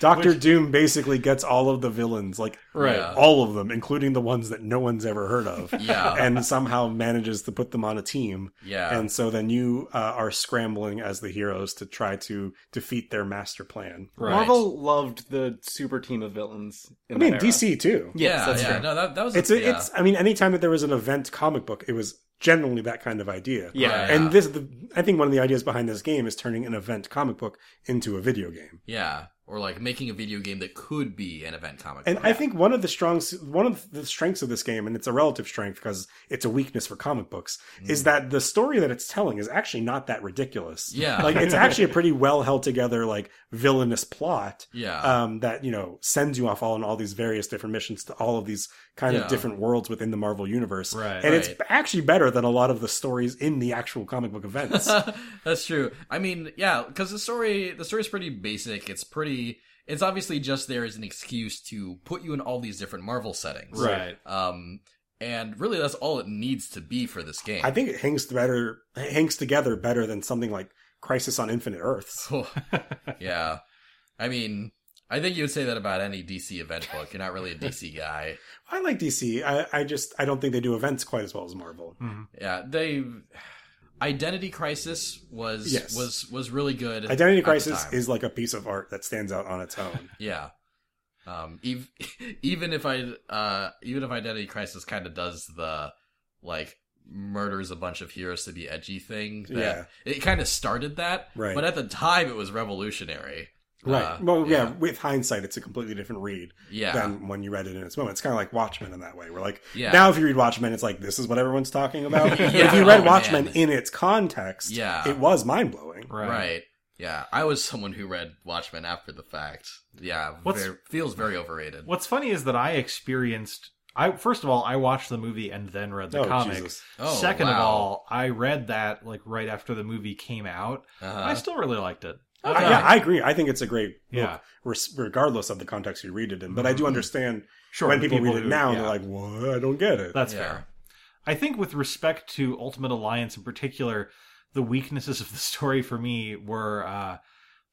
[SPEAKER 2] Doctor
[SPEAKER 1] Which-
[SPEAKER 2] Doom basically gets all of the villains, like
[SPEAKER 1] Right.
[SPEAKER 4] Yeah.
[SPEAKER 2] all of them, including the ones that no one's ever heard of,
[SPEAKER 4] Yeah.
[SPEAKER 2] and somehow manages to put them on a team.
[SPEAKER 4] Yeah.
[SPEAKER 2] And so then you uh, are scrambling as the heroes to try to defeat their master plan.
[SPEAKER 1] Right.
[SPEAKER 3] Marvel loved the super team of villains. In
[SPEAKER 2] I mean,
[SPEAKER 3] that era.
[SPEAKER 2] DC too.
[SPEAKER 3] Yes,
[SPEAKER 4] yeah,
[SPEAKER 3] that's
[SPEAKER 4] yeah.
[SPEAKER 3] true.
[SPEAKER 4] No, that, that was
[SPEAKER 2] It's
[SPEAKER 4] a,
[SPEAKER 2] a,
[SPEAKER 4] yeah.
[SPEAKER 2] it's. I mean, anytime that there was an event comic book, it was generally that kind of idea.
[SPEAKER 3] Yeah.
[SPEAKER 4] Right.
[SPEAKER 2] And this, the, I think, one of the ideas behind this game is turning an event comic book into a video game.
[SPEAKER 4] yeah, or like making a video game that could be an event comic.
[SPEAKER 2] And
[SPEAKER 4] book.
[SPEAKER 2] I think one of the strong, one of the strengths of this game, and it's a relative strength because it's a weakness for comic books,
[SPEAKER 3] Mm.
[SPEAKER 2] is that the story that it's telling is actually not that ridiculous.
[SPEAKER 4] Yeah.
[SPEAKER 2] like it's actually a pretty well held together, like villainous plot
[SPEAKER 4] yeah,
[SPEAKER 2] um, that you know sends you off all on all these various different missions to all of these kind
[SPEAKER 4] Yeah.
[SPEAKER 2] of different worlds within the Marvel universe.
[SPEAKER 1] Right.
[SPEAKER 2] and it's
[SPEAKER 4] Right.
[SPEAKER 2] actually better than a lot of the stories in the actual comic book events.
[SPEAKER 4] That's true. I mean, yeah, because the story the story's pretty basic. It's pretty. It's obviously just there as an excuse to put you in all these different Marvel settings,
[SPEAKER 1] Right.
[SPEAKER 4] Um, and really, that's all it needs to be for this game.
[SPEAKER 2] I think it hangs better, it hangs together better than something like Crisis on Infinite Earths.
[SPEAKER 4] yeah, I mean, I think you would say that about any DC event book. You're not really a DC guy.
[SPEAKER 2] I like DC. I, I just I don't think they do events quite as well as Marvel.
[SPEAKER 4] Yeah, they. Identity Crisis was
[SPEAKER 2] Yes.
[SPEAKER 4] was was really good.
[SPEAKER 2] Identity
[SPEAKER 4] at the
[SPEAKER 2] Crisis
[SPEAKER 4] time.
[SPEAKER 2] is like a piece of art that stands out on its own.
[SPEAKER 4] Yeah. Um, even, even if I, uh, even if Identity Crisis kind of does the, like, murders a bunch of heroes to be edgy thing. that-
[SPEAKER 2] Yeah.
[SPEAKER 4] It kind of started that.
[SPEAKER 2] Right.
[SPEAKER 4] But at the time, it was revolutionary. Uh,
[SPEAKER 2] well, yeah. With hindsight, it's a completely different read
[SPEAKER 4] Yeah.
[SPEAKER 2] than when you read it in its moment. It's kind of like Watchmen in that way. We're like,
[SPEAKER 4] Yeah.
[SPEAKER 2] now if you read Watchmen, it's like this is what everyone's talking about. But if
[SPEAKER 4] Yeah.
[SPEAKER 2] you read
[SPEAKER 4] Oh,
[SPEAKER 2] Watchmen
[SPEAKER 4] man.
[SPEAKER 2] in its context,
[SPEAKER 4] Yeah.
[SPEAKER 2] it was mind blowing.
[SPEAKER 1] Right.
[SPEAKER 4] right. Yeah. I was someone who read Watchmen after the fact. Yeah.
[SPEAKER 1] What's-
[SPEAKER 4] very- feels very overrated.
[SPEAKER 1] What's funny is that I experienced. I first of all, I watched the movie and then read the
[SPEAKER 2] Oh,
[SPEAKER 1] comic.
[SPEAKER 2] Jesus.
[SPEAKER 4] Oh,
[SPEAKER 1] Second of
[SPEAKER 4] wow.
[SPEAKER 1] all, I read that like right after the movie came out.
[SPEAKER 4] Uh-huh.
[SPEAKER 1] I still really liked it.
[SPEAKER 4] Okay.
[SPEAKER 2] I, yeah, I agree. I think it's a great
[SPEAKER 1] Yeah. Mm-hmm.
[SPEAKER 2] book, res- regardless of the context you read it in. But I do understand
[SPEAKER 1] Sure,
[SPEAKER 2] when
[SPEAKER 1] the
[SPEAKER 2] people, read it
[SPEAKER 1] who-
[SPEAKER 2] now,
[SPEAKER 1] yeah.
[SPEAKER 2] they're like, "What? I don't get it."
[SPEAKER 1] That's
[SPEAKER 4] Yeah.
[SPEAKER 1] fair. I think with respect to Ultimate Alliance in particular, the weaknesses of the story for me were uh,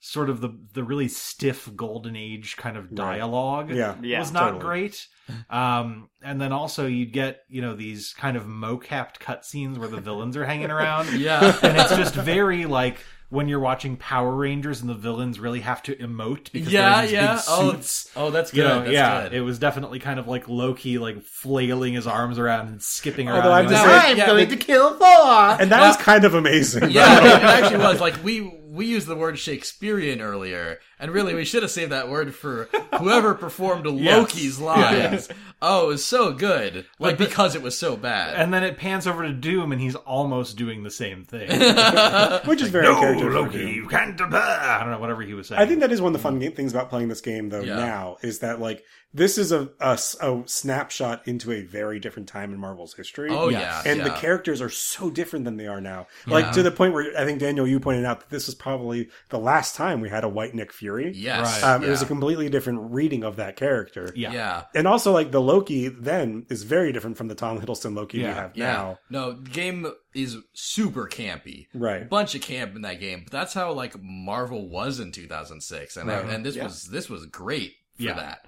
[SPEAKER 1] sort of the the really stiff golden age kind of dialogue.
[SPEAKER 2] yeah,
[SPEAKER 3] Yeah.
[SPEAKER 1] was not
[SPEAKER 2] totally.
[SPEAKER 1] great. Um, and then also you'd get you know these kind of mocapped cutscenes where the villains are hanging around.
[SPEAKER 4] Yeah.
[SPEAKER 1] and it's just very like when you're watching Power Rangers and the villains really have to emote because
[SPEAKER 4] yeah.
[SPEAKER 1] they're in these
[SPEAKER 4] Yeah.
[SPEAKER 1] big
[SPEAKER 4] Oh,
[SPEAKER 1] suits.
[SPEAKER 4] oh, that's good.
[SPEAKER 1] You know,
[SPEAKER 4] that's
[SPEAKER 1] yeah,
[SPEAKER 4] good.
[SPEAKER 1] it was definitely kind of like Loki, like flailing his arms around and skipping around.
[SPEAKER 2] Although I have
[SPEAKER 1] and
[SPEAKER 2] to
[SPEAKER 1] going,
[SPEAKER 2] say-
[SPEAKER 1] "I'm
[SPEAKER 4] Yeah,
[SPEAKER 1] going
[SPEAKER 4] but-
[SPEAKER 1] to kill Thor.
[SPEAKER 2] and that was kind of amazing.
[SPEAKER 4] Yeah, it actually was. Like we we used the word Shakespearean earlier, and really we should have saved that word for whoever performed Loki's lines. Oh, it was so good. Like because it was so bad.
[SPEAKER 1] And then it pans over to Doom, and he's almost doing the same thing.
[SPEAKER 2] which is very character for Doom.
[SPEAKER 1] you can't. do that." I don't know, whatever he was saying.
[SPEAKER 2] I think that is one of the fun things about playing this game, though.
[SPEAKER 4] Mm-hmm. Yeah.
[SPEAKER 2] Now is that like this is a, a s- a snapshot into a very different time in Marvel's history.
[SPEAKER 4] oh yeah,
[SPEAKER 2] and
[SPEAKER 4] yeah.
[SPEAKER 2] the characters are so different than they are now. Like to the point where I think Daniel, you pointed out that this was probably the last time we had a White Nick Fury.
[SPEAKER 4] Yes,
[SPEAKER 1] Right.
[SPEAKER 2] Um, It was a
[SPEAKER 4] yeah.
[SPEAKER 2] completely different reading of that character.
[SPEAKER 1] yeah.
[SPEAKER 4] yeah.
[SPEAKER 2] And also, like the Loki then is very different from the Tom Hiddleston Loki we
[SPEAKER 1] Yeah.
[SPEAKER 2] have
[SPEAKER 4] Yeah.
[SPEAKER 2] now.
[SPEAKER 4] No, the game is super campy.
[SPEAKER 2] Right.
[SPEAKER 4] Bunch of camp in that game. But that's how like Marvel was in 2006 and
[SPEAKER 2] Right.
[SPEAKER 4] and this
[SPEAKER 3] Yeah.
[SPEAKER 4] was this was great for
[SPEAKER 1] Yeah.
[SPEAKER 4] that.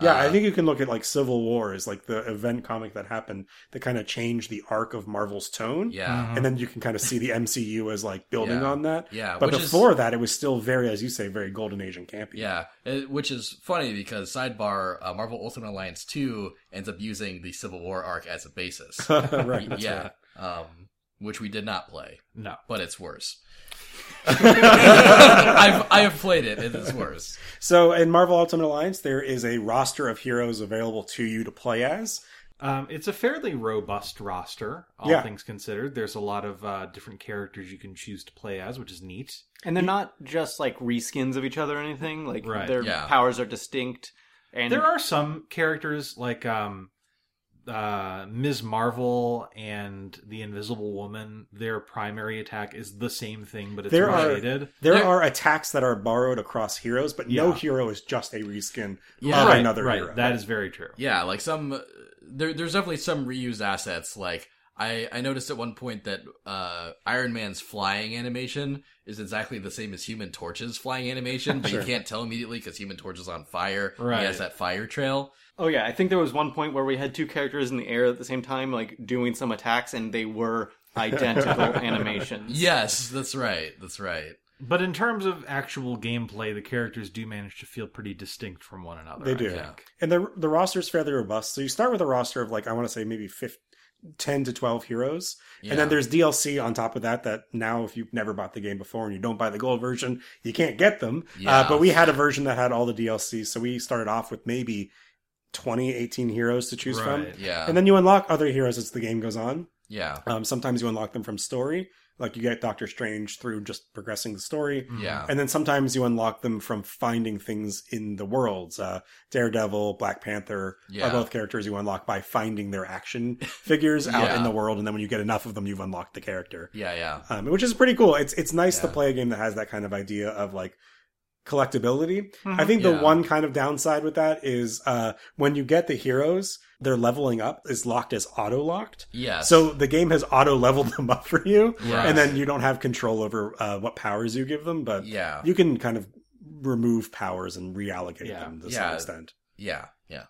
[SPEAKER 2] Yeah,
[SPEAKER 4] Uh,
[SPEAKER 2] I think you can look at like Civil War is like the event comic that happened that kind of changed the arc of Marvel's tone.
[SPEAKER 4] yeah.
[SPEAKER 2] And then you can kind of see the MCU as like building
[SPEAKER 4] Mm. Yeah.
[SPEAKER 2] on that.
[SPEAKER 4] Yeah,
[SPEAKER 2] But
[SPEAKER 4] which is-
[SPEAKER 2] before that, it was still very, as you say, very golden age and campy.
[SPEAKER 4] Yeah, uh, which is funny because sidebar, uh, Marvel Ultimate Alliance two ends up using the Civil War arc as a basis.
[SPEAKER 2] right. that's
[SPEAKER 4] yeah,
[SPEAKER 2] right.
[SPEAKER 4] um, which we did not play,
[SPEAKER 1] No.
[SPEAKER 4] but it's worse. I've I have played it. It is worse.
[SPEAKER 2] So in Marvel Ultimate Alliance, there is a roster of heroes available to you to play as.
[SPEAKER 1] Um, it's a fairly robust roster, all
[SPEAKER 2] Yeah.
[SPEAKER 1] things considered. There's a lot of uh, different characters you can choose to play as, which is neat.
[SPEAKER 3] And they're not just like reskins of each other or anything. Like
[SPEAKER 1] Right.
[SPEAKER 3] their
[SPEAKER 4] Yeah.
[SPEAKER 3] powers are distinct. And
[SPEAKER 1] There are some characters like um, uh, Ms. Marvel and the Invisible Woman. Their primary attack is the same thing, but it's
[SPEAKER 2] There are-
[SPEAKER 1] related.
[SPEAKER 2] There,
[SPEAKER 4] There-
[SPEAKER 2] are attacks that are borrowed across heroes, but no
[SPEAKER 1] Yeah.
[SPEAKER 2] hero is just a reskin
[SPEAKER 4] Yeah.
[SPEAKER 2] of
[SPEAKER 1] right,
[SPEAKER 2] another
[SPEAKER 1] right.
[SPEAKER 2] hero.
[SPEAKER 1] That is very true.
[SPEAKER 4] Yeah, like some there, there's definitely some reused assets. Like I, I noticed at one point that uh, Iron Man's flying animation is exactly the same as Human Torch's flying animation, but
[SPEAKER 2] Sure.
[SPEAKER 4] you can't tell immediately because Human Torch is on fire. and
[SPEAKER 1] Right.
[SPEAKER 4] He has that fire trail.
[SPEAKER 3] Oh yeah, I think there was one point where we had two characters in the air at the same time, like doing some attacks, and they were identical animations.
[SPEAKER 4] Yes, that's right. That's right.
[SPEAKER 1] But in terms of actual gameplay, the characters do manage to feel pretty distinct from one another.
[SPEAKER 2] They
[SPEAKER 1] I
[SPEAKER 2] do.
[SPEAKER 1] think.
[SPEAKER 4] Yeah.
[SPEAKER 2] And the the roster is fairly robust. So you start with a roster of like I want to say maybe 15, 10 to 12 heroes.
[SPEAKER 4] Yeah.
[SPEAKER 2] And then there's DLC on top of that that now if you've never bought the game before and you don't buy the gold version, you can't get them. Uh,
[SPEAKER 4] Yeah.
[SPEAKER 2] but we had a version that had all the DLC, so we started off with maybe 20, 18 heroes to choose from.
[SPEAKER 1] Right.
[SPEAKER 4] yeah.
[SPEAKER 2] And then you unlock other heroes as the game goes on.
[SPEAKER 4] yeah.
[SPEAKER 2] Um, sometimes you unlock them from story, like you get Doctor Strange through just progressing the story.
[SPEAKER 1] Mhm.
[SPEAKER 4] Yeah.
[SPEAKER 2] And then sometimes you unlock them from finding things in the worlds. Uh, Daredevil, Black Panther
[SPEAKER 4] Yeah.
[SPEAKER 2] are both characters you unlock by finding their action figures out in
[SPEAKER 4] Yeah.
[SPEAKER 2] the world, and then when you get enough of them, you've unlocked the character,
[SPEAKER 4] Yeah. Yeah.
[SPEAKER 2] um, which is pretty cool. It's it's nice to
[SPEAKER 4] Yeah.
[SPEAKER 2] play a game that has that kind of idea of like collectability.
[SPEAKER 3] Mhm.
[SPEAKER 2] I think the
[SPEAKER 4] Yeah.
[SPEAKER 2] one kind of downside with that is uh, when you get the heroes, their leveling up is locked as auto locked.
[SPEAKER 4] Yes.
[SPEAKER 2] So the game has auto leveled them up for you,
[SPEAKER 4] Right.
[SPEAKER 2] and then you don't have control over uh, what powers you give them, but
[SPEAKER 4] yeah.
[SPEAKER 2] you can kind of remove powers and reallocate
[SPEAKER 1] Yeah.
[SPEAKER 2] them to some
[SPEAKER 4] Yeah.
[SPEAKER 2] extent
[SPEAKER 4] Yeah. Yeah.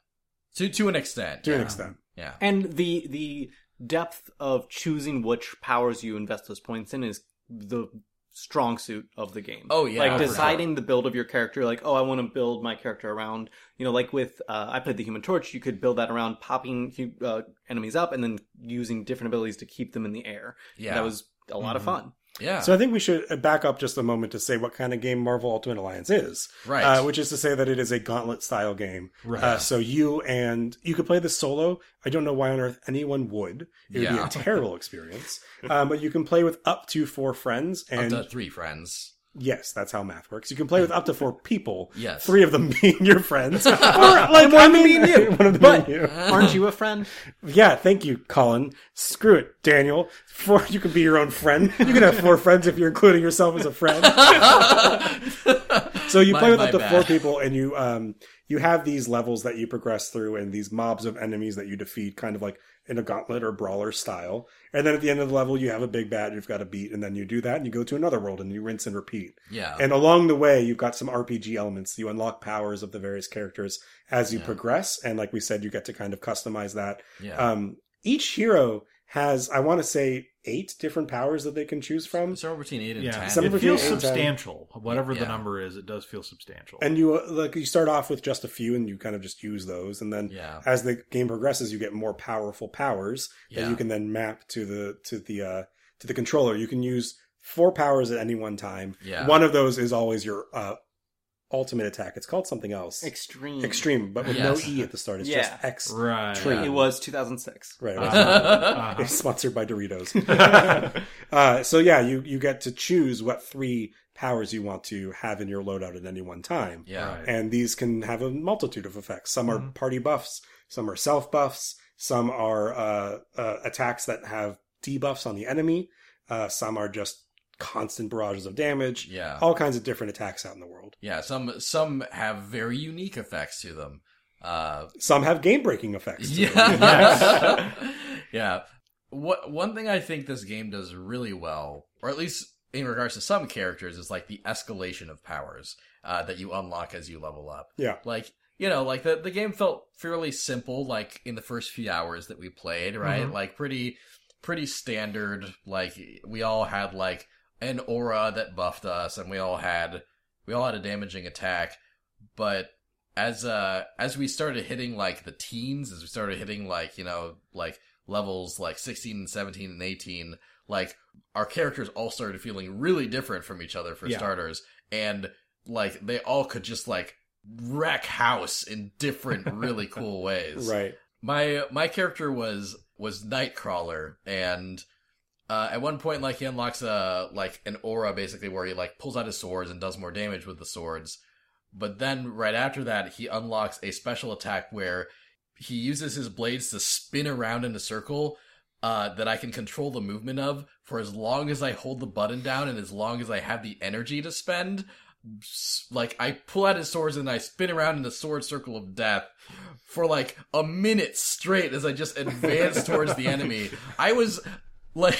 [SPEAKER 4] To to an extent.
[SPEAKER 2] to
[SPEAKER 4] yeah.
[SPEAKER 2] an extent
[SPEAKER 4] Yeah.
[SPEAKER 3] And the the depth of choosing which powers you invest those points in is the strong suit of the game.
[SPEAKER 4] Oh, yeah,
[SPEAKER 3] like
[SPEAKER 4] for
[SPEAKER 3] deciding the build of your character. Like, oh, I want to build my character around. You know, like with uh, I played the Human Torch. You could build that around popping hu- uh, enemies up and then using different abilities to keep them in the air.
[SPEAKER 4] Yeah.
[SPEAKER 3] that was a lot of
[SPEAKER 2] Mm-hmm.
[SPEAKER 1] Mhm.
[SPEAKER 3] fun.
[SPEAKER 4] yeah.
[SPEAKER 2] so i think we should uh, back up just a moment to say what kind of game marvel ultimate alliance is
[SPEAKER 4] right.
[SPEAKER 2] uh, which is to say that it is a gauntlet style game
[SPEAKER 1] Right.
[SPEAKER 2] uh, so you and you could play this solo i don't know why on earth anyone would it would be
[SPEAKER 4] Yeah.
[SPEAKER 2] a terrible experience um, but you can play with up to four friends and
[SPEAKER 4] Up to three friends.
[SPEAKER 2] yes that's how math works you can play with up to four people
[SPEAKER 4] Yes.
[SPEAKER 2] three of them being your friends or like i mean
[SPEAKER 3] being you.
[SPEAKER 2] one of them
[SPEAKER 3] But-
[SPEAKER 2] being you.
[SPEAKER 3] Aren't you a friend?
[SPEAKER 2] Yeah, thank you, Colin. Screw it, Daniel. Four, you can be your own friend. You can have four friends if you're including yourself as a friend. so you
[SPEAKER 4] My-
[SPEAKER 2] play with
[SPEAKER 4] my
[SPEAKER 2] up to
[SPEAKER 4] bad.
[SPEAKER 2] four people, and you um you have these levels that you progress through, and these mobs of enemies that you defeat, kind of like in a gauntlet or brawler style. And then at the end of the level, you have a big bat you've got to beat, and then you do that, and you go to another world, and you rinse and repeat.
[SPEAKER 4] Yeah.
[SPEAKER 2] And along the way, you've got some RPG elements. You unlock powers of the various characters as you
[SPEAKER 4] Yeah.
[SPEAKER 2] progress, and like we said, you get to kind of customize that
[SPEAKER 4] yeah.
[SPEAKER 2] um, each hero has, I want to say, eight different powers that they can choose from.
[SPEAKER 4] somewhere between eight and
[SPEAKER 1] Yeah.
[SPEAKER 4] ten.
[SPEAKER 2] um, Some
[SPEAKER 1] it
[SPEAKER 2] of
[SPEAKER 1] feels
[SPEAKER 2] it is, um,
[SPEAKER 1] substantial. Whatever the
[SPEAKER 4] Yeah.
[SPEAKER 1] number is, it does feel substantial.
[SPEAKER 2] And you uh, like you start off with just a few, and you kind of just use those, and then
[SPEAKER 4] yeah.
[SPEAKER 2] as the game progresses, you get more powerful powers that
[SPEAKER 4] Yeah.
[SPEAKER 2] you can then map to the to the uh, to the controller. You can use four powers at any one time.
[SPEAKER 4] Yeah.
[SPEAKER 2] One of those is always your uh, ultimate attack. It's called something else,
[SPEAKER 3] Extreme.
[SPEAKER 2] extreme, but with
[SPEAKER 4] Hmm. Yes.
[SPEAKER 2] no e at the start. It's
[SPEAKER 3] Yeah.
[SPEAKER 2] just X.
[SPEAKER 1] right.
[SPEAKER 2] Tree.
[SPEAKER 3] It was 2006.
[SPEAKER 4] uh,
[SPEAKER 2] Right. right.
[SPEAKER 1] Uh-huh.
[SPEAKER 2] It's sponsored by Doritos.
[SPEAKER 1] Uh-huh.
[SPEAKER 2] Uh, so yeah, you you get to choose what three powers you want to have in your loadout at any one time,
[SPEAKER 4] yeah.
[SPEAKER 1] Right.
[SPEAKER 2] and these can have a multitude of effects. Some are
[SPEAKER 1] Mhm.
[SPEAKER 2] party buffs, some are self buffs, some are uh, uh, attacks that have debuffs on the enemy, uh, some are just constant barrages of damage.
[SPEAKER 4] Yeah.
[SPEAKER 2] All kinds of different attacks out in the world.
[SPEAKER 4] Yeah. Some some have very unique effects to them. Uh,
[SPEAKER 2] Some have game breaking effects. to them.
[SPEAKER 4] Yeah. yeah. What one thing I think this game does really well, or at least in regards to some characters, is like the escalation of powers uh, that you unlock as you level up.
[SPEAKER 2] Yeah.
[SPEAKER 4] Like you know, like the the game felt fairly simple, like in the first few hours that we played, right?
[SPEAKER 1] Mhm.
[SPEAKER 4] Like pretty pretty standard. Like we all had like an aura that buffed us, and we all had we all had a damaging attack, but as uh as we started hitting like the teens as we started hitting like you know like levels like 16 and 17 and 18 like our characters all started feeling really different from each other for
[SPEAKER 1] Yeah.
[SPEAKER 4] starters and like they all could just like wreck house in different really cool ways
[SPEAKER 2] Right.
[SPEAKER 4] my my character was was Nightcrawler, and uh, at one point, like he unlocks a like an aura, basically where he like pulls out his swords and does more damage with the swords. But then right after that, he unlocks a special attack where he uses his blades to spin around in a circle. Uh, that I can control the movement of for as long as I hold the button down and as long as I have the energy to spend. s- like I pull out his swords and I spin around in the sword circle of death for like a minute straight as I just advance towards the enemy. I was like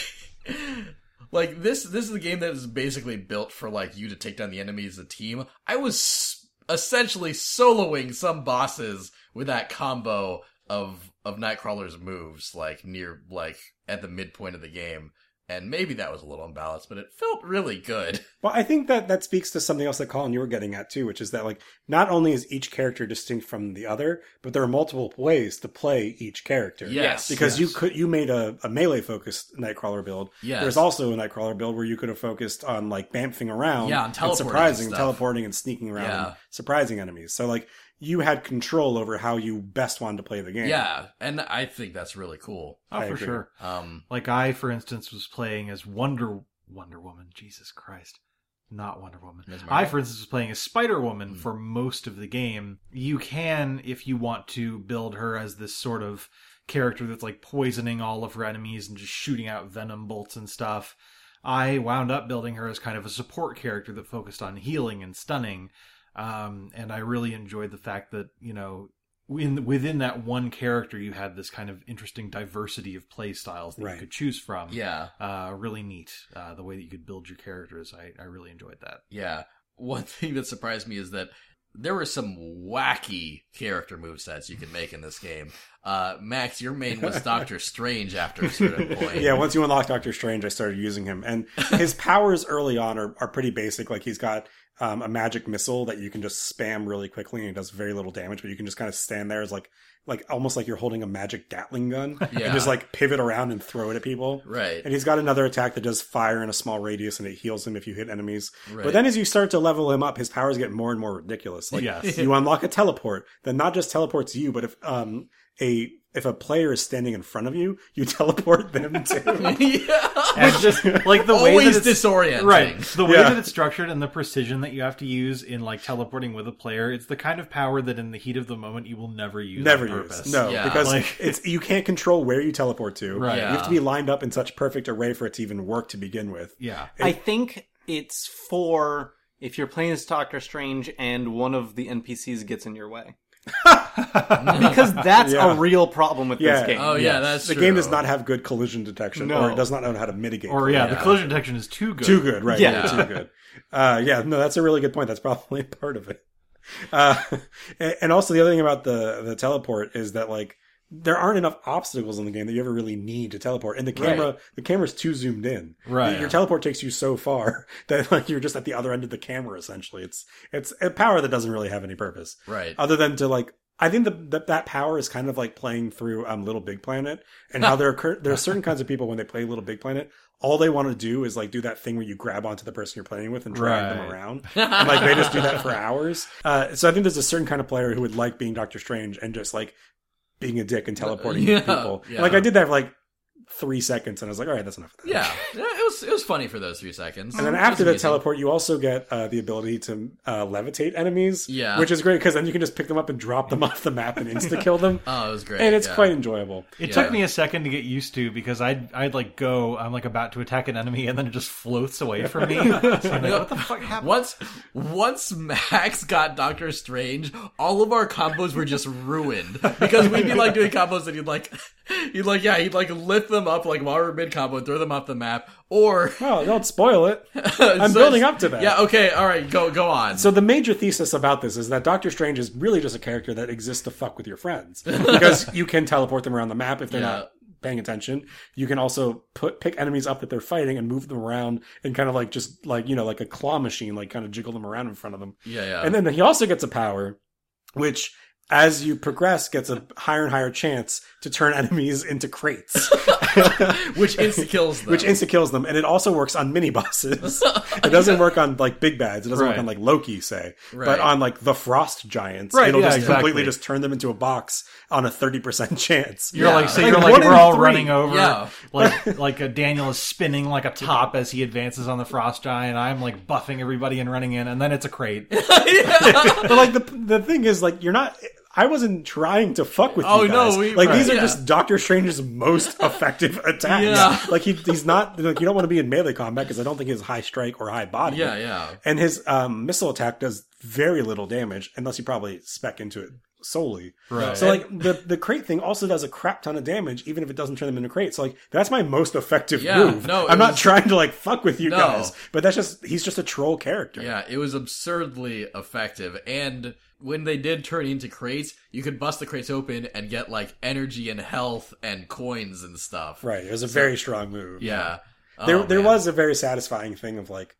[SPEAKER 4] like this this is a game that is basically built for like you to take down the enemy as a team. I was s- essentially soloing some bosses with that combo of of Nightcrawler's moves like near like at the midpoint of the game. And maybe that was a little unbalanced, but it felt really good.
[SPEAKER 2] Well, I think that that speaks to something else that Colin you were getting at too, which is that like not only is each character distinct from the other, but there are multiple ways to play each character.
[SPEAKER 4] Yes.
[SPEAKER 2] Because
[SPEAKER 4] yes.
[SPEAKER 2] you could you made a, a melee focused Nightcrawler build.
[SPEAKER 4] Yes.
[SPEAKER 2] There's also a Nightcrawler build where you could have focused on like bamfing around,
[SPEAKER 4] Yeah, and teleporting and
[SPEAKER 2] surprising,
[SPEAKER 4] stuff.
[SPEAKER 2] teleporting, and sneaking around,
[SPEAKER 4] Yeah.
[SPEAKER 2] and surprising enemies. So like you had control over how you best wanted to play the game.
[SPEAKER 4] Yeah, and I think that's really cool.
[SPEAKER 1] Oh,
[SPEAKER 2] I
[SPEAKER 1] for
[SPEAKER 2] agree.
[SPEAKER 1] sure.
[SPEAKER 4] Um,
[SPEAKER 1] Like I, for instance, was playing as Wonder Wonder Woman. Jesus Christ, not Wonder Woman.
[SPEAKER 4] Ms.
[SPEAKER 1] I,
[SPEAKER 4] Marvel.
[SPEAKER 1] for instance, was playing as Spider Woman
[SPEAKER 4] Hmm.
[SPEAKER 1] for most of the game. You can, if you want to, build her as this sort of character that's like poisoning all of her enemies and just shooting out venom bolts and stuff. I wound up building her as kind of a support character that focused on healing and stunning. Um, and I really enjoyed the fact that, you know, in, within that one character, you had this kind of interesting diversity of play styles that
[SPEAKER 2] Right.
[SPEAKER 1] you could choose from.
[SPEAKER 4] yeah,
[SPEAKER 1] Uh, really neat. Uh, the way that you could build your characters. I, I really enjoyed that.
[SPEAKER 4] yeah. One thing that surprised me is that there were some wacky character movesets you could make in this game. Uh, Max, your main was Doctor Strange after a certain point.
[SPEAKER 2] yeah, once you unlock Doctor Strange, I started using him. And his powers early on are, are pretty basic. Like he's got um, a magic missile that you can just spam really quickly and it does very little damage, but you can just kind of stand there as like like almost like you're holding a magic Gatling gun
[SPEAKER 4] Yeah.
[SPEAKER 2] and just like pivot around and throw it at people.
[SPEAKER 4] right,
[SPEAKER 2] And he's got another attack that does fire in a small radius and it heals him if you hit enemies.
[SPEAKER 4] right.
[SPEAKER 2] But then as you start to level him up, his powers get more and more ridiculous. Like
[SPEAKER 1] yes.
[SPEAKER 2] you unlock a teleport that not just teleports you, but if um a if a player is standing in front of you, you teleport them too.
[SPEAKER 4] yeah,
[SPEAKER 1] and just like the way that
[SPEAKER 4] always
[SPEAKER 1] it's
[SPEAKER 4] disorienting.
[SPEAKER 1] right the way
[SPEAKER 2] Yeah.
[SPEAKER 1] that it's structured and the precision that you have to use in like teleporting with a player it's the kind of power that in the heat of the moment you will never use
[SPEAKER 2] Never
[SPEAKER 1] on
[SPEAKER 2] use.
[SPEAKER 1] purpose
[SPEAKER 2] No,
[SPEAKER 4] Yeah.
[SPEAKER 2] because
[SPEAKER 1] Like-
[SPEAKER 2] it's you can't control where you teleport to.
[SPEAKER 1] Right.
[SPEAKER 2] You have to
[SPEAKER 4] Yeah.
[SPEAKER 2] be lined up in such perfect array for it to even work to begin with.
[SPEAKER 1] yeah
[SPEAKER 3] I think it's for if you're playing as Doctor Strange and one of the NPCs gets in your way. because that's
[SPEAKER 2] Yeah.
[SPEAKER 3] a real problem with
[SPEAKER 2] Yeah.
[SPEAKER 3] this game.
[SPEAKER 4] Oh yeah, that's
[SPEAKER 2] The
[SPEAKER 4] true.
[SPEAKER 2] game does not have good collision detection,
[SPEAKER 3] No.
[SPEAKER 2] or it does not know how to mitigate.
[SPEAKER 1] or yeah,
[SPEAKER 4] Yeah.
[SPEAKER 1] the collision detection is too good
[SPEAKER 2] too good, right?
[SPEAKER 3] Yeah.
[SPEAKER 2] Yeah, too good. Uh, yeah, no, that's a really good point. That's probably part of it. Uh, and and also the other thing about the the teleport is that like there aren't enough obstacles in the game that you ever really need to teleport, and the camera the camera's too zoomed in.
[SPEAKER 1] right
[SPEAKER 2] Your teleport takes you so far that like you're just at the other end of the camera. Essentially, it's it's a power that doesn't really have any purpose
[SPEAKER 4] right.
[SPEAKER 2] other than to like I think the, that that power is kind of like playing through um, Little Big Planet and how there occur, there are certain kinds of people when they play Little Big Planet, all they want to do is like do that thing where you grab onto the person you're playing with and drag them
[SPEAKER 1] Right.
[SPEAKER 2] around. And, like they just do that for hours. Uh, so I think there's a certain kind of player who would like being Doctor Strange and just like being a dick and teleporting
[SPEAKER 4] Yeah,
[SPEAKER 2] people.
[SPEAKER 4] yeah.
[SPEAKER 2] Like I did that for like three seconds and I was like, all right, that's enough. Of that.
[SPEAKER 4] yeah, Yeah, it was it was funny for those three seconds.
[SPEAKER 2] And then
[SPEAKER 4] It was
[SPEAKER 2] after the
[SPEAKER 4] amusing.
[SPEAKER 2] teleport, you also get uh, the ability to uh, levitate enemies,
[SPEAKER 4] Yeah.
[SPEAKER 2] which is great because then you can just pick them up and drop them off the map and insta kill them,
[SPEAKER 4] Oh, it was great.
[SPEAKER 2] and it's
[SPEAKER 4] yeah.
[SPEAKER 2] quite enjoyable.
[SPEAKER 1] it
[SPEAKER 4] Yeah.
[SPEAKER 1] took me a second to get used to because I'd I'd like go I'm like about to attack an enemy and then it just floats away from me. So I'm like, what the fuck happened?
[SPEAKER 4] Once once Max got Doctor Strange, all of our combos were just ruined because we'd be like doing combos and he'd like he'd like yeah he'd like lift them up like while we we're mid combo and throw them off the map or
[SPEAKER 2] Well, don't spoil it.
[SPEAKER 4] I'm
[SPEAKER 2] building up to that.
[SPEAKER 4] yeah okay all right go go on
[SPEAKER 2] So the major thesis about this is that Doctor Strange is really just a character that exists to fuck with your friends because you can teleport them around the map if they're
[SPEAKER 4] Yeah.
[SPEAKER 2] not paying attention. You can also put pick enemies up that they're fighting and move them around and kind of like just like you know like a claw machine like kind of jiggle them around in front of them.
[SPEAKER 4] yeah yeah
[SPEAKER 2] And then he also gets a power, which as you progress gets a higher and higher chance to turn enemies into crates,
[SPEAKER 4] which insta kills them
[SPEAKER 2] which insta kills them. And it also works on mini bosses. It doesn't work on like big bads. It doesn't work
[SPEAKER 1] Right.
[SPEAKER 2] on like Loki, say,
[SPEAKER 4] Right.
[SPEAKER 2] but on like the frost giants,
[SPEAKER 1] Right,
[SPEAKER 2] it'll
[SPEAKER 1] yeah,
[SPEAKER 2] just completely
[SPEAKER 1] exactly.
[SPEAKER 2] just turn them into a box on a 30% chance.
[SPEAKER 1] You're
[SPEAKER 4] Yeah.
[SPEAKER 1] like so
[SPEAKER 2] Like,
[SPEAKER 1] you're
[SPEAKER 2] one
[SPEAKER 1] like
[SPEAKER 2] in
[SPEAKER 1] we're all
[SPEAKER 2] three.
[SPEAKER 1] running over
[SPEAKER 4] Yeah.
[SPEAKER 1] like like a Daniel is spinning like a top as he advances on the frost giant. I'm like buffing everybody and running in and then it's a crate.
[SPEAKER 2] But like the the thing is like you're not I wasn't trying to fuck with
[SPEAKER 4] Oh,
[SPEAKER 2] you
[SPEAKER 4] no,
[SPEAKER 2] guys.
[SPEAKER 4] we-
[SPEAKER 2] like
[SPEAKER 4] right.
[SPEAKER 2] these are
[SPEAKER 4] Yeah.
[SPEAKER 2] just Doctor Strange's most effective attacks.
[SPEAKER 4] Yeah.
[SPEAKER 2] Like he, he's not like you don't want to be in melee combat because I don't think his high strike or high body.
[SPEAKER 4] Yeah, yeah.
[SPEAKER 2] And his um, missile attack does very little damage unless you probably spec into it solely.
[SPEAKER 1] Right.
[SPEAKER 2] So like the the crate thing also does a crap ton of damage even if it doesn't turn them into crates. So like that's my most effective
[SPEAKER 4] Yeah,
[SPEAKER 2] move.
[SPEAKER 4] no, it
[SPEAKER 2] I'm not
[SPEAKER 4] was-
[SPEAKER 2] trying to like fuck with you
[SPEAKER 4] No.
[SPEAKER 2] guys, but that's just he's just a troll character.
[SPEAKER 4] Yeah, it was absurdly effective. And when they did turn into crates, you could bust the crates open and get like energy and health and coins and stuff.
[SPEAKER 2] Right. It was a very strong move.
[SPEAKER 4] Yeah.
[SPEAKER 2] there
[SPEAKER 4] Oh,
[SPEAKER 2] there
[SPEAKER 4] man.
[SPEAKER 2] was a very satisfying thing of like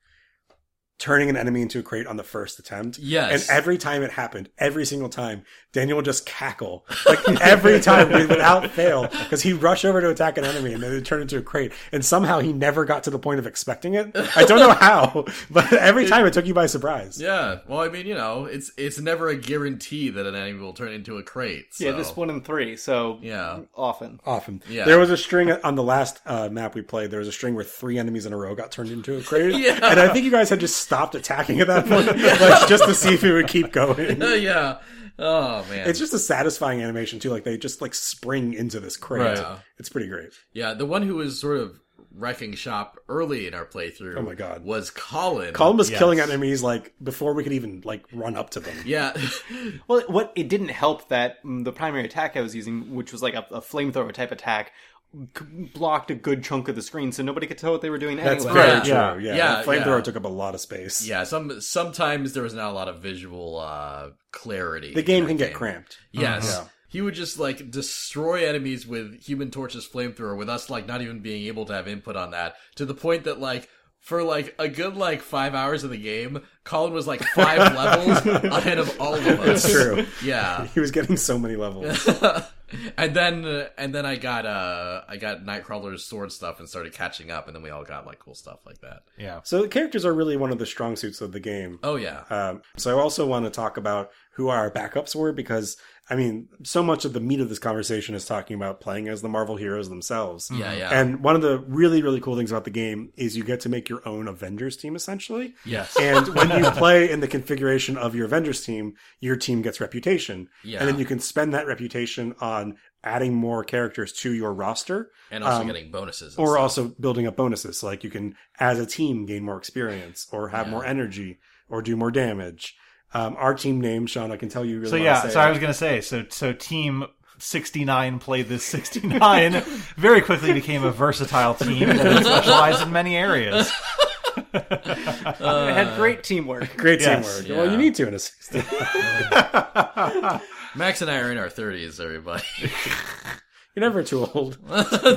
[SPEAKER 2] turning an enemy into a crate on the first attempt.
[SPEAKER 4] Yes.
[SPEAKER 2] And every time it happened, every single time, Daniel would just cackle. Like every time we- without fail. Because he'd rush over to attack an enemy and then it'd turn into a crate. And somehow he never got to the point of expecting it. I don't know how, but every time it took you by surprise.
[SPEAKER 4] Yeah. Well, I mean, you know, it's it's never a guarantee that an enemy will turn into a crate.
[SPEAKER 3] Yeah,
[SPEAKER 4] so-
[SPEAKER 3] this one in three. So
[SPEAKER 4] Yeah.
[SPEAKER 3] often.
[SPEAKER 2] Often.
[SPEAKER 4] Yeah.
[SPEAKER 2] There was a string on the last uh, map we played, there was a string where three enemies in a row got turned into a crate.
[SPEAKER 4] Yeah.
[SPEAKER 2] And I think you guys had just stopped attacking at that point, like, just to see if it would keep going.
[SPEAKER 4] yeah. Oh man.
[SPEAKER 2] It's just a satisfying animation too. Like they just like spring into this crate.
[SPEAKER 4] Right.
[SPEAKER 2] It's pretty great.
[SPEAKER 4] yeah, the one who was sort of wrecking shop early in our playthrough.
[SPEAKER 2] Oh my God.
[SPEAKER 4] Was Colin.
[SPEAKER 2] Colin was
[SPEAKER 1] Yes.
[SPEAKER 2] killing enemies like before we could even like run up to them.
[SPEAKER 4] Yeah.
[SPEAKER 3] Well, what it didn't help that mm, the primary attack I was using, which was like a, a flamethrower type attack, c- blocked a good chunk of the screen, so nobody could tell what they were doing
[SPEAKER 2] That's
[SPEAKER 3] anyway.
[SPEAKER 2] very
[SPEAKER 4] Yeah.
[SPEAKER 2] true. Yeah,
[SPEAKER 4] Yeah,
[SPEAKER 2] that flamethrower
[SPEAKER 4] yeah.
[SPEAKER 2] took up a lot of space.
[SPEAKER 4] yeah. Some sometimes there was not a lot of visual uh clarity.
[SPEAKER 2] the
[SPEAKER 4] in
[SPEAKER 2] game
[SPEAKER 4] that
[SPEAKER 2] can get cramped.
[SPEAKER 4] Yes.
[SPEAKER 2] Uh-huh. Yeah.
[SPEAKER 4] He would just like destroy enemies with Human Torch's flamethrower with us like not even being able to have input on that to the point that like for like a good like five hours of the game, Colin was like five levels ahead of all of us.
[SPEAKER 2] That's true.
[SPEAKER 4] Yeah.
[SPEAKER 2] He was getting so many levels.
[SPEAKER 4] and then uh, and then I got uh I got Nightcrawler's sword stuff and started catching up and then we all got like cool stuff like that.
[SPEAKER 1] yeah.
[SPEAKER 2] so the characters are really one of the strong suits of the game.
[SPEAKER 4] Oh yeah.
[SPEAKER 2] Um, so I also want to talk about who our backups were because I mean, so much of the meat of this conversation is talking about playing as the Marvel heroes themselves.
[SPEAKER 4] Yeah, yeah.
[SPEAKER 2] And one of the really, really cool things about the game is you get to make your own Avengers team essentially.
[SPEAKER 4] yes.
[SPEAKER 2] And when you play in the configuration of your Avengers team, your team gets reputation.
[SPEAKER 4] Yeah.
[SPEAKER 2] And then you can spend that reputation on adding more characters to your roster
[SPEAKER 4] And also
[SPEAKER 2] um,
[SPEAKER 4] getting bonuses. and
[SPEAKER 2] or
[SPEAKER 4] stuff.
[SPEAKER 2] also building up bonuses. So, Like you can, as a team, gain more experience or have
[SPEAKER 4] Yeah.
[SPEAKER 2] more energy or do more damage. Um, our team name, Sean, I can tell you really
[SPEAKER 1] So
[SPEAKER 2] wanna
[SPEAKER 1] yeah,
[SPEAKER 2] say
[SPEAKER 1] so I
[SPEAKER 2] it.
[SPEAKER 1] was gonna say, so so team sixty nine played this sixty nine very quickly became a versatile team that specialized in many areas.
[SPEAKER 3] it had great teamwork.
[SPEAKER 2] Great
[SPEAKER 1] Yes.
[SPEAKER 2] teamwork. Well,
[SPEAKER 4] Yeah.
[SPEAKER 2] you need to in a 60.
[SPEAKER 4] Max and I are in our thirties, everybody.
[SPEAKER 2] You're never too old.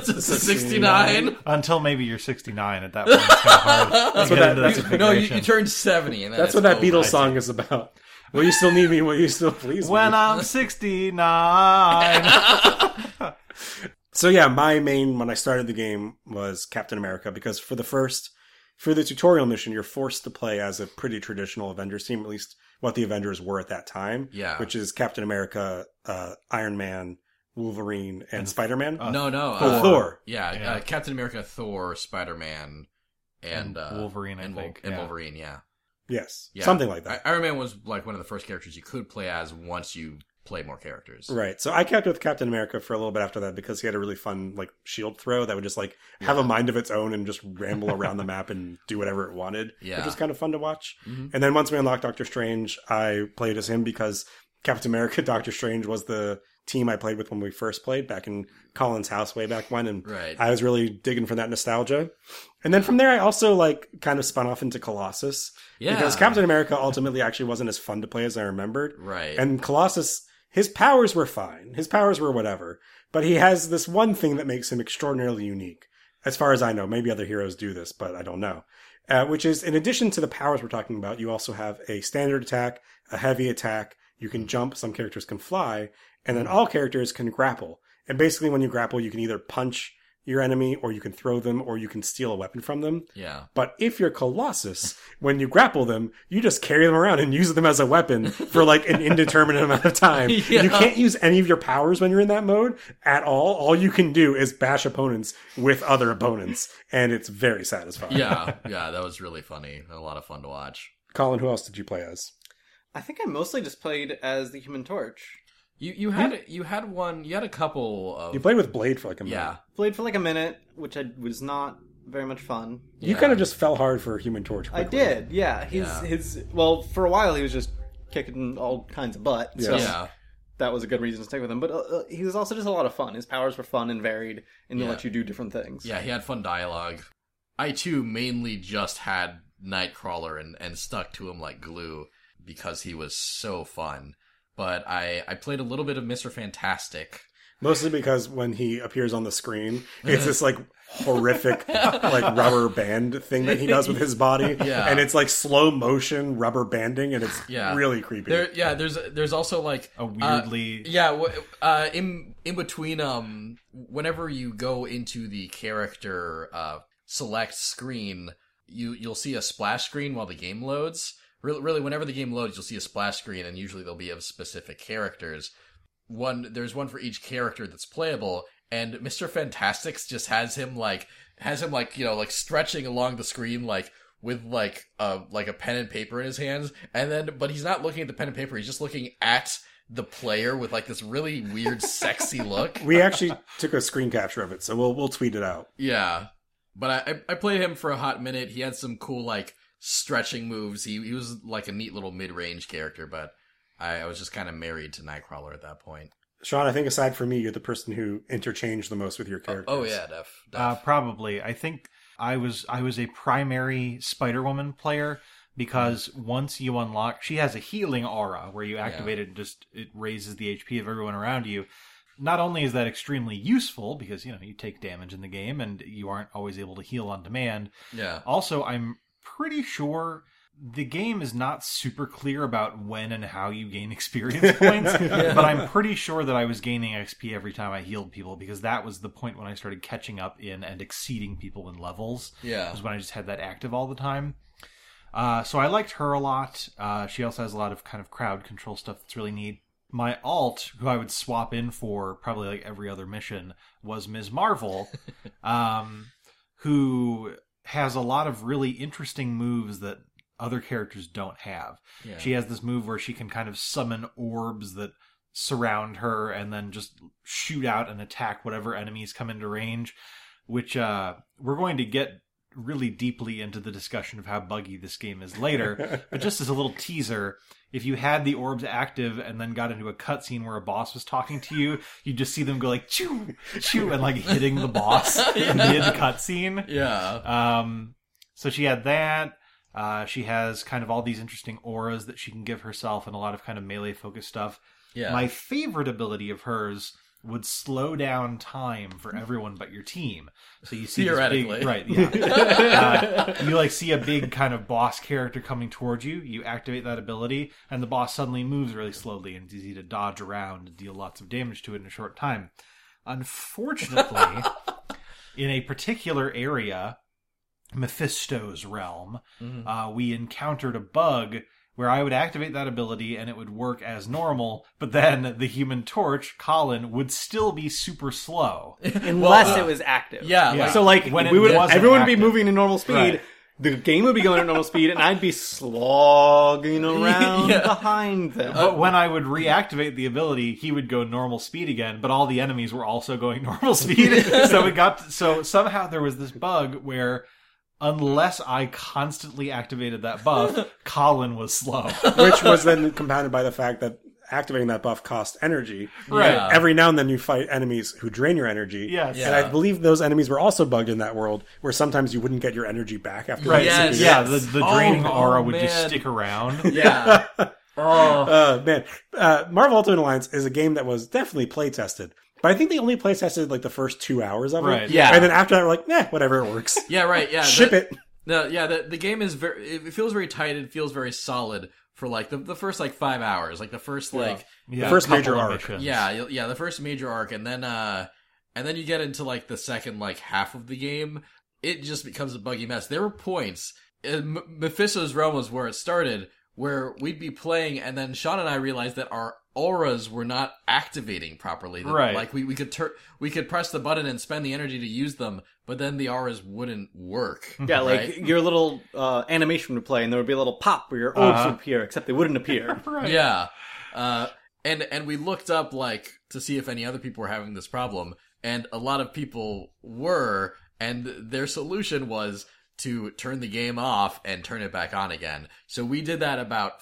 [SPEAKER 4] Sixty nine.
[SPEAKER 1] Until maybe you're sixty nine at that point. It's kinda hard that's
[SPEAKER 2] what that- that's-
[SPEAKER 4] No, you, you turned 70. And then
[SPEAKER 2] That's
[SPEAKER 4] it's
[SPEAKER 2] what that
[SPEAKER 4] over.
[SPEAKER 2] Beatles song is about. Will you still need me? Will you still please me?
[SPEAKER 1] when I'm sixty nine.
[SPEAKER 2] So yeah, my main when I started the game was Captain America because for the first for the tutorial mission, you're forced to play as a pretty traditional Avengers team, at least what the Avengers were at that time.
[SPEAKER 4] Yeah.
[SPEAKER 2] Which is Captain America, uh, Iron Man, Wolverine, and, Spider Man.
[SPEAKER 4] No, no.
[SPEAKER 2] Thor.
[SPEAKER 4] uh,
[SPEAKER 2] Thor.
[SPEAKER 4] Yeah,
[SPEAKER 1] Yeah.
[SPEAKER 4] Uh, Captain America, Thor, Spider Man, and,
[SPEAKER 1] And
[SPEAKER 4] uh,
[SPEAKER 1] Wolverine, I
[SPEAKER 4] and
[SPEAKER 1] think,
[SPEAKER 4] And
[SPEAKER 1] yeah.
[SPEAKER 4] Wolverine, yeah.
[SPEAKER 2] Yes.
[SPEAKER 4] yeah.
[SPEAKER 2] Something like that.
[SPEAKER 4] I- Iron Man was like one of the first characters you could play as once you play more characters.
[SPEAKER 2] Right. So I kept with Captain America for a little bit after that because he had a really fun like shield throw that would just like have a mind of its own and just ramble around the map and do whatever it wanted.
[SPEAKER 4] Yeah.
[SPEAKER 2] Which was kind of fun to watch.
[SPEAKER 4] Mhm.
[SPEAKER 2] And then once we unlocked Doctor Strange, I played as him because Captain America Doctor Strange was the team I played with when we first played back in Colin's house way back when and
[SPEAKER 4] Right.
[SPEAKER 2] I was really digging for that nostalgia. And then from there I also like kind of spun off into Colossus.
[SPEAKER 4] Yeah.
[SPEAKER 2] Because Captain America ultimately actually wasn't as fun to play as I remembered.
[SPEAKER 4] Right.
[SPEAKER 2] And Colossus, his powers were fine. His powers were whatever. But he has this one thing that makes him extraordinarily unique. As far as I know, maybe other heroes do this, but I don't know. Uh, which is, in addition to the powers we're talking about, you also have a standard attack, a heavy attack. You can jump. Some characters can fly, and then all characters can grapple. And basically, when you grapple, you can either punch your enemy, or you can throw them, or you can steal a weapon from them.
[SPEAKER 4] yeah.
[SPEAKER 2] But if you're Colossus, when you grapple them, you just carry them around and use them as a weapon for like an indeterminate amount of time.
[SPEAKER 4] Yeah.
[SPEAKER 2] You can't use any of your powers when you're in that mode at all. All you can do is bash opponents with other opponents, and it's very satisfying.
[SPEAKER 4] Yeah. Yeah. That was really funny. A lot of fun to watch.
[SPEAKER 2] Colin, who else did you play as?
[SPEAKER 3] I think I mostly just played as the Human Torch.
[SPEAKER 4] You you had you had one. You had a couple of
[SPEAKER 2] You played with Blade for like a minute.
[SPEAKER 4] yeah.
[SPEAKER 3] Played for like a minute, which I, was not very much fun.
[SPEAKER 2] You
[SPEAKER 4] Yeah.
[SPEAKER 2] kind of just fell hard for Human Torch.
[SPEAKER 3] I
[SPEAKER 2] quickly.
[SPEAKER 3] did, yeah. His
[SPEAKER 4] Yeah.
[SPEAKER 3] his well, for a while he was just kicking all kinds of butt. So
[SPEAKER 4] yeah
[SPEAKER 3] that was a good reason to stick with him. But uh, uh, he was also just a lot of fun. His powers were fun and varied, and they
[SPEAKER 4] Yeah.
[SPEAKER 3] let you do different things.
[SPEAKER 4] yeah. He had fun dialogue. I too mainly just had Nightcrawler and and stuck to him like glue because he was so fun. But I I played a little bit of Mister Fantastic.
[SPEAKER 2] Mostly because when he appears on the screen, it's this like horrific like rubber band thing that he does with his body.
[SPEAKER 4] Yeah.
[SPEAKER 2] And it's like slow motion rubber banding and it's
[SPEAKER 4] Yeah.
[SPEAKER 2] really creepy.
[SPEAKER 4] There yeah. There's there's also like uh,
[SPEAKER 1] A weirdly
[SPEAKER 4] Yeah, w- uh, in in between, um, whenever you go into the character uh, select screen, you you'll see a splash screen while the game loads. Really, really, whenever the game loads, you'll see a splash screen, and usually they'll be of specific characters. One there's one for each character that's playable, and Mister Fantastics just has him like has him like you know like stretching along the screen like with like uh like a pen and paper in his hands and then but he's not looking at the pen and paper he's just looking at the player with like this really weird sexy look
[SPEAKER 2] we actually took a screen capture of it, so we'll we'll tweet it out.
[SPEAKER 4] yeah but I, I i played him for a hot minute he had some cool like stretching moves he, he was like a neat little mid-range character but i, I was just kind of married to nightcrawler at that point
[SPEAKER 2] Sean, I think aside from me, you're the person who interchanged the most with your
[SPEAKER 4] oh,
[SPEAKER 2] characters.
[SPEAKER 4] oh yeah def, def.
[SPEAKER 1] Uh, probably. I think I was I was a primary Spider Woman player because once you unlock, she has a healing aura where you activate it and just it raises the HP of everyone around you. Not only is that extremely useful because you know you take damage in the game and you aren't always able to heal on demand.
[SPEAKER 4] yeah
[SPEAKER 1] Also, I'm pretty sure the game is not super clear about when and how you gain experience points, but I'm pretty sure that I was gaining XP every time I healed people because that was the point when I started catching up in and exceeding people in levels.
[SPEAKER 4] yeah
[SPEAKER 1] Was when I just had that active all the time. Uh, so I liked her a lot. Uh, she also has a lot of kind of crowd control stuff that's really neat. My alt, who I would swap in for probably like every other mission, was Ms. Marvel, um, who has a lot of really interesting moves that other characters don't have.
[SPEAKER 4] yeah
[SPEAKER 1] She has this move where she can kind of summon orbs that surround her and then just shoot out and attack whatever enemies come into range, which uh, we're going to get really deeply into the discussion of how buggy this game is later. but just as a little teaser, if you had the orbs active and then got into a cutscene where a boss was talking to you, you just see them go like choo choo and like hitting the boss mid cutscene.
[SPEAKER 4] yeah
[SPEAKER 1] Um, so she had that. Uh, she has kind of all these interesting auras that she can give herself and a lot of kind of melee focused stuff.
[SPEAKER 4] yeah
[SPEAKER 1] My favorite ability of hers would slow down time for everyone but your team. So you see this big-
[SPEAKER 4] Theoretically.
[SPEAKER 1] right? Yeah. uh, you like see a big kind of boss character coming towards you. You activate that ability, and the boss suddenly moves really slowly and it's easy to dodge around and deal lots of damage to it in a short time. Unfortunately, in a particular area, Mephisto's realm,
[SPEAKER 3] Mm-hmm.
[SPEAKER 4] Mhm.
[SPEAKER 1] uh, we encountered a bug where I would activate that ability and it would work as normal, but then the human torch, Colin, would still be super slow.
[SPEAKER 3] Unless
[SPEAKER 4] Well, uh,
[SPEAKER 3] it was active.
[SPEAKER 4] yeah,
[SPEAKER 1] Yeah.
[SPEAKER 4] like-
[SPEAKER 3] So like
[SPEAKER 1] When
[SPEAKER 3] we
[SPEAKER 1] it
[SPEAKER 3] would
[SPEAKER 1] wasn't
[SPEAKER 3] everyone would
[SPEAKER 1] active.
[SPEAKER 3] be moving at normal speed.
[SPEAKER 1] Right.
[SPEAKER 3] The game would be going at normal speed, and I'd be slogging around
[SPEAKER 4] Yeah.
[SPEAKER 3] behind them.
[SPEAKER 1] But when I would reactivate the ability, he would go normal speed again, but all the enemies were also going normal speed. so it got so somehow there was this bug where unless I constantly activated that buff, Colin was slow.
[SPEAKER 2] Which was then compounded by the fact that activating that buff cost energy.
[SPEAKER 1] Right.
[SPEAKER 4] Yeah.
[SPEAKER 2] Every now and then you fight enemies who drain your energy.
[SPEAKER 1] Yes.
[SPEAKER 4] Uh, Yeah.
[SPEAKER 2] And I believe those enemies were also bugged in that world where sometimes you wouldn't get your energy back after
[SPEAKER 1] Right.
[SPEAKER 4] Yes.
[SPEAKER 1] Yeah,
[SPEAKER 4] Yes.
[SPEAKER 1] the, the
[SPEAKER 4] Oh,
[SPEAKER 1] draining aura
[SPEAKER 4] oh,
[SPEAKER 1] would just
[SPEAKER 4] man.
[SPEAKER 1] stick around.
[SPEAKER 4] yeah oh
[SPEAKER 2] Uh, man, uh, Marvel Ultimate Alliance is a game that was definitely play tested, but I think they only play tested like the first two hours of
[SPEAKER 1] Right.
[SPEAKER 2] it.
[SPEAKER 4] Yeah.
[SPEAKER 2] and then after that, we're like, nah, whatever, it works.
[SPEAKER 4] yeah right yeah
[SPEAKER 2] Ship
[SPEAKER 4] the-
[SPEAKER 2] it.
[SPEAKER 4] No, yeah, the the game is very. It feels very tight. It feels very solid for like the the first like five hours, like the first like
[SPEAKER 1] Yeah,
[SPEAKER 2] first
[SPEAKER 1] couple
[SPEAKER 2] major
[SPEAKER 1] of
[SPEAKER 2] arc.
[SPEAKER 1] missions.
[SPEAKER 4] yeah yeah, the first major arc, and then uh and then you get into like the second like half of the game. It just becomes a buggy mess. There were points. In M- Mephisto's realm was where it started, where we'd be playing, and then Sean and I realized that our auras were not activating properly. That,
[SPEAKER 1] Right.
[SPEAKER 4] like we we could tur- we could press the button and spend the energy to use them, but then the auras wouldn't work.
[SPEAKER 3] yeah, like
[SPEAKER 4] right.
[SPEAKER 3] your little uh, animation would play, and there would be a little pop where your orbs
[SPEAKER 1] Uh-huh.
[SPEAKER 3] would appear, except they wouldn't appear.
[SPEAKER 1] Right.
[SPEAKER 4] Yeah. Uh, and and we looked up like to see if any other people were having this problem and a lot of people were and their solution was to turn the game off and turn it back on again so we did that about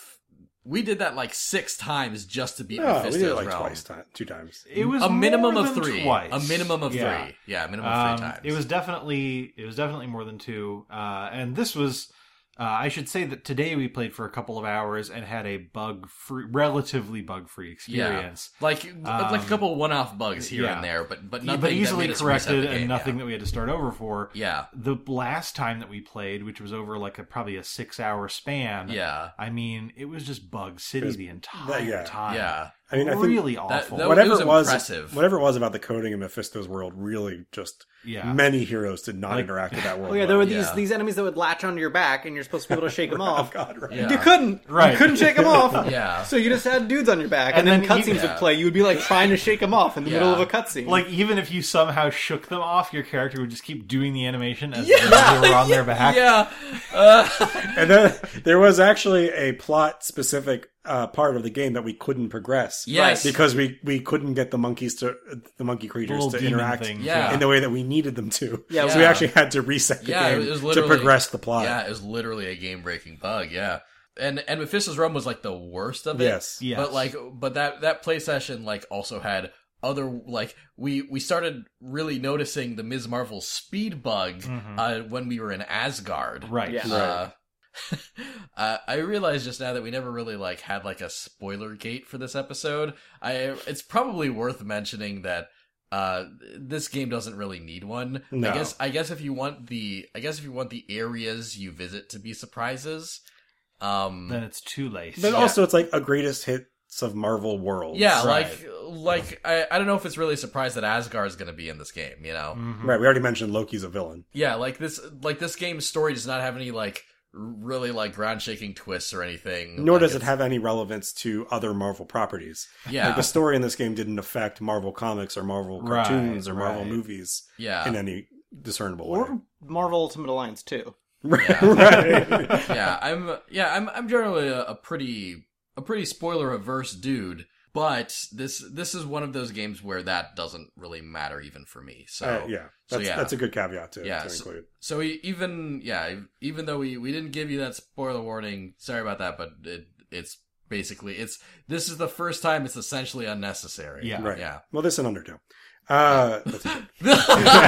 [SPEAKER 4] we did that like six times just to beat
[SPEAKER 2] No, Oh, we
[SPEAKER 4] Mephisto's
[SPEAKER 2] did it like
[SPEAKER 4] realm.
[SPEAKER 2] twice, ti- two times.
[SPEAKER 1] It was
[SPEAKER 4] a minimum
[SPEAKER 1] more
[SPEAKER 4] of
[SPEAKER 1] than
[SPEAKER 4] three
[SPEAKER 1] Twice.
[SPEAKER 4] a minimum of
[SPEAKER 1] Yeah.
[SPEAKER 4] three yeah a minimum of
[SPEAKER 1] Um,
[SPEAKER 4] three times
[SPEAKER 1] it was definitely it was definitely more than two. Uh, and this was uh, I should say that today we played for a couple of hours and had a bug free, relatively bug free experience.
[SPEAKER 4] like like a couple one-off bugs
[SPEAKER 1] um,
[SPEAKER 4] here
[SPEAKER 1] yeah.
[SPEAKER 4] and there but but
[SPEAKER 1] E-
[SPEAKER 4] nothing
[SPEAKER 1] but
[SPEAKER 4] that
[SPEAKER 1] easily
[SPEAKER 4] made us reset
[SPEAKER 1] corrected
[SPEAKER 4] the game,
[SPEAKER 1] and nothing
[SPEAKER 4] yeah.
[SPEAKER 1] that we had to start over for.
[SPEAKER 4] yeah
[SPEAKER 1] The last time that we played, which was over like a probably a six hour span.
[SPEAKER 4] yeah
[SPEAKER 1] I mean, it was just Bug City
[SPEAKER 2] was-
[SPEAKER 1] the entire
[SPEAKER 2] that- yeah.
[SPEAKER 1] time.
[SPEAKER 4] yeah
[SPEAKER 2] I mean, I think
[SPEAKER 1] really awful.
[SPEAKER 4] that-
[SPEAKER 2] whatever
[SPEAKER 4] was
[SPEAKER 2] it was,
[SPEAKER 4] impressive.
[SPEAKER 2] whatever it was about the coding in Mephisto's world, really just
[SPEAKER 1] yeah.
[SPEAKER 2] many heroes did not
[SPEAKER 1] Like-
[SPEAKER 2] interact with that world.
[SPEAKER 3] Oh yeah, there were
[SPEAKER 2] well.
[SPEAKER 4] Yeah.
[SPEAKER 3] these these enemies that would latch onto your back, and you're supposed to be able to shake them
[SPEAKER 2] Oh
[SPEAKER 3] off.
[SPEAKER 2] God, right?
[SPEAKER 4] Yeah.
[SPEAKER 3] You couldn't.
[SPEAKER 1] Right.
[SPEAKER 3] You couldn't shake them off.
[SPEAKER 4] Yeah.
[SPEAKER 3] So you just had dudes on your back,
[SPEAKER 1] And
[SPEAKER 3] and,
[SPEAKER 1] then
[SPEAKER 3] then,
[SPEAKER 1] you-
[SPEAKER 3] cutscenes
[SPEAKER 4] yeah.
[SPEAKER 3] would play. You would be like trying to shake them off in the
[SPEAKER 4] Yeah.
[SPEAKER 3] middle of a cutscene.
[SPEAKER 1] Like even if you somehow shook them off, your character would just keep doing the animation as
[SPEAKER 4] Yeah.
[SPEAKER 1] they were on their back.
[SPEAKER 4] yeah uh,
[SPEAKER 2] And then there was actually a plot specific uh, part of the game that we couldn't progress.
[SPEAKER 4] Yes.
[SPEAKER 2] because we we couldn't get the monkeys to the monkey creatures
[SPEAKER 1] Little
[SPEAKER 2] to
[SPEAKER 1] demon
[SPEAKER 2] interact
[SPEAKER 1] things,
[SPEAKER 4] yeah.
[SPEAKER 2] in the way that we needed them to.
[SPEAKER 3] Yeah,
[SPEAKER 2] so we
[SPEAKER 4] yeah.
[SPEAKER 2] actually had to reset the
[SPEAKER 4] Yeah, it
[SPEAKER 2] game
[SPEAKER 4] was
[SPEAKER 2] to
[SPEAKER 4] literally-
[SPEAKER 2] progress the plot.
[SPEAKER 4] yeah it was literally a game-breaking bug yeah and and Mephisto's Realm was like the worst of it
[SPEAKER 2] Yes.
[SPEAKER 1] Yes.
[SPEAKER 4] But like, but that that play session like also had other like we we started really noticing the Ms. Marvel speed bug
[SPEAKER 1] Mhm.
[SPEAKER 4] uh, when we were in Asgard.
[SPEAKER 1] right.
[SPEAKER 3] Yeah.
[SPEAKER 4] Uh, uh, I realized just now that we never really like had like a spoiler gate for this episode. I it's probably worth mentioning that uh this game doesn't really need one.
[SPEAKER 2] No.
[SPEAKER 4] I guess I guess if you want the I guess if you want the areas you visit to be surprises, um
[SPEAKER 1] Then it's too late.
[SPEAKER 2] But
[SPEAKER 4] Yeah.
[SPEAKER 2] also, it's like a greatest hits of Marvel worlds.
[SPEAKER 4] Yeah,
[SPEAKER 2] Oh, right.
[SPEAKER 4] like like I, I don't know if it's really a surprise that Asgard's going to be in this game, you know.
[SPEAKER 1] Mhm.
[SPEAKER 2] right. We already mentioned Loki's a villain.
[SPEAKER 4] Yeah, like this like this game's story does not have any like really like ground-shaking twists or anything.
[SPEAKER 2] Nor
[SPEAKER 4] Like,
[SPEAKER 2] does it
[SPEAKER 4] it's-
[SPEAKER 2] have any relevance to other Marvel properties. Like
[SPEAKER 4] Yeah.
[SPEAKER 2] the story in this game didn't affect Marvel comics or Marvel
[SPEAKER 1] Right,
[SPEAKER 2] cartoons or Marvel
[SPEAKER 1] right.
[SPEAKER 2] movies in
[SPEAKER 4] Yeah.
[SPEAKER 2] any discernible way.
[SPEAKER 3] or Marvel Ultimate Alliance too.
[SPEAKER 2] Right.
[SPEAKER 4] Yeah. I'm yeah, I'm I'm generally a, a pretty a pretty spoiler averse dude, but this this is one of those games where that doesn't really matter even for me. So
[SPEAKER 2] Uh, yeah, that's,
[SPEAKER 4] so yeah.
[SPEAKER 2] that's a good caveat to,
[SPEAKER 4] Yeah,
[SPEAKER 2] to
[SPEAKER 4] so-
[SPEAKER 2] include.
[SPEAKER 4] So e even yeah, even though we we didn't give you that spoiler warning, sorry about that, but it it's basically it's this is the first time it's essentially unnecessary.
[SPEAKER 1] Yeah.
[SPEAKER 2] Right.
[SPEAKER 4] Yeah.
[SPEAKER 2] Well, this and Undertale. Uh, that's it.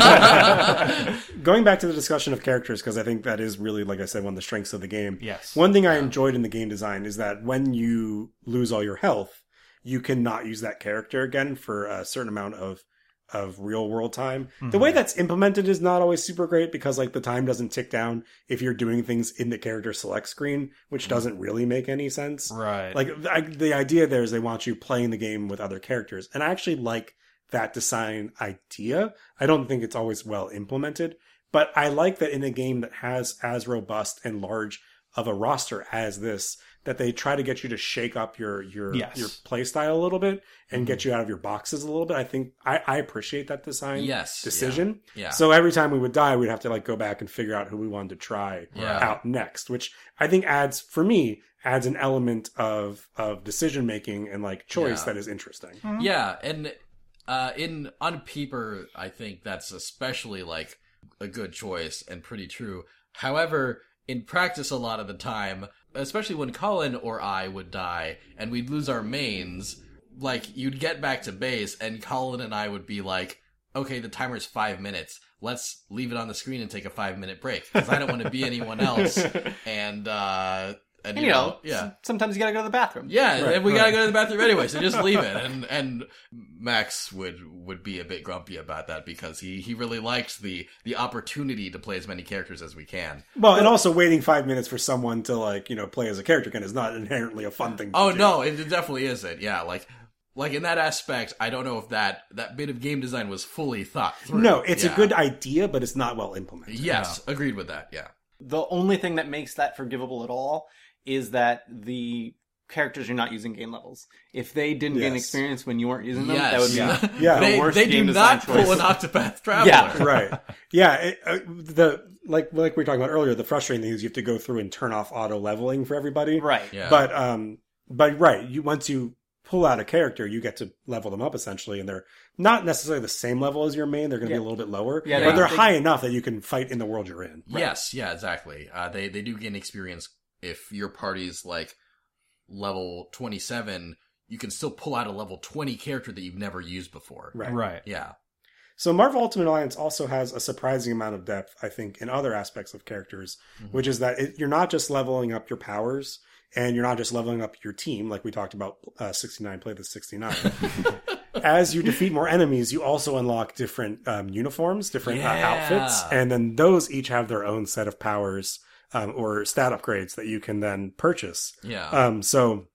[SPEAKER 2] going back to the discussion of characters, because I think that is really, like I said, one of the strengths of the game.
[SPEAKER 1] Yes.
[SPEAKER 2] One thing I enjoyed in the game design is that when you lose all your health, you cannot use that character again for a certain amount of of real world time. The
[SPEAKER 4] Mm-hmm.
[SPEAKER 2] way that's implemented is not always super great because like the time doesn't tick down if you're doing things in the character select screen,
[SPEAKER 4] Mm-hmm.
[SPEAKER 2] which doesn't really make any sense.
[SPEAKER 1] Right.
[SPEAKER 2] Like I, the idea there is they want you playing the game with other characters, and I actually like that design idea. I don't think it's always well implemented, but I like that in a game that has as robust and large of a roster as this, that they try to get you to shake up your your
[SPEAKER 1] Yes.
[SPEAKER 2] your play style a little bit and get you out of your boxes a little bit. I think I, I appreciate that design
[SPEAKER 4] yes.
[SPEAKER 2] decision.
[SPEAKER 4] Yeah. yeah.
[SPEAKER 2] So every time we would die, we'd have to like go back and figure out who we wanted to try
[SPEAKER 4] Yeah.
[SPEAKER 2] out next, which I think adds for me adds an element of of decision making and like choice
[SPEAKER 4] Yeah.
[SPEAKER 2] that is interesting.
[SPEAKER 4] Yeah, and uh, in on paper, I think that's especially like a good choice and pretty true. However, in practice, a lot of the time, especially when Colin or I would die and we'd lose our mains, like you'd get back to base, and Colin and I would be like, "Okay, the timer's five minutes. Let's leave it on the screen and take a five minute break because I don't want to be anyone else." And uh, and,
[SPEAKER 3] And you know,
[SPEAKER 4] yeah.
[SPEAKER 3] s- sometimes you gotta go to the bathroom.
[SPEAKER 4] Yeah,
[SPEAKER 2] Right,
[SPEAKER 4] and we
[SPEAKER 2] right.
[SPEAKER 4] gotta go to the bathroom anyway, so just leave it. And and Max would would be a bit grumpy about that because he he really likes the the opportunity to play as many characters as we can.
[SPEAKER 2] Well, and also waiting five minutes for someone to like you know play as a character again is not inherently a fun thing. To
[SPEAKER 4] Oh
[SPEAKER 2] do.
[SPEAKER 4] no, it definitely isn't. Yeah, like like in that aspect, I don't know if that that bit of game design was fully thought through.
[SPEAKER 2] no, it's
[SPEAKER 4] Yeah.
[SPEAKER 2] a good idea, but it's not well implemented.
[SPEAKER 4] Yes, agreed with that. Yeah.
[SPEAKER 3] The only thing that makes that forgivable at all is that the characters are not using game levels. If they didn't gain
[SPEAKER 2] Yes.
[SPEAKER 3] experience when you weren't using them, that would
[SPEAKER 4] Yes.
[SPEAKER 3] be
[SPEAKER 2] Yeah.
[SPEAKER 4] yeah.
[SPEAKER 2] Yeah.
[SPEAKER 4] They,
[SPEAKER 3] The worst
[SPEAKER 4] they do
[SPEAKER 3] game design
[SPEAKER 4] not pull
[SPEAKER 3] choice.
[SPEAKER 4] an Octopath Traveler.
[SPEAKER 2] right. Yeah, it, uh, the like like we were talking about earlier, the frustrating thing is you have to go through and turn off auto leveling for everybody.
[SPEAKER 3] right.
[SPEAKER 4] Yeah.
[SPEAKER 2] But um, but right, you once you pull out a character, you get to level them up essentially, and they're not necessarily the same level as your main. They're going to
[SPEAKER 3] Yeah.
[SPEAKER 2] be a little bit lower,
[SPEAKER 3] Yeah,
[SPEAKER 4] they-
[SPEAKER 2] but they're
[SPEAKER 3] they-
[SPEAKER 2] high enough that you can fight in the world you're in.
[SPEAKER 4] Yes, yeah, exactly. Uh, they they do gain experience if your party's like level twenty seven. You can still pull out a level twenty character that you've never used before.
[SPEAKER 2] Right.
[SPEAKER 1] Right.
[SPEAKER 4] Yeah,
[SPEAKER 2] So Marvel Ultimate Alliance also has a surprising amount of depth, I think, in other aspects of characters,
[SPEAKER 4] Mhm.
[SPEAKER 2] which is that it, you're not just leveling up your powers and you're not just leveling up your team, like we talked about uh, 69, play the 69. As you defeat more enemies, you also unlock different um, uniforms, different
[SPEAKER 4] Yeah.
[SPEAKER 2] uh, outfits, and then those each have their own set of powers um, or stat upgrades that you can then purchase.
[SPEAKER 4] yeah.
[SPEAKER 2] Um, so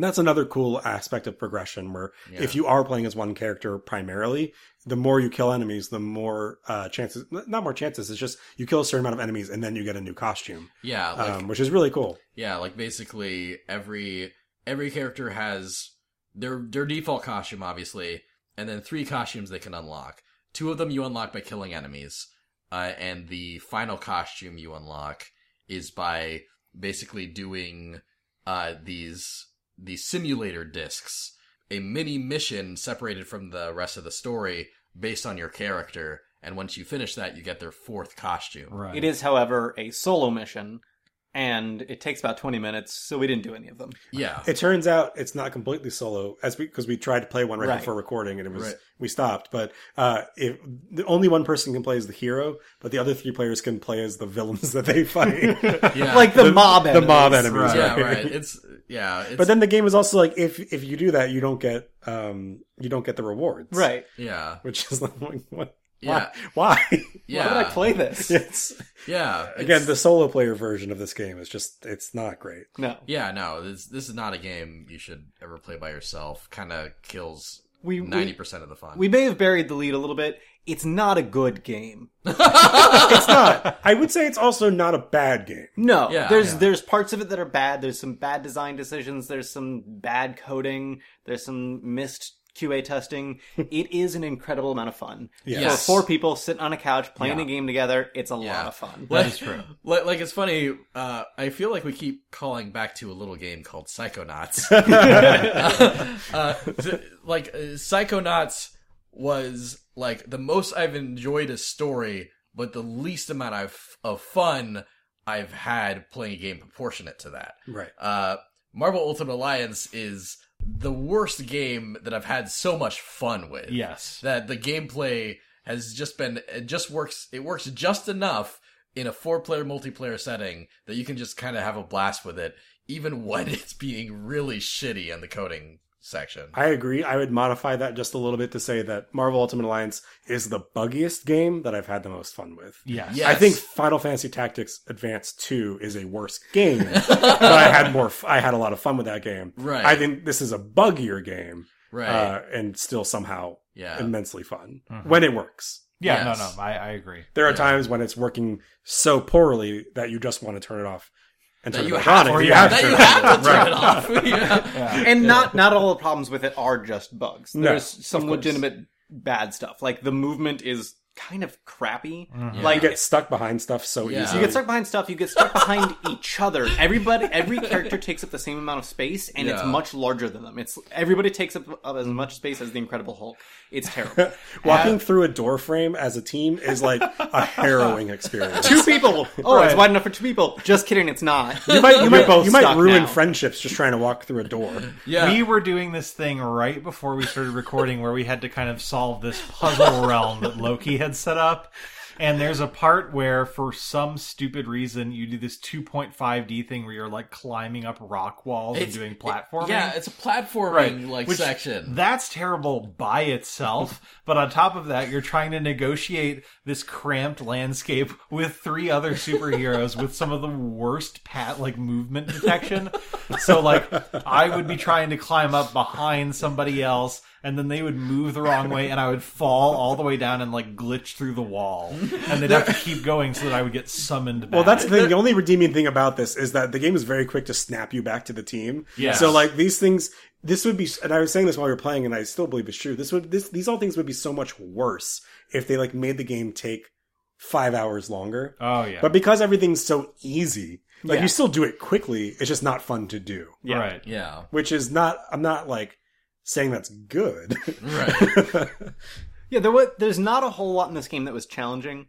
[SPEAKER 2] that's another cool aspect of progression where
[SPEAKER 4] yeah.
[SPEAKER 2] if you are playing as one character primarily, the more you kill enemies, the more uh, chances, not more chances, it's just you kill a certain amount of enemies and then you get a new costume,
[SPEAKER 4] yeah, like
[SPEAKER 2] um, which is really cool.
[SPEAKER 4] Yeah, like basically every every character has their their default costume, obviously, and then three costumes they can unlock. Two of them you unlock by killing enemies, uh, and the final costume you unlock is by basically doing uh, these these simulator discs, a mini mission separated from the rest of the story based on your character. And once you finish that, you get their fourth costume.
[SPEAKER 1] Right.
[SPEAKER 3] It is, however, a solo mission, and it takes about 20 minutes, so we didn't do any of them.
[SPEAKER 4] Yeah,
[SPEAKER 2] It turns out it's not completely solo, as because we, tried to play one right,
[SPEAKER 3] Right.
[SPEAKER 2] before recording and it was
[SPEAKER 4] Right.
[SPEAKER 2] we stopped. But uh, if the only one person can play as the hero, but the other three players can play as the villains that they fight,
[SPEAKER 4] yeah,
[SPEAKER 3] Like the, mob
[SPEAKER 2] the
[SPEAKER 3] enemies.
[SPEAKER 2] mob enemies.
[SPEAKER 1] Right.
[SPEAKER 4] yeah, right. It's yeah, it's,
[SPEAKER 2] But then the game is also like if if you do that, you don't get um you don't get the rewards,
[SPEAKER 3] Right.
[SPEAKER 4] yeah,
[SPEAKER 2] Which is like what.
[SPEAKER 4] yeah,
[SPEAKER 2] Why? Why?
[SPEAKER 4] yeah,
[SPEAKER 3] Why would I play this?
[SPEAKER 2] it's
[SPEAKER 4] yeah.
[SPEAKER 2] again
[SPEAKER 4] it's-
[SPEAKER 2] the solo player version of this game is just it's not great
[SPEAKER 3] No.
[SPEAKER 4] yeah, no, this this is not a game you should ever play by yourself. Kind of kills
[SPEAKER 3] We,
[SPEAKER 4] ninety
[SPEAKER 3] we,
[SPEAKER 4] percent of the fun.
[SPEAKER 3] we may have buried the lead a little bit. It's not a good game.
[SPEAKER 2] it's not i would say it's also not a bad game
[SPEAKER 3] No,
[SPEAKER 4] Yeah.
[SPEAKER 3] there's
[SPEAKER 4] Yeah.
[SPEAKER 3] there's parts of it that are bad. There's some bad design decisions. There's some bad coding. There's some missed QA testing. it is an incredible amount of fun.
[SPEAKER 4] Yes.
[SPEAKER 3] For four people sitting on a couch playing
[SPEAKER 4] Yeah.
[SPEAKER 3] a game together, it's a
[SPEAKER 4] Yeah.
[SPEAKER 3] lot of fun.
[SPEAKER 1] That is true.
[SPEAKER 4] Like, like it's funny. Uh, I feel like we keep calling back to a little game called Psychonauts. uh, th- like uh, Psychonauts was like the most I've enjoyed a story, but the least amount I've of fun I've had playing a game proportionate to that.
[SPEAKER 2] right
[SPEAKER 4] Uh, Marvel Ultimate Alliance is the worst game that I've had so much fun with.
[SPEAKER 1] Yes.
[SPEAKER 4] That the gameplay has just been, it just works, it works just enough in a four player multiplayer setting that you can just kind of have a blast with it, even when it's being really shitty in the coding section.
[SPEAKER 2] i agree i would modify that just a little bit to say that marvel ultimate alliance is the buggiest game that i've had the most fun with
[SPEAKER 1] Yes.
[SPEAKER 4] Yeah.
[SPEAKER 2] I think Final Fantasy Tactics Advance 2 is a worse game, but I had more f- I had a lot of fun with that game.
[SPEAKER 4] Right.
[SPEAKER 2] I think this is a buggier game
[SPEAKER 4] right.
[SPEAKER 2] uh, and still somehow
[SPEAKER 4] yeah.
[SPEAKER 2] immensely fun
[SPEAKER 1] Mhm.
[SPEAKER 2] when it works.
[SPEAKER 1] Yeah.
[SPEAKER 4] Yes.
[SPEAKER 1] No. No. I, I agree.
[SPEAKER 2] There are
[SPEAKER 4] Yeah.
[SPEAKER 2] times when it's working so poorly that you just want to turn it off and
[SPEAKER 4] That
[SPEAKER 2] turn
[SPEAKER 4] you
[SPEAKER 2] it back
[SPEAKER 4] have
[SPEAKER 2] on.
[SPEAKER 1] to-
[SPEAKER 2] if
[SPEAKER 1] yeah,
[SPEAKER 2] have
[SPEAKER 4] that
[SPEAKER 2] to
[SPEAKER 4] you
[SPEAKER 2] turn it
[SPEAKER 4] have
[SPEAKER 2] off.
[SPEAKER 4] to turn
[SPEAKER 2] Right.
[SPEAKER 4] it off. yeah.
[SPEAKER 1] Yeah.
[SPEAKER 3] and not not all the problems with it are just bugs.
[SPEAKER 2] No,
[SPEAKER 3] There's
[SPEAKER 2] of
[SPEAKER 3] some
[SPEAKER 2] course.
[SPEAKER 3] legitimate bad stuff. Like the movement is kind of crappy.
[SPEAKER 1] Mhm.
[SPEAKER 2] You
[SPEAKER 3] Like
[SPEAKER 2] get stuck behind stuff so
[SPEAKER 4] Yeah.
[SPEAKER 2] easily.
[SPEAKER 3] you get stuck behind stuff. You get stuck behind each other. Everybody, every character takes up the same amount of space, and it's
[SPEAKER 4] Yeah.
[SPEAKER 3] much larger than them. It's everybody takes up, up as much space as the Incredible Hulk. It's terrible.
[SPEAKER 2] Walking through a door frame as a team is like a harrowing experience.
[SPEAKER 3] two people. Oh, it's
[SPEAKER 1] Right.
[SPEAKER 3] wide enough for two people. Just kidding. It's not.
[SPEAKER 2] You might, you
[SPEAKER 3] You're
[SPEAKER 2] might,
[SPEAKER 3] both
[SPEAKER 2] you might
[SPEAKER 3] stuck
[SPEAKER 2] ruin
[SPEAKER 3] now.
[SPEAKER 2] friendships just trying to walk through a door.
[SPEAKER 4] Yeah.
[SPEAKER 1] We were doing this thing right before we started recording where we had to kind of solve this puzzle realm that Loki had set up. And there's a part where, for some stupid reason, you do this 2.5D thing where you're like climbing up rock walls and
[SPEAKER 4] It's-
[SPEAKER 1] doing platforming.
[SPEAKER 4] Yeah, it's a platforming
[SPEAKER 1] Right,
[SPEAKER 4] like
[SPEAKER 1] which-
[SPEAKER 4] section.
[SPEAKER 1] That's terrible by itself, but on top of that, you're trying to negotiate this cramped landscape with three other superheroes with some of the worst pat like movement detection. So like I would be trying to climb up behind somebody else and then they would move the wrong way and I would fall all the way down and like glitch through the wall. And they'd have to keep going so that I would get summoned back.
[SPEAKER 2] Well, that's the thing. The only redeeming thing about this is that the game is very quick to snap you back to the team.
[SPEAKER 1] Yes.
[SPEAKER 2] So like these things, this would be, and I was saying this while we were playing, and I still believe it's true. This would, this, these all things would be so much worse if they like made the game take five hours longer.
[SPEAKER 1] Oh yeah.
[SPEAKER 2] But because everything's so easy, like
[SPEAKER 3] Yeah.
[SPEAKER 2] you still do it quickly. It's just not fun to do,
[SPEAKER 3] Yeah.
[SPEAKER 1] Right.
[SPEAKER 4] Yeah.
[SPEAKER 2] which is not. I'm not like saying that's good.
[SPEAKER 4] Right.
[SPEAKER 3] Yeah, there was, there's not a whole lot in this game that was challenging.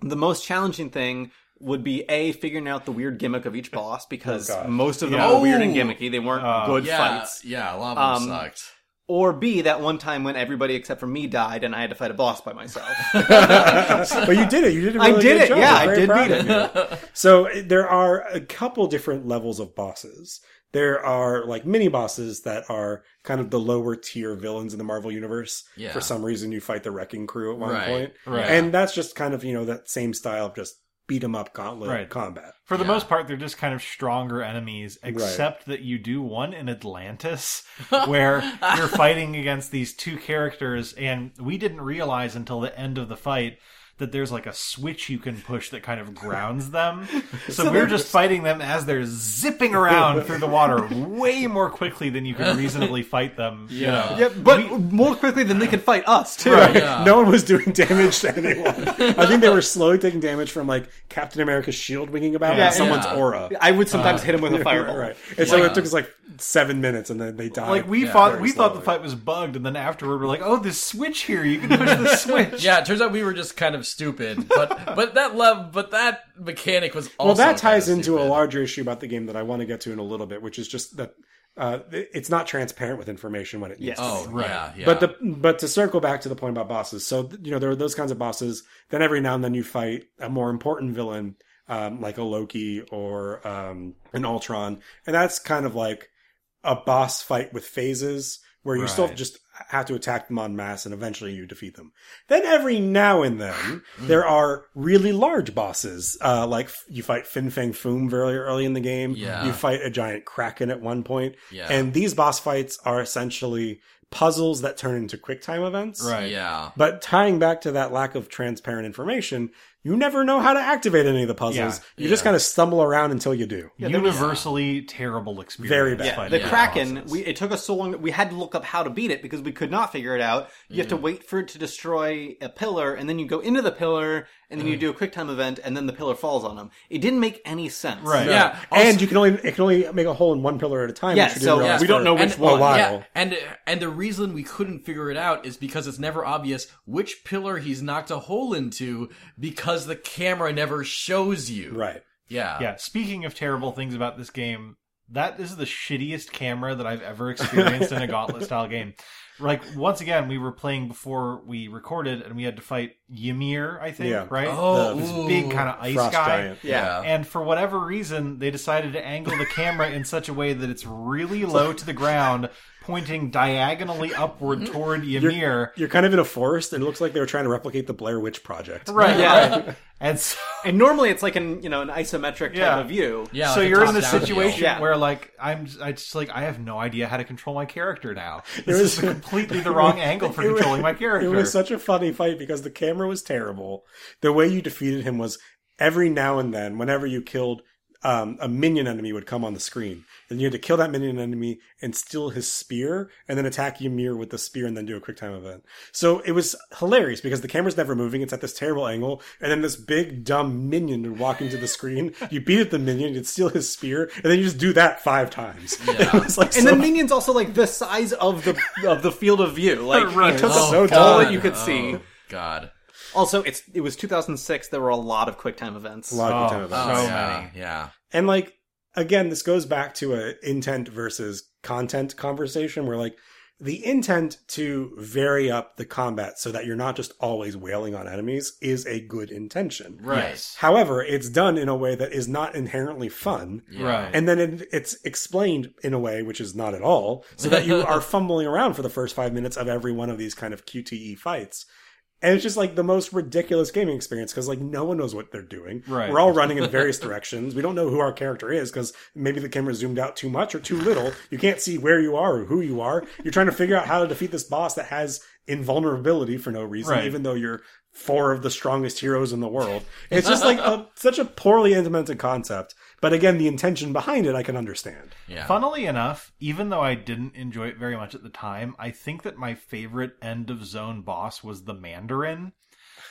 [SPEAKER 3] The most challenging thing would be a figuring out the weird gimmick of each boss because
[SPEAKER 2] Oh, God.
[SPEAKER 3] most of them
[SPEAKER 1] Yeah.
[SPEAKER 3] were weird and
[SPEAKER 4] Oh!
[SPEAKER 3] gimmicky. They weren't
[SPEAKER 1] Uh,
[SPEAKER 3] good
[SPEAKER 4] yeah,
[SPEAKER 3] fights.
[SPEAKER 4] yeah, a lot of them
[SPEAKER 3] Um,
[SPEAKER 4] sucked.
[SPEAKER 3] Or b that one time when everybody except for me died and I had to fight a boss by myself.
[SPEAKER 2] but you did it. You did a
[SPEAKER 3] I
[SPEAKER 2] really
[SPEAKER 3] did
[SPEAKER 2] good
[SPEAKER 3] it.
[SPEAKER 2] job.
[SPEAKER 3] Yeah,
[SPEAKER 2] I'm
[SPEAKER 3] I
[SPEAKER 2] very
[SPEAKER 3] did
[SPEAKER 2] proud
[SPEAKER 3] beat
[SPEAKER 2] of you. so uh, there are a couple different levels of bosses. There are like mini bosses that are kind of the lower tier villains in the Marvel universe.
[SPEAKER 4] Yeah.
[SPEAKER 2] For some reason, you fight the Wrecking Crew at one
[SPEAKER 4] Right.
[SPEAKER 2] point,
[SPEAKER 1] Right.
[SPEAKER 2] and that's just kind of you know that same style of just beat 'em up gauntlet
[SPEAKER 1] Right.
[SPEAKER 2] combat.
[SPEAKER 1] For the
[SPEAKER 4] Yeah.
[SPEAKER 1] most part, they're just kind of stronger enemies, except that you do one in Atlantis where you're fighting against these two characters, and we didn't realize until the end of the fight that there's like a switch you can push that kind of grounds them. So, we we're just fighting them as they're zipping around through the water way more quickly than you can reasonably fight them. you
[SPEAKER 4] Yeah.
[SPEAKER 1] know.
[SPEAKER 3] yeah, but more quickly than they could fight us too.
[SPEAKER 4] Yeah.
[SPEAKER 2] No one was doing damage to anyone. I think they were slowly taking damage from like Captain America's shield winging about
[SPEAKER 3] Yeah,
[SPEAKER 2] and someone's
[SPEAKER 4] yeah.
[SPEAKER 2] aura.
[SPEAKER 3] I would sometimes hit him with a fireball.
[SPEAKER 2] Right. And so it took us like seven minutes, and then they died.
[SPEAKER 1] Like we
[SPEAKER 4] Yeah.
[SPEAKER 1] thought,
[SPEAKER 2] Very
[SPEAKER 1] we thought the
[SPEAKER 2] slowly.
[SPEAKER 1] fight was bugged, and then afterward we're like, "Oh, this switch here, you can push the switch."
[SPEAKER 4] Yeah, it turns out we were just kind of stupid, but but that love, but that mechanic was also
[SPEAKER 2] well, that ties
[SPEAKER 4] kinda
[SPEAKER 2] into a
[SPEAKER 4] stupid.
[SPEAKER 2] larger issue about the game that I want to get to in a little bit, which is just that uh, it's not transparent with information when it needs
[SPEAKER 3] Yes.
[SPEAKER 2] to
[SPEAKER 4] Oh,
[SPEAKER 2] be.
[SPEAKER 4] yeah, yeah.
[SPEAKER 2] But the but to circle back to the point about bosses, so th- you know there are those kinds of bosses. Then every now and then you fight a more important villain, um, like a Loki or um, an Ultron, and that's kind of like a boss fight with phases where you still
[SPEAKER 1] Right.
[SPEAKER 2] just have to attack them en masse and eventually you defeat them. Then every now and then
[SPEAKER 4] Hmm.
[SPEAKER 2] there are really large bosses, uh, like f- you fight Fin Fang Foom very early in the game.
[SPEAKER 4] Yeah.
[SPEAKER 2] You fight a giant kraken at one point.
[SPEAKER 4] Yeah.
[SPEAKER 2] And these boss fights are essentially puzzles that turn into quick time events.
[SPEAKER 1] Right.
[SPEAKER 4] yeah,
[SPEAKER 2] But tying back to that lack of transparent information, you never know how to activate any of the puzzles. you just
[SPEAKER 4] Yeah.
[SPEAKER 2] kind of stumble around until you do.
[SPEAKER 1] Universally terrible experience.
[SPEAKER 2] Very bad.
[SPEAKER 1] fighting
[SPEAKER 3] Yeah, the
[SPEAKER 1] bosses.
[SPEAKER 3] Kraken. We, it took us so long that we had to look up how to beat it because we could not figure it out. You have to
[SPEAKER 4] Mm-hmm.
[SPEAKER 3] wait for it to destroy a pillar, and then you go into the pillar, and then you
[SPEAKER 4] Mm-hmm.
[SPEAKER 3] do a quick time event, and then the pillar falls on them. It didn't make any sense.
[SPEAKER 1] Right.
[SPEAKER 4] yeah, Also-
[SPEAKER 2] and you can only it can only make a hole in one pillar at a time.
[SPEAKER 3] Yeah,
[SPEAKER 2] which you
[SPEAKER 3] so-
[SPEAKER 2] didn't
[SPEAKER 3] yeah.
[SPEAKER 2] realize
[SPEAKER 3] we don't
[SPEAKER 2] for
[SPEAKER 3] know which
[SPEAKER 2] a
[SPEAKER 4] and,
[SPEAKER 3] one.
[SPEAKER 2] While.
[SPEAKER 4] Yeah, and and the reason we couldn't figure it out is because it's never obvious which pillar he's knocked a hole into because the camera never shows you.
[SPEAKER 2] Right.
[SPEAKER 4] Yeah.
[SPEAKER 1] Yeah, speaking of terrible things about this game, that is the shittiest camera that I've ever experienced in a gauntlet style game. Like once again, we were playing before we recorded and we had to fight Ymir, I think,
[SPEAKER 2] Yeah.
[SPEAKER 1] right?
[SPEAKER 4] Oh,
[SPEAKER 1] this
[SPEAKER 4] ooh.
[SPEAKER 1] big kind of ice
[SPEAKER 2] Frost
[SPEAKER 1] guy.
[SPEAKER 2] giant.
[SPEAKER 4] Yeah.
[SPEAKER 1] And for whatever reason, they decided to angle the camera in such a way that it's really low to the ground, pointing diagonally upward toward Ymir.
[SPEAKER 2] You're kind of in a forest, and it looks like they were trying to replicate the Blair Witch Project.
[SPEAKER 1] Right,
[SPEAKER 3] Yeah.
[SPEAKER 1] right. And so
[SPEAKER 3] And normally it's like an you know an isometric
[SPEAKER 1] Yeah.
[SPEAKER 3] type of view.
[SPEAKER 4] Yeah,
[SPEAKER 1] so
[SPEAKER 4] like a
[SPEAKER 1] you're in this
[SPEAKER 4] top-down
[SPEAKER 1] situation
[SPEAKER 4] view.
[SPEAKER 3] Yeah.
[SPEAKER 1] where like I'm I just like I have no idea how to control my character now.
[SPEAKER 2] There
[SPEAKER 1] This is
[SPEAKER 2] was-
[SPEAKER 1] completely the wrong angle for
[SPEAKER 2] It was-
[SPEAKER 1] controlling my character.
[SPEAKER 2] It was such a funny fight because the camera was terrible. The way you defeated him was every now and then, whenever you killed um, a minion enemy, would come on the screen, and you had to kill that minion enemy and steal his spear, and then attack Ymir with the spear, and then do a quick time event. So it was hilarious because the camera's never moving; it's at this terrible angle, and then this big dumb minion would walk into the screen. You beat at the minion, you'd steal his spear, and then you just do that five times. It was like
[SPEAKER 3] And
[SPEAKER 2] so
[SPEAKER 3] the minions also like the size of the of the field of view. Like
[SPEAKER 1] Right.
[SPEAKER 3] it took
[SPEAKER 2] Oh,
[SPEAKER 3] up
[SPEAKER 2] so
[SPEAKER 3] all
[SPEAKER 2] dumb.
[SPEAKER 3] that you could see.
[SPEAKER 4] Oh, God.
[SPEAKER 3] Also, it's it was 2006. There were a lot of quick time events.
[SPEAKER 2] a lot of good time
[SPEAKER 1] Oh,
[SPEAKER 2] events.
[SPEAKER 1] So
[SPEAKER 4] Oh, yeah,
[SPEAKER 1] many.
[SPEAKER 4] Yeah.
[SPEAKER 2] And like again, this goes back to a intent versus content conversation where like the intent to vary up the combat so that you're not just always wailing on enemies is a good intention.
[SPEAKER 4] Right.
[SPEAKER 2] However, it's done in a way that is not inherently fun.
[SPEAKER 4] Yeah.
[SPEAKER 1] Right.
[SPEAKER 2] And then it, it's explained in a way which is not at all, so that you are fumbling around for the first five minutes of every one of these kind of QTE fights. And it's just like the most ridiculous gaming experience because like no one knows what they're doing.
[SPEAKER 1] Right.
[SPEAKER 2] We're all running in various directions. We don't know who our character is because maybe the camera zoomed out too much or too little. You can't see where you are or who you are. You're trying to figure out how to defeat this boss that has invulnerability for no reason,
[SPEAKER 1] Right.
[SPEAKER 2] even though you're four of the strongest heroes in the world. It's just like a, such a poorly implemented concept. But again, the intention behind it, I can understand.
[SPEAKER 4] Yeah.
[SPEAKER 1] Funnily enough, even though I didn't enjoy it very much at the time, I think that my favorite end of zone boss was the Mandarin.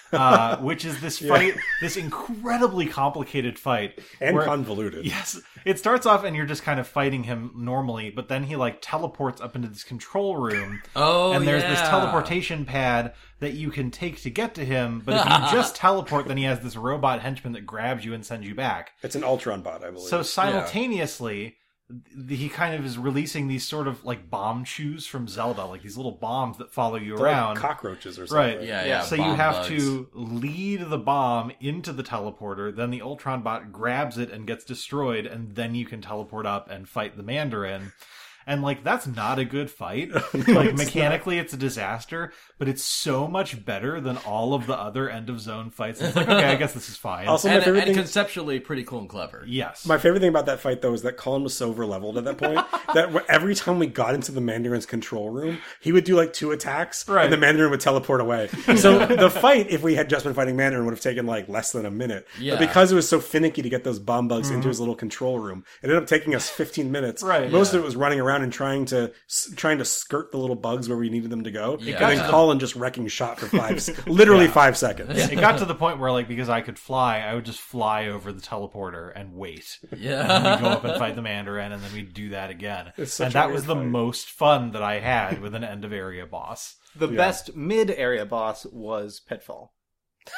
[SPEAKER 1] uh, which is this
[SPEAKER 2] Yeah.
[SPEAKER 1] fight, this incredibly complicated fight.
[SPEAKER 2] and
[SPEAKER 1] where-
[SPEAKER 2] convoluted.
[SPEAKER 1] Yes, it starts off and you're just kind of fighting him normally, but then he like teleports up into this control room,
[SPEAKER 4] Oh,
[SPEAKER 1] and there's this
[SPEAKER 4] yeah.
[SPEAKER 1] teleportation pad that you can take to get to him. But if you just teleport, then he has this robot henchman that grabs you and sends you back.
[SPEAKER 2] It's an Ultron bot, I believe.
[SPEAKER 1] So simultaneously, th- he kind of is releasing these sort of like bomb chews from Zelda, like these little bombs that follow you
[SPEAKER 2] They're like
[SPEAKER 1] around.
[SPEAKER 2] cockroaches or something.
[SPEAKER 1] Right.
[SPEAKER 4] Yeah,
[SPEAKER 3] Yeah.
[SPEAKER 4] yeah.
[SPEAKER 1] so you
[SPEAKER 4] bomb
[SPEAKER 1] have
[SPEAKER 4] bugs.
[SPEAKER 1] to lead the bomb into the teleporter, then the Ultron bot grabs it and gets destroyed, and then you can teleport up and fight the Mandarin. And like that's not a good fight. like
[SPEAKER 2] it's
[SPEAKER 1] mechanically, it's a disaster, but it's so much better than all of the other end of zone fights. It's like okay, I guess this is fine.
[SPEAKER 2] Also, my
[SPEAKER 4] and,
[SPEAKER 2] favorite
[SPEAKER 4] and
[SPEAKER 2] thing.
[SPEAKER 4] conceptually pretty cool and clever.
[SPEAKER 1] yes,
[SPEAKER 2] my favorite thing about that fight, though, is that Colin was so over leveled at that point that wh- every time we got into the Mandarin's control room, he would do like two attacks,
[SPEAKER 1] Right.
[SPEAKER 2] and the Mandarin would teleport away. So the fight, if we had just been fighting Mandarin, would have taken like less than a minute.
[SPEAKER 4] Yeah.
[SPEAKER 2] But because it was so finicky to get those bomb bugs into his little control room, it ended up taking us 15 minutes.
[SPEAKER 1] Mm-hmm. Right.
[SPEAKER 2] Most
[SPEAKER 4] Yeah.
[SPEAKER 2] of it was running around and trying to s- trying to skirt the little bugs where we needed them to go,
[SPEAKER 4] Yeah.
[SPEAKER 2] and
[SPEAKER 1] got
[SPEAKER 2] then
[SPEAKER 1] to
[SPEAKER 2] Colin just wrecking shot for five, s- literally five seconds.
[SPEAKER 1] it got to the point where like because I could fly, I would just fly over the teleporter and wait.
[SPEAKER 4] Yeah.
[SPEAKER 1] we go up and fight the Mandarin, and then we do that again.
[SPEAKER 2] It's such
[SPEAKER 1] And
[SPEAKER 2] a
[SPEAKER 1] that
[SPEAKER 2] weird
[SPEAKER 1] was the
[SPEAKER 2] fight.
[SPEAKER 1] most fun that I had with an end of area boss.
[SPEAKER 3] The best mid area boss was Pitfall.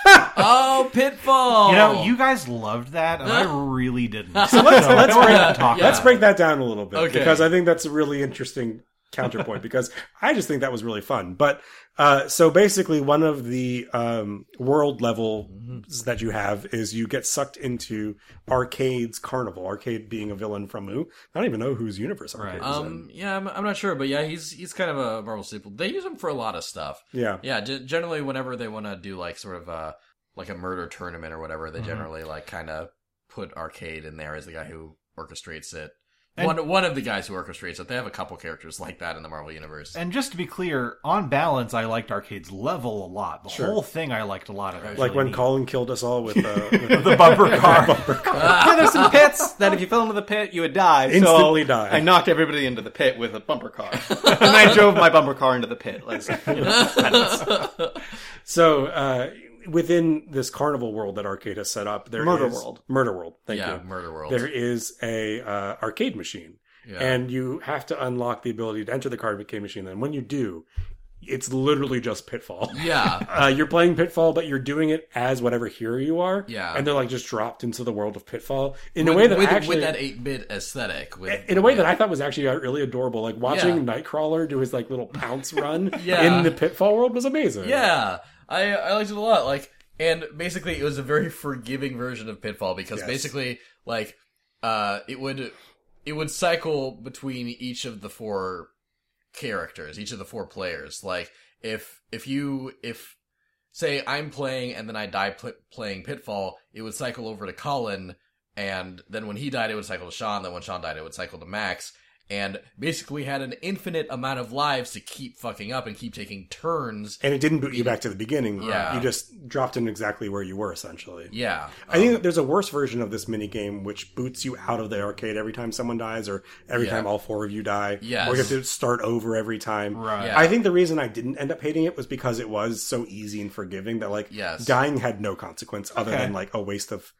[SPEAKER 4] oh, pitfall.
[SPEAKER 1] You know, you guys loved that, and I really didn't. So
[SPEAKER 2] let's- let's
[SPEAKER 1] we're
[SPEAKER 2] break-
[SPEAKER 1] gonna talk
[SPEAKER 4] yeah.
[SPEAKER 2] Let's
[SPEAKER 1] about
[SPEAKER 2] break that down a little bit
[SPEAKER 4] Okay.
[SPEAKER 2] because I think that's a really interesting counterpoint because I just think that was really fun. But uh, so basically, one of the um, world levels that you have is you get sucked into Arcade's Carnival. Arcade being a villain from who? I don't even know whose universe Arcade
[SPEAKER 1] Right.
[SPEAKER 2] is
[SPEAKER 4] Um. Yeah, I'm, I'm not sure, but yeah, he's he's kind of a Marvel staple. They use him for a lot of stuff.
[SPEAKER 2] in. Yeah.
[SPEAKER 4] Yeah, g- generally whenever they want to do like sort of a like a murder tournament or whatever,
[SPEAKER 2] Mm-hmm.
[SPEAKER 4] they
[SPEAKER 1] Mhm.
[SPEAKER 4] generally like kind of put Arcade in there as the guy who orchestrates it.
[SPEAKER 1] And-
[SPEAKER 4] one one of the guys who orchestrates it. They have a couple characters like that in the Marvel universe.
[SPEAKER 1] it. And just to be clear, on balance, I liked Arcade's level a lot. The
[SPEAKER 2] Sure.
[SPEAKER 1] whole thing I liked a lot. Of it. It was
[SPEAKER 2] Like
[SPEAKER 1] really
[SPEAKER 2] when
[SPEAKER 1] neat.
[SPEAKER 2] Colin killed us all with, uh, with
[SPEAKER 1] the bumper car.
[SPEAKER 3] yeah, there's some pits that if you fell into the pit, you would die. so
[SPEAKER 2] Instantly die.
[SPEAKER 3] I knocked everybody into the pit with a bumper car, and I drove my bumper car into the pit. Like, you know, penance.
[SPEAKER 2] So uh, within this carnival world that Arcade has set up, there
[SPEAKER 3] Murder
[SPEAKER 2] is-
[SPEAKER 3] World.
[SPEAKER 2] Murder World. Thank
[SPEAKER 4] yeah,
[SPEAKER 2] you.
[SPEAKER 4] Murder World.
[SPEAKER 2] There is a uh, arcade machine,
[SPEAKER 4] yeah.
[SPEAKER 2] and you have to unlock the ability to enter the card arcade machine. And when you do, it's literally just Pitfall.
[SPEAKER 4] yeah.
[SPEAKER 2] Uh, you're playing Pitfall, but you're doing it as whatever hero you are.
[SPEAKER 4] Yeah.
[SPEAKER 2] and they're like just dropped into the world of Pitfall in a
[SPEAKER 4] With-
[SPEAKER 2] way that
[SPEAKER 4] with,
[SPEAKER 2] actually.
[SPEAKER 4] with that eight bit aesthetic. With,
[SPEAKER 2] in a way that I thought was actually uh, really adorable, like watching Nightcrawler do his like little pounce run
[SPEAKER 4] Yeah.
[SPEAKER 2] in the Pitfall world was amazing.
[SPEAKER 4] Yeah, I I liked it a lot. Like, and basically, it was a very forgiving version of Pitfall because
[SPEAKER 2] Yes.
[SPEAKER 4] basically, like, uh, it would it would cycle between each of the four characters, each of the four players. Like, if if you if say I'm playing and then I die pl- playing Pitfall, it would cycle over to Colin, and then when he died, it would cycle to Sean. Then when Sean died, it would cycle to Max. And basically had an infinite amount of lives to keep fucking up and keep taking turns
[SPEAKER 2] and it didn't boot you back to the beginning.
[SPEAKER 4] Yeah.
[SPEAKER 2] you just dropped in exactly where you were essentially.
[SPEAKER 4] Yeah. Um,
[SPEAKER 2] I think that there's a worse version of this minigame which boots you out of the arcade every time someone dies or every
[SPEAKER 4] Yeah.
[SPEAKER 2] time all four of you die.
[SPEAKER 4] Yes.
[SPEAKER 2] Or you have to start over every time.
[SPEAKER 1] Right.
[SPEAKER 4] Yeah.
[SPEAKER 2] I think the reason I didn't end up hating it was because it was so easy and forgiving that like
[SPEAKER 4] Yes.
[SPEAKER 2] dying had no consequence other
[SPEAKER 1] Okay.
[SPEAKER 2] than like a waste of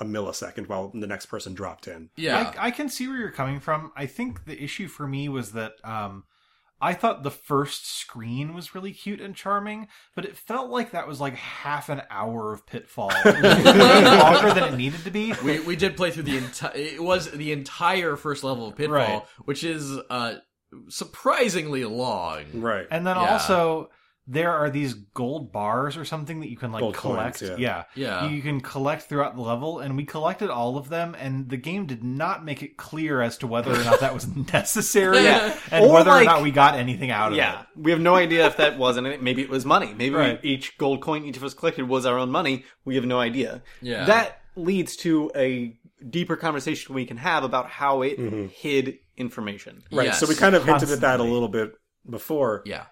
[SPEAKER 2] a millisecond while the next person dropped in.
[SPEAKER 4] yeah.
[SPEAKER 1] I, I can see where you're coming from. I think the issue for me was that um, I thought the first screen was really cute and charming, but it felt like that was like half an hour of Pitfall, It was way longer than it needed to be.
[SPEAKER 4] we we did play through the entire. It was the entire first level of Pitfall,
[SPEAKER 1] Right.
[SPEAKER 4] which is uh surprisingly long.
[SPEAKER 2] Right.
[SPEAKER 1] And then
[SPEAKER 4] Yeah.
[SPEAKER 1] also there are these gold bars or something that you can like
[SPEAKER 2] Gold
[SPEAKER 1] collect.
[SPEAKER 2] coins,
[SPEAKER 1] yeah.
[SPEAKER 4] Yeah.
[SPEAKER 1] You can collect throughout the level, and we collected all of them, and the game did not make it clear as to whether or not that was necessary
[SPEAKER 4] Yeah.
[SPEAKER 1] and
[SPEAKER 3] Or,
[SPEAKER 1] whether
[SPEAKER 3] like-
[SPEAKER 1] or not we got anything out of
[SPEAKER 3] yeah,
[SPEAKER 1] it.
[SPEAKER 3] we have no idea if that was anything. Maybe it was money. Maybe we-
[SPEAKER 1] Right.
[SPEAKER 3] each gold coin each of us collected was our own money. We have no idea.
[SPEAKER 4] Yeah.
[SPEAKER 3] that leads to a deeper conversation we can have about how it
[SPEAKER 2] Mm-hmm.
[SPEAKER 3] hid information.
[SPEAKER 2] right.
[SPEAKER 4] Yes.
[SPEAKER 2] So we kind of hinted at that a little bit before.
[SPEAKER 4] yeah.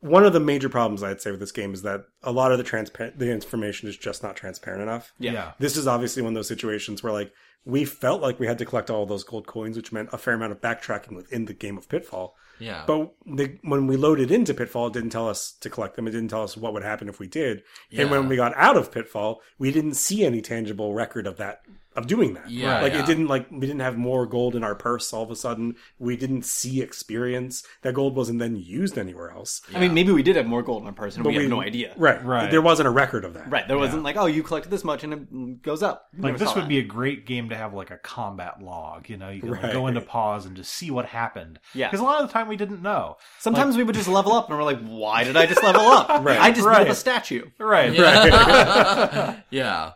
[SPEAKER 2] One of the major problems I'd say with this game is that a lot of the transpa- the information is just not transparent enough.
[SPEAKER 3] Yeah.
[SPEAKER 2] this is obviously one of those situations where like we felt like we had to collect all those gold coins, which meant a fair amount of backtracking within the game of Pitfall.
[SPEAKER 4] Yeah.
[SPEAKER 2] But the, when we loaded into Pitfall, it didn't tell us to collect them. It didn't tell us what would happen if we did.
[SPEAKER 4] yeah.
[SPEAKER 2] And when we got out of Pitfall, we didn't see any tangible record of that of doing that.
[SPEAKER 4] Yeah,
[SPEAKER 2] like
[SPEAKER 4] yeah.
[SPEAKER 2] it didn't like we didn't have more gold in our purse all of a sudden. We didn't see experience. That gold wasn't then used anywhere else.
[SPEAKER 4] Yeah.
[SPEAKER 3] I mean, maybe we did have more gold in our purse, and
[SPEAKER 2] But
[SPEAKER 3] we,
[SPEAKER 2] we-
[SPEAKER 3] have no idea.
[SPEAKER 2] Right.
[SPEAKER 1] Right.
[SPEAKER 2] There wasn't a record of that.
[SPEAKER 3] Right, There wasn't like, oh, you collected this much and it goes up. We
[SPEAKER 1] Like
[SPEAKER 3] never
[SPEAKER 1] this
[SPEAKER 3] saw
[SPEAKER 1] would
[SPEAKER 3] that.
[SPEAKER 1] be a great game to have like a combat log. You know, you can like, go
[SPEAKER 2] Right.
[SPEAKER 1] into pause and just see what happened.
[SPEAKER 3] Yeah.
[SPEAKER 1] because a lot of the time we didn't know.
[SPEAKER 3] Sometimes we would just level up, and we're like, why did I just level up?
[SPEAKER 2] Right,
[SPEAKER 3] I just
[SPEAKER 1] right.
[SPEAKER 3] built a statue.
[SPEAKER 1] Right.
[SPEAKER 4] Yeah. yeah.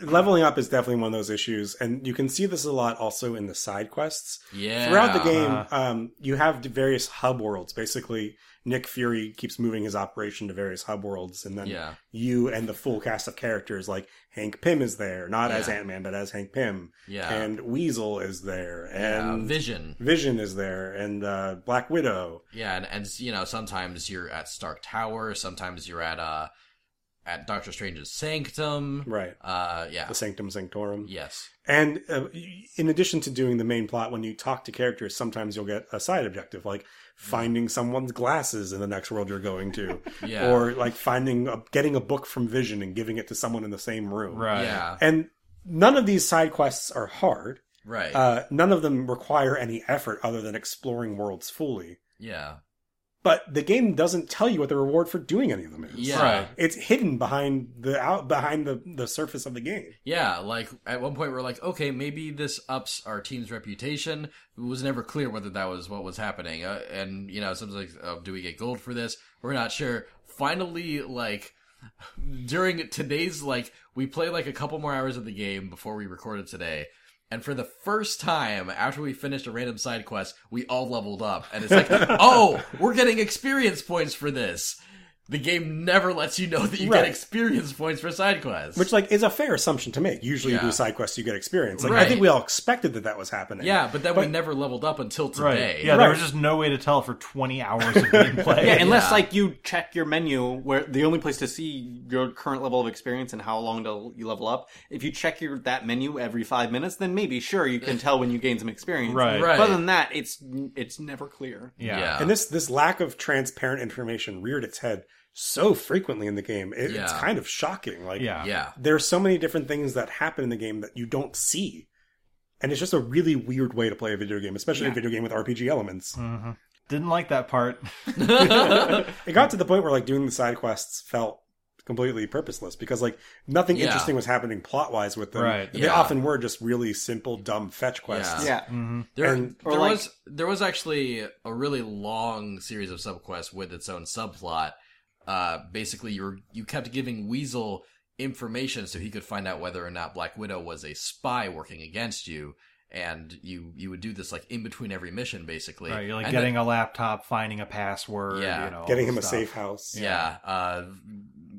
[SPEAKER 2] Leveling up is definitely one of those issues, and you can see this a lot also in the side quests.
[SPEAKER 4] Yeah.
[SPEAKER 2] Throughout the game,
[SPEAKER 1] Uh-huh.
[SPEAKER 2] um, you have d- various hub worlds. Basically, Nick Fury keeps moving his operation to various hub worlds, and then
[SPEAKER 4] Yeah.
[SPEAKER 2] you and the full cast of characters, like Hank Pym, is there not as
[SPEAKER 4] Yeah.
[SPEAKER 2] Ant Man, but as Hank Pym,
[SPEAKER 4] Yeah.
[SPEAKER 2] and Weasel is there,
[SPEAKER 4] yeah.
[SPEAKER 2] and
[SPEAKER 4] Vision.
[SPEAKER 2] Vision is there, and uh, Black Widow.
[SPEAKER 4] Yeah, and, and you know, sometimes you're at Stark Tower, sometimes you're at uh at Doctor Strange's Sanctum.
[SPEAKER 2] Right,
[SPEAKER 4] Uh yeah.
[SPEAKER 2] the Sanctum Sanctorum.
[SPEAKER 4] Yes.
[SPEAKER 2] And uh, in addition to doing the main plot, when you talk to characters, sometimes you'll get a side objective, like finding someone's glasses in the next world you're going to,
[SPEAKER 4] Yeah.
[SPEAKER 2] or like finding a, getting a book from Vision and giving it to someone in the same room.
[SPEAKER 1] Right.
[SPEAKER 4] Yeah.
[SPEAKER 2] And none of these side quests are hard.
[SPEAKER 4] Right.
[SPEAKER 2] Uh, none of them require any effort other than exploring worlds fully.
[SPEAKER 4] yeah.
[SPEAKER 2] But the game doesn't tell you what the reward for doing any of them is.
[SPEAKER 4] Yeah.
[SPEAKER 1] Right.
[SPEAKER 2] It's hidden behind the out behind the, the surface of the game.
[SPEAKER 4] Yeah, like at one point we're like, okay, maybe this ups our team's reputation. It was never clear whether that was what was happening, uh, and you know, sometimes like, oh, do we get gold for this? We're not sure. Finally, like during today's, like we play like a couple more hours of the game before we recorded today. And for the first time, after we finished a random side quest, we all leveled up. And it's like, oh, we're getting experience points for this. The game never lets you know that you
[SPEAKER 2] Right.
[SPEAKER 4] get experience points for side quests.
[SPEAKER 2] Which like is a fair assumption to make. Usually you
[SPEAKER 4] Yeah.
[SPEAKER 2] do side quests, you get experience. Like I
[SPEAKER 4] Right.
[SPEAKER 2] think we all expected that that was happening.
[SPEAKER 4] Yeah, but then we
[SPEAKER 2] But-
[SPEAKER 4] never leveled up until
[SPEAKER 1] Right.
[SPEAKER 4] today.
[SPEAKER 1] Yeah, there was
[SPEAKER 2] Right.
[SPEAKER 1] just no way to tell for 20 hours of gameplay.
[SPEAKER 3] Yeah, unless
[SPEAKER 4] Yeah.
[SPEAKER 3] like you check your menu where the only place to see your current level of experience and how long to you level up. If you check your that menu every five minutes, then maybe sure you can tell when you gain some experience.
[SPEAKER 1] Right.
[SPEAKER 4] Right.
[SPEAKER 3] But other than that, it's it's never clear.
[SPEAKER 1] Yeah.
[SPEAKER 4] Yeah.
[SPEAKER 2] And this this lack of transparent information reared its head so frequently in the game. It, It's
[SPEAKER 4] Yeah.
[SPEAKER 2] kind of shocking. Like
[SPEAKER 1] Yeah.
[SPEAKER 4] Yeah.
[SPEAKER 2] there are so many different things that happen in the game that you don't see. And it's just a really weird way to play a video game, especially a video game with RPG elements.
[SPEAKER 1] Mhm. Didn't like that part.
[SPEAKER 2] It got to the point where like doing the side quests felt completely purposeless because like nothing
[SPEAKER 4] Yeah.
[SPEAKER 2] interesting was happening plot wise with them.
[SPEAKER 1] Right.
[SPEAKER 2] They
[SPEAKER 4] Yeah.
[SPEAKER 2] often were just really simple, dumb fetch quests.
[SPEAKER 3] Yeah.
[SPEAKER 1] hmm
[SPEAKER 4] There,
[SPEAKER 2] And-
[SPEAKER 4] there
[SPEAKER 3] or like-
[SPEAKER 4] was there was actually a really long series of subquests with its own subplot. Uh, basically, you were, you kept giving Weasel information so he could find out whether or not Black Widow was a spy working against you, and you you would do this like in between every mission, basically.
[SPEAKER 1] Right, you're like
[SPEAKER 4] And then-
[SPEAKER 1] getting a laptop, finding a password,
[SPEAKER 4] Yeah.
[SPEAKER 1] you know,
[SPEAKER 2] Getting
[SPEAKER 1] all
[SPEAKER 2] him a
[SPEAKER 1] stuff.
[SPEAKER 2] safe house.
[SPEAKER 4] yeah, uh,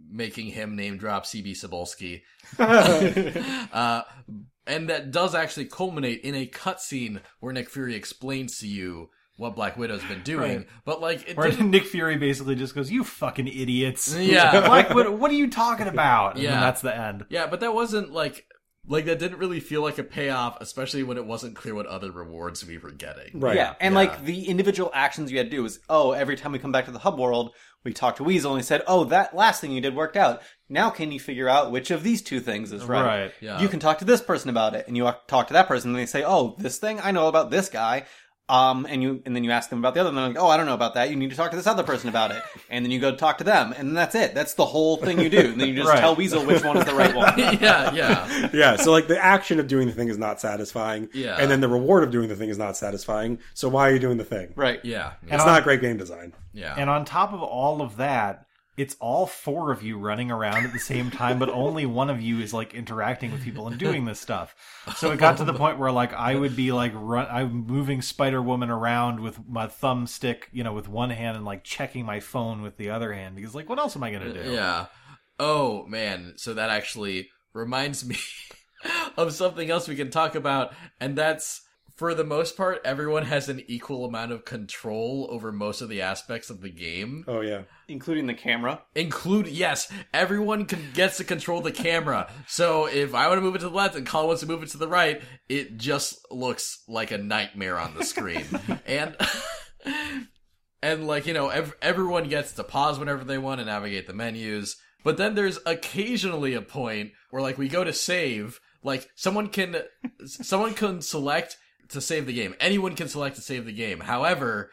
[SPEAKER 4] making him name drop CB Sobolski. uh, and that does actually culminate in a cutscene where Nick Fury explains to you what Black Widow's been doing. But like, it
[SPEAKER 1] Where
[SPEAKER 4] didn't.
[SPEAKER 1] Nick Fury basically just goes, "You fucking idiots!"
[SPEAKER 4] Yeah.
[SPEAKER 1] Black Widow, what are you talking about? And
[SPEAKER 4] Yeah.
[SPEAKER 1] then that's the end.
[SPEAKER 4] Yeah, but that wasn't like like that didn't really feel like a payoff, especially when it wasn't clear what other rewards we were getting.
[SPEAKER 2] Right.
[SPEAKER 3] Yeah, and
[SPEAKER 4] Yeah.
[SPEAKER 3] like the individual actions you had to do was, oh, every time we come back to the hub world, we talked to Weasel and he said, oh, that last thing you did worked out. Now can you figure out which of these two things is right?
[SPEAKER 1] Right.
[SPEAKER 4] Yeah.
[SPEAKER 3] You can talk to this person about it, and you talk to that person, and they say, oh, this thing I know about this guy. Um, and you, and then you ask them about the other, and they're like, oh, I don't know about that. You need to talk to this other person about it, and then you go talk to them, and that's it. That's the whole thing you do. And then you just
[SPEAKER 1] Right.
[SPEAKER 3] tell Weasel which one is the right one.
[SPEAKER 4] yeah, yeah.
[SPEAKER 2] yeah, so like the action of doing the thing is not satisfying.
[SPEAKER 4] Yeah.
[SPEAKER 2] And then the reward of doing the thing is not satisfying. So why are you doing the thing?
[SPEAKER 3] Right.
[SPEAKER 4] Yeah. Yeah.
[SPEAKER 1] And
[SPEAKER 2] It's
[SPEAKER 1] on-
[SPEAKER 2] not great game design.
[SPEAKER 4] Yeah.
[SPEAKER 1] And on top of all of that, it's all four of you running around at the same time, but only one of you is like interacting with people and doing this stuff. So it got to the point where like I would be like run, I'm moving Spider Woman around with my thumbstick, you know, with one hand and like checking my phone with the other hand because like what else am I gonna do?
[SPEAKER 4] Yeah. Oh man, so that actually reminds me of something else we can talk about, and that's for the most part, everyone has an equal amount of control over most of the aspects of the game.
[SPEAKER 2] Oh yeah.
[SPEAKER 3] Including the camera.
[SPEAKER 4] Include yes, everyone can, gets to control the camera. So if I want to move it to the left and Colin wants to move it to the right, it just looks like a nightmare on the screen. and and like you know ev- everyone gets to pause whenever they want and navigate the menus but then there's occasionally a point where like we go to save like someone can someone can select to save the game anyone can select to save the game however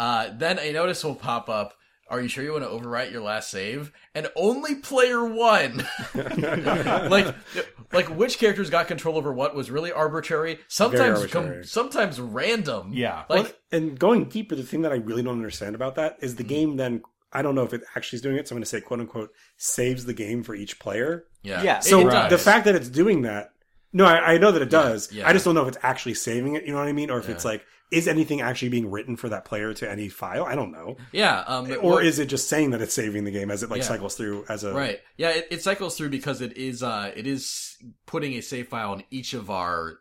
[SPEAKER 4] uh, then a notice will pop up are you sure you want to overwrite your last save and only player one like like which characters got control over what was really arbitrary sometimes
[SPEAKER 2] arbitrary.
[SPEAKER 4] Com- sometimes random
[SPEAKER 1] Yeah.
[SPEAKER 4] like
[SPEAKER 2] and going deeper, the thing that I really don't understand about that is the
[SPEAKER 4] Mm.
[SPEAKER 2] game then, I don't know if it actually is doing it, so I'm going to say quote unquote, saves the game for each player.
[SPEAKER 4] yeah
[SPEAKER 3] Yeah.
[SPEAKER 4] It-
[SPEAKER 2] So
[SPEAKER 4] it
[SPEAKER 1] Right.
[SPEAKER 2] the
[SPEAKER 4] does.
[SPEAKER 2] fact that it's doing that, no, I, I know that it does.
[SPEAKER 4] yeah.
[SPEAKER 2] I just don't know if it's actually saving it. You know what I mean? Or if
[SPEAKER 4] Yeah.
[SPEAKER 2] it's like, is anything actually being written for that player to any file? I don't know.
[SPEAKER 4] yeah um
[SPEAKER 2] Or
[SPEAKER 4] well-
[SPEAKER 2] is it just saying that it's saving the game as it like
[SPEAKER 4] Yeah.
[SPEAKER 2] cycles through as a
[SPEAKER 4] right yeah it, it cycles through because it is uh it is putting a save file on each of our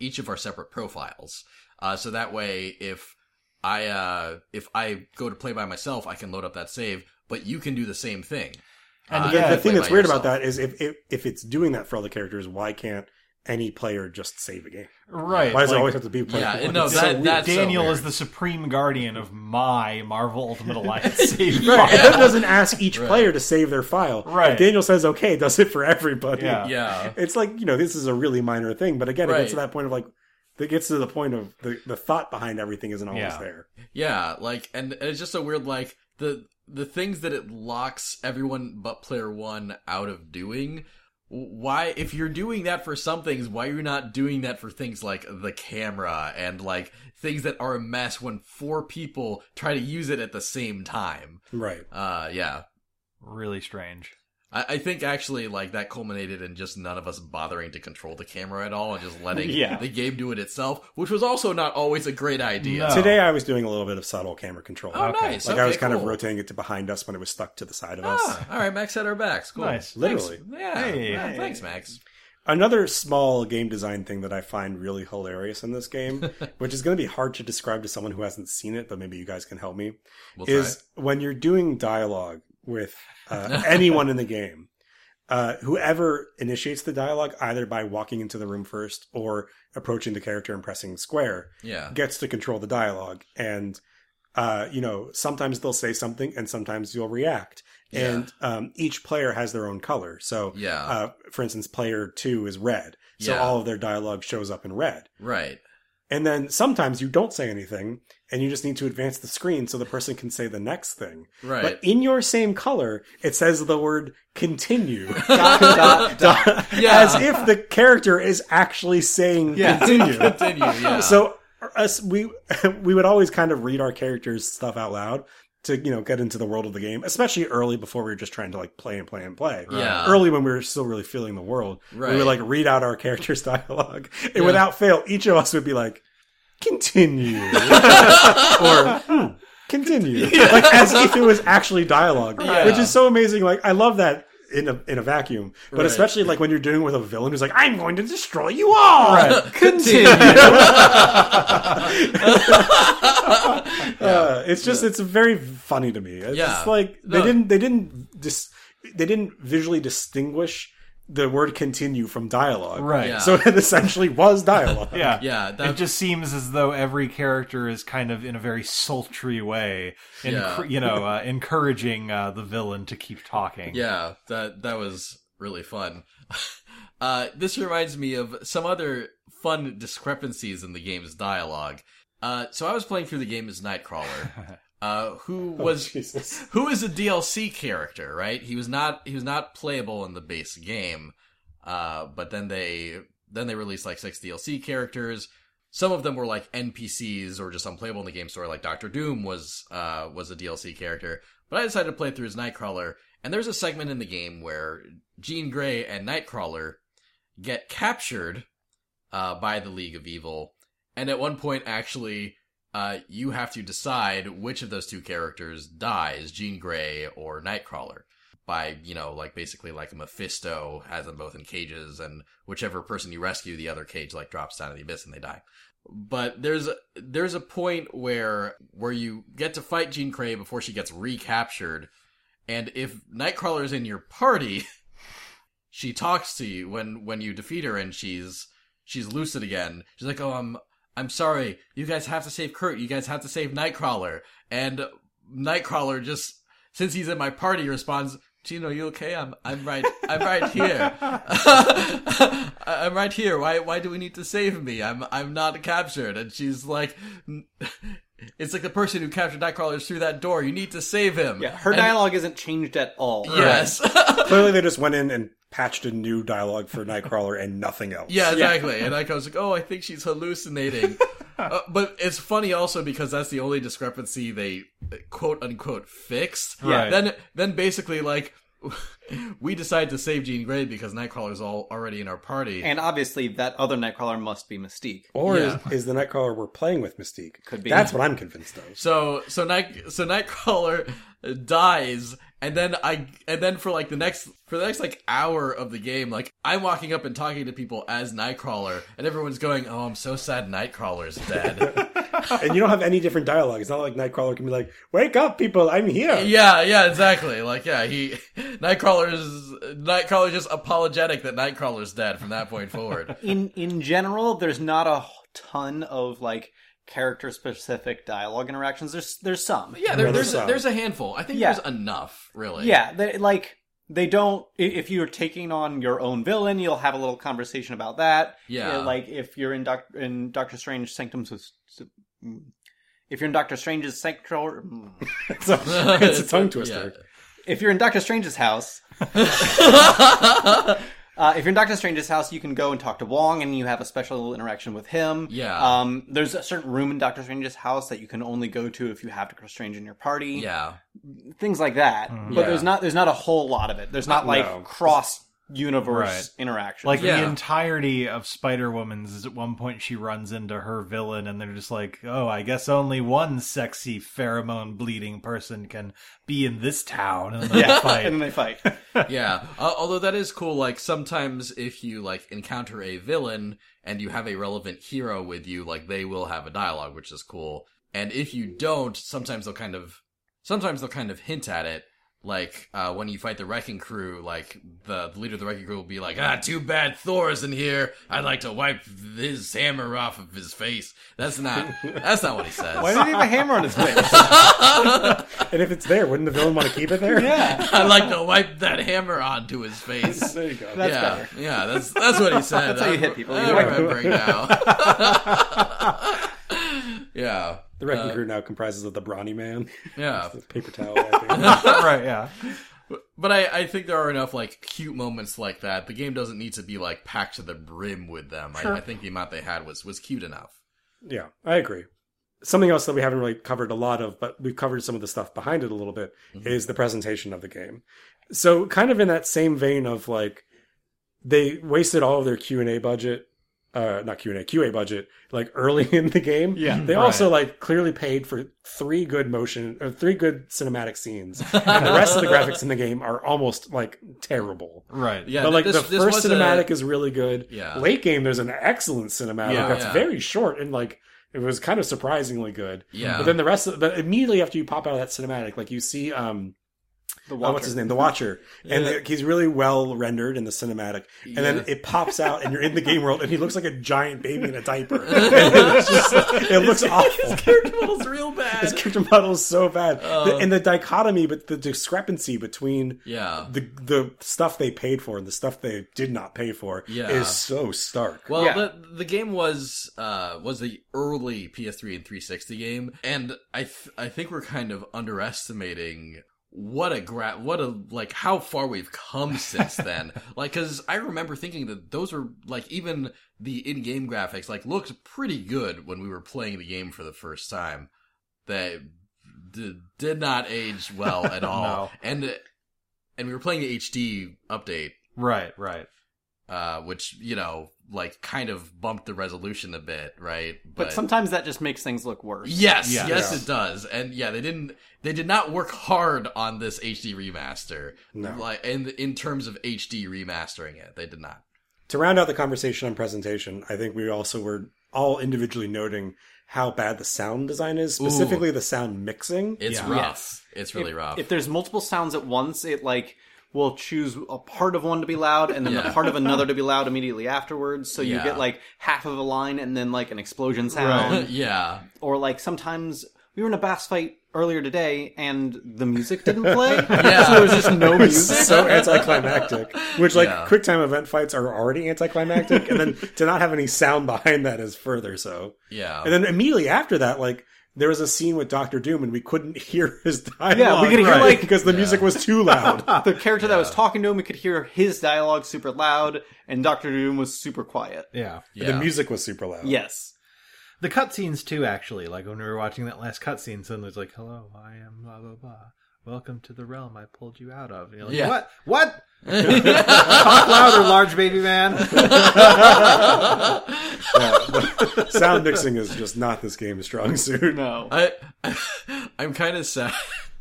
[SPEAKER 4] each of our separate profiles uh so that way if i uh if i go to play by myself i can load up that save but you can do the same thing
[SPEAKER 1] And
[SPEAKER 4] Uh,
[SPEAKER 2] The-
[SPEAKER 1] yeah,
[SPEAKER 2] the
[SPEAKER 4] play
[SPEAKER 2] thing that's
[SPEAKER 4] by
[SPEAKER 2] weird
[SPEAKER 4] yourself.
[SPEAKER 2] about that is if, if if it's doing that for all the characters, why can't any player just save a game?
[SPEAKER 1] Right.
[SPEAKER 2] Why does it
[SPEAKER 1] like,
[SPEAKER 2] always have to be player?
[SPEAKER 4] yeah
[SPEAKER 2] one?
[SPEAKER 4] it, no
[SPEAKER 2] It's
[SPEAKER 4] that,
[SPEAKER 2] so weird.
[SPEAKER 4] that's so
[SPEAKER 1] Daniel
[SPEAKER 4] weird.
[SPEAKER 1] is the supreme guardian of my Marvel Ultimate Alliance save
[SPEAKER 2] Right, and
[SPEAKER 1] file.
[SPEAKER 2] that doesn't ask each
[SPEAKER 4] Right.
[SPEAKER 2] player to save their file.
[SPEAKER 1] Right.
[SPEAKER 2] If Daniel says okay, it does it for everybody.
[SPEAKER 1] Yeah.
[SPEAKER 4] yeah
[SPEAKER 2] It's like, you know, this is a really minor thing, but again, it
[SPEAKER 4] Right.
[SPEAKER 2] gets to that point of like it gets to the point of the, the thought behind everything isn't always
[SPEAKER 1] Yeah.
[SPEAKER 2] there.
[SPEAKER 4] Yeah, like, and it's just so weird, like, the, the things that it locks everyone but player one out of doing. Why, if you're doing that for some things, why you're not doing that for things like the camera and like things that are a mess when four people try to use it at the same time?
[SPEAKER 2] Right.
[SPEAKER 4] Uh, yeah.
[SPEAKER 1] really strange.
[SPEAKER 4] I, I think actually, like, that culminated in just none of us bothering to control the camera at all and just letting
[SPEAKER 1] Yeah.
[SPEAKER 4] the game do it itself, which was also not always a great idea.
[SPEAKER 1] No.
[SPEAKER 2] Today I was doing a little bit of subtle camera control.
[SPEAKER 4] Oh,
[SPEAKER 1] Okay.
[SPEAKER 4] nice.
[SPEAKER 2] Like I
[SPEAKER 4] Okay,
[SPEAKER 2] was kind of
[SPEAKER 4] cool.
[SPEAKER 2] rotating it to behind us when it was stuck to the side of us.
[SPEAKER 4] Ah, all right, Max had our backs. Cool.
[SPEAKER 1] Nice.
[SPEAKER 2] Literally.
[SPEAKER 4] Thanks. Yeah.
[SPEAKER 1] Hey.
[SPEAKER 4] yeah,
[SPEAKER 1] Hey.
[SPEAKER 4] Thanks, Max.
[SPEAKER 2] Another small game design thing that I find really hilarious in this game, which is going to be hard to describe to someone who hasn't seen it, but maybe you guys can help me,
[SPEAKER 4] We'll
[SPEAKER 2] is when you're doing dialogue with uh, anyone in the game, uh, whoever initiates the dialogue, either by walking into the room first or approaching the character and pressing square,
[SPEAKER 4] try. Yeah.
[SPEAKER 2] gets to control the dialogue. And, uh, you know, sometimes they'll say something and sometimes you'll react. And um, each player has their own color. So
[SPEAKER 4] Yeah.
[SPEAKER 2] uh, for instance, player two is red. So
[SPEAKER 4] Yeah.
[SPEAKER 2] all of their dialogue shows up in red.
[SPEAKER 4] right.
[SPEAKER 2] And then sometimes you don't say anything and you just need to advance the screen so the person can say the next thing.
[SPEAKER 4] Right.
[SPEAKER 2] But in your same color, it says the word continue.
[SPEAKER 3] Dot, dot, dot.
[SPEAKER 4] Yeah.
[SPEAKER 2] As if the character is actually saying
[SPEAKER 3] Yeah.
[SPEAKER 2] continue.
[SPEAKER 4] Continue. Yeah.
[SPEAKER 2] So us we we would always kind of read our characters stuff out loud to you know get into the world of the game, especially early before we were just trying to like play and play and play.
[SPEAKER 4] Yeah.
[SPEAKER 2] Early when we were still really feeling the world, we
[SPEAKER 4] Right.
[SPEAKER 2] would like read out our characters' dialogue, and
[SPEAKER 4] Yeah.
[SPEAKER 2] without fail, each of us would be like, "Continue," or "Hmm, "Continue," like as if it was actually dialogue,
[SPEAKER 4] Yeah.
[SPEAKER 2] which is so amazing. Like I love that. In a, in a vacuum, but
[SPEAKER 4] Right.
[SPEAKER 2] especially like when you're doing it with a villain who's like, I'm going to destroy you all.
[SPEAKER 4] continue.
[SPEAKER 2] Uh, it's just it's very funny to me. It's
[SPEAKER 4] Yeah.
[SPEAKER 2] just like they
[SPEAKER 4] No.
[SPEAKER 2] didn't they didn't dis- they didn't visually distinguish the word continue from dialogue.
[SPEAKER 1] Right.
[SPEAKER 4] Yeah.
[SPEAKER 2] So it essentially was dialogue.
[SPEAKER 1] Yeah.
[SPEAKER 4] Yeah, that-
[SPEAKER 1] it just seems as though every character is kind of in a very sultry way, in,
[SPEAKER 4] Yeah.
[SPEAKER 1] you know, uh, encouraging uh, the villain to keep talking.
[SPEAKER 4] yeah. That that was really fun. Uh, this reminds me of some other fun discrepancies in the game's dialogue. Uh, so I was playing through the game as Nightcrawler, uh, who
[SPEAKER 1] Oh,
[SPEAKER 4] was
[SPEAKER 2] Oh, Jesus.
[SPEAKER 4] who is a DLC character, right? He was not he was not playable in the base game. Uh, but then they then they released like six DLC characters. Some of them were like NPCs or just unplayable in the game story. Like Doctor Doom was uh was a DLC character. But I decided to play through as Nightcrawler, and there's a segment in the game where Jean Grey and Nightcrawler get captured uh, by the League of Evil, and at one point actually uh, you have to decide which of those two characters dies, Jean Grey or Nightcrawler. By, you know, like basically like Mephisto has them both in cages and whichever person you rescue, the other cage like drops down to the abyss and they die. But there's, a- there's a point where, where you get to fight Jean Grey before she gets recaptured. And if Nightcrawler's in your party, she talks to you when, when you defeat her and she's, she's lucid again. She's like, "Oh, I'm I'm sorry, you guys have to save Kurt. You guys have to save Nightcrawler. And Nightcrawler just, since he's in my party, responds, Gino, you okay? I'm, I'm right, I'm right here. I'm right here. Why, why do we need to save me? I'm, I'm not captured. And she's like, it's like the person who captured Nightcrawler is through that door. You need to save him.
[SPEAKER 3] Yeah, her
[SPEAKER 4] And-
[SPEAKER 3] dialogue isn't changed at all.
[SPEAKER 4] Yes.
[SPEAKER 2] Clearly, they just went in and patched a new dialogue for Nightcrawler and nothing else.
[SPEAKER 4] Yeah, exactly. And I was like, oh, I think she's hallucinating. uh, but it's funny also because that's the only discrepancy they uh, quote unquote fixed.
[SPEAKER 1] Right.
[SPEAKER 4] Then, then basically like we decide to save Jean Grey because Nightcrawler's all already in our party.
[SPEAKER 3] And obviously, that other Nightcrawler must be Mystique.
[SPEAKER 2] Or
[SPEAKER 4] Yeah.
[SPEAKER 2] is, is the Nightcrawler we're playing with Mystique?
[SPEAKER 3] Could be.
[SPEAKER 2] That's what I'm convinced of.
[SPEAKER 4] so so night so Nightcrawler dies, and then I and then for like the next for the next like hour of the game, like I'm walking up and talking to people as Nightcrawler, and everyone's going, "Oh, I'm so sad, Nightcrawler's dead."
[SPEAKER 2] And you don't have any different dialogue. It's not like Nightcrawler can be like, "Wake up, people! I'm here."
[SPEAKER 4] Yeah, yeah, exactly. Like, yeah, he Nightcrawler's Nightcrawler's just apologetic that Nightcrawler's dead from that point forward.
[SPEAKER 3] In in general, there's not a ton of like character specific dialogue interactions. There's there's some.
[SPEAKER 4] yeah, there,
[SPEAKER 2] Another
[SPEAKER 4] there's a,
[SPEAKER 2] side.
[SPEAKER 4] there's a handful. I think
[SPEAKER 3] Yeah.
[SPEAKER 4] there's enough, really.
[SPEAKER 3] Yeah, they, like they don't. i- If you're taking on your own villain, you'll have a little conversation about that. Uh,
[SPEAKER 4] Yeah.
[SPEAKER 3] like if you're in Doc, in Doctor Strange Sanctum, Sus- Sus- if you're in Doctor Strange's sanctuary, mm.
[SPEAKER 2] It's a, it's a tongue twister.
[SPEAKER 3] if you're in Doctor Strange's house,
[SPEAKER 4] Yeah.
[SPEAKER 3] Uh, if you're in Doctor Strange's house, you can go and talk to Wong, and you have a special little interaction with him.
[SPEAKER 4] Yeah.
[SPEAKER 3] Um, there's a certain room in Doctor Strange's house that you can only go to if you have Doctor Strange in your party.
[SPEAKER 4] yeah.
[SPEAKER 3] Things like that. But
[SPEAKER 4] Yeah.
[SPEAKER 3] there's not there's not a whole lot of it. There's not like
[SPEAKER 2] No.
[SPEAKER 3] cross universe
[SPEAKER 1] Right.
[SPEAKER 3] interactions.
[SPEAKER 1] Like
[SPEAKER 4] Yeah.
[SPEAKER 1] the entirety of Spider Woman's is at one point she runs into her villain and they're just like, Oh, I guess only one sexy pheromone bleeding person can be in this town and then
[SPEAKER 3] yeah,
[SPEAKER 1] they fight.
[SPEAKER 3] and then they fight.
[SPEAKER 4] yeah. Uh, although that is cool. Like sometimes if you like encounter a villain and you have a relevant hero with you, like they will have a dialogue, which is cool. And if you don't, sometimes they'll kind of, sometimes they'll kind of hint at it. Like uh, when you fight the Wrecking Crew, like the, the leader of the Wrecking Crew will be like, "Ah, too bad Thor's in here. I'd like to wipe his hammer off of his face." That's not. that's not what he says.
[SPEAKER 3] Why does he have a hammer on his face?
[SPEAKER 2] And if it's there, wouldn't the villain want to keep it there?
[SPEAKER 3] yeah.
[SPEAKER 4] I'd like to wipe that hammer onto his face.
[SPEAKER 2] There you go.
[SPEAKER 3] That's
[SPEAKER 4] yeah,
[SPEAKER 3] better.
[SPEAKER 4] yeah, that's that's what he said.
[SPEAKER 3] That's how you
[SPEAKER 4] I'm-
[SPEAKER 3] hit people. You
[SPEAKER 4] I'm
[SPEAKER 3] wipe 'em.
[SPEAKER 4] remembering now. yeah,
[SPEAKER 2] The Wrecking Crew now comprises of the Brawny Man,
[SPEAKER 4] yeah.
[SPEAKER 2] the paper towel. I think.
[SPEAKER 1] right, yeah.
[SPEAKER 4] But I, I think there are enough like cute moments like that. The game doesn't need to be like packed to the brim with them. I, I think the amount they had was was cute enough.
[SPEAKER 2] yeah, I agree. Something else that we haven't really covered a lot of, but we've covered some of the stuff behind it a little bit, is the presentation of the game. So, kind of in that same vein of like, they wasted all of their Q and A budget, uh, not Q and A, QA budget, like early in the game.
[SPEAKER 1] Yeah,
[SPEAKER 2] They
[SPEAKER 1] right.
[SPEAKER 2] also like clearly paid for three good motion or three good cinematic scenes, and the rest of the graphics in the game are almost like terrible.
[SPEAKER 1] Right.
[SPEAKER 4] Yeah,
[SPEAKER 2] but like
[SPEAKER 4] this-
[SPEAKER 2] the
[SPEAKER 4] this
[SPEAKER 2] first
[SPEAKER 4] was a-
[SPEAKER 2] cinematic is really good.
[SPEAKER 4] Yeah.
[SPEAKER 2] Late game, there's an excellent cinematic
[SPEAKER 1] Yeah.
[SPEAKER 2] that's
[SPEAKER 4] Yeah.
[SPEAKER 2] very short and like it was kind of surprisingly good.
[SPEAKER 4] Yeah.
[SPEAKER 2] But then the rest of but immediately after you pop out of that cinematic, like you see um
[SPEAKER 3] The
[SPEAKER 2] oh, what's his name? The Watcher. And the- he's really well rendered in the cinematic. And then
[SPEAKER 4] Yeah.
[SPEAKER 2] it pops out and you're in the game world and he looks like a giant baby in a diaper. And it's just- it looks awful.
[SPEAKER 4] character model's real bad.
[SPEAKER 2] His character model is so bad. The-
[SPEAKER 4] Oh.
[SPEAKER 2] and the dichotomy but the discrepancy between
[SPEAKER 4] yeah.
[SPEAKER 2] the the stuff they paid for and the stuff they did not pay for
[SPEAKER 4] Yeah.
[SPEAKER 2] is so stark.
[SPEAKER 4] Well,
[SPEAKER 3] Yeah.
[SPEAKER 4] the the game was uh was the early PS3 and 360 game, and I th- I think we're kind of underestimating what a gra- what a like how far we've come since then. like, because I remember thinking that those were like even the in-game graphics like looked pretty good when we were playing the game for the first time. That d- did not age well at all,
[SPEAKER 1] No.
[SPEAKER 4] and and we were playing the HD update
[SPEAKER 1] Right, right.
[SPEAKER 4] uh, which you know, like, kind of bumped the resolution a bit, right?
[SPEAKER 3] But sometimes that just makes things look worse.
[SPEAKER 4] yes,
[SPEAKER 1] Yeah.
[SPEAKER 4] yes,
[SPEAKER 2] Yeah.
[SPEAKER 4] it does, and yeah, they didn't, they did not work hard on this HD remaster,
[SPEAKER 2] No.
[SPEAKER 4] like in in terms of HD remastering it, they did not.
[SPEAKER 2] To round out the conversation on presentation, I think we also were all individually noting how bad the sound design is, specifically the sound mixing.
[SPEAKER 4] It's
[SPEAKER 1] Yeah.
[SPEAKER 4] rough.
[SPEAKER 3] Yes.
[SPEAKER 4] It's really
[SPEAKER 3] if,
[SPEAKER 4] rough.
[SPEAKER 3] If there's multiple sounds at once, it like will choose a part of one to be loud and then
[SPEAKER 4] Yeah.
[SPEAKER 3] a part of another to be loud immediately afterwards. So you
[SPEAKER 4] Yeah.
[SPEAKER 3] get like half of a line and then like an explosion sound.
[SPEAKER 4] yeah.
[SPEAKER 3] Or like sometimes we were in a bass fight earlier today and the music didn't play.
[SPEAKER 4] Yeah.
[SPEAKER 3] So there was just no music.
[SPEAKER 2] so anticlimactic. Which like
[SPEAKER 4] Yeah.
[SPEAKER 2] quick time event fights are already anticlimactic, and then to not have any sound behind that is further so.
[SPEAKER 4] Yeah.
[SPEAKER 2] And then immediately after that, like there was a scene with Doctor Doom, and we couldn't hear his dialogue.
[SPEAKER 3] Yeah, we could hear, like-
[SPEAKER 2] because the music was too loud.
[SPEAKER 3] the character that was talking to him, we could hear his dialogue super loud, and Doctor Doom was super quiet.
[SPEAKER 1] Yeah.
[SPEAKER 4] yeah.
[SPEAKER 2] The music was super loud.
[SPEAKER 3] Yes.
[SPEAKER 1] The cutscenes too, actually. Like when we were watching that last cutscene, suddenly it's like, "Hello, I am blah blah blah. Welcome to the realm I pulled you out of." And you're like,
[SPEAKER 4] Yeah.
[SPEAKER 1] "What? What? Talk louder, large baby man."
[SPEAKER 2] Uh, Sound mixing is just not this game's strong suit.
[SPEAKER 3] No.
[SPEAKER 4] I I'm kind of sad.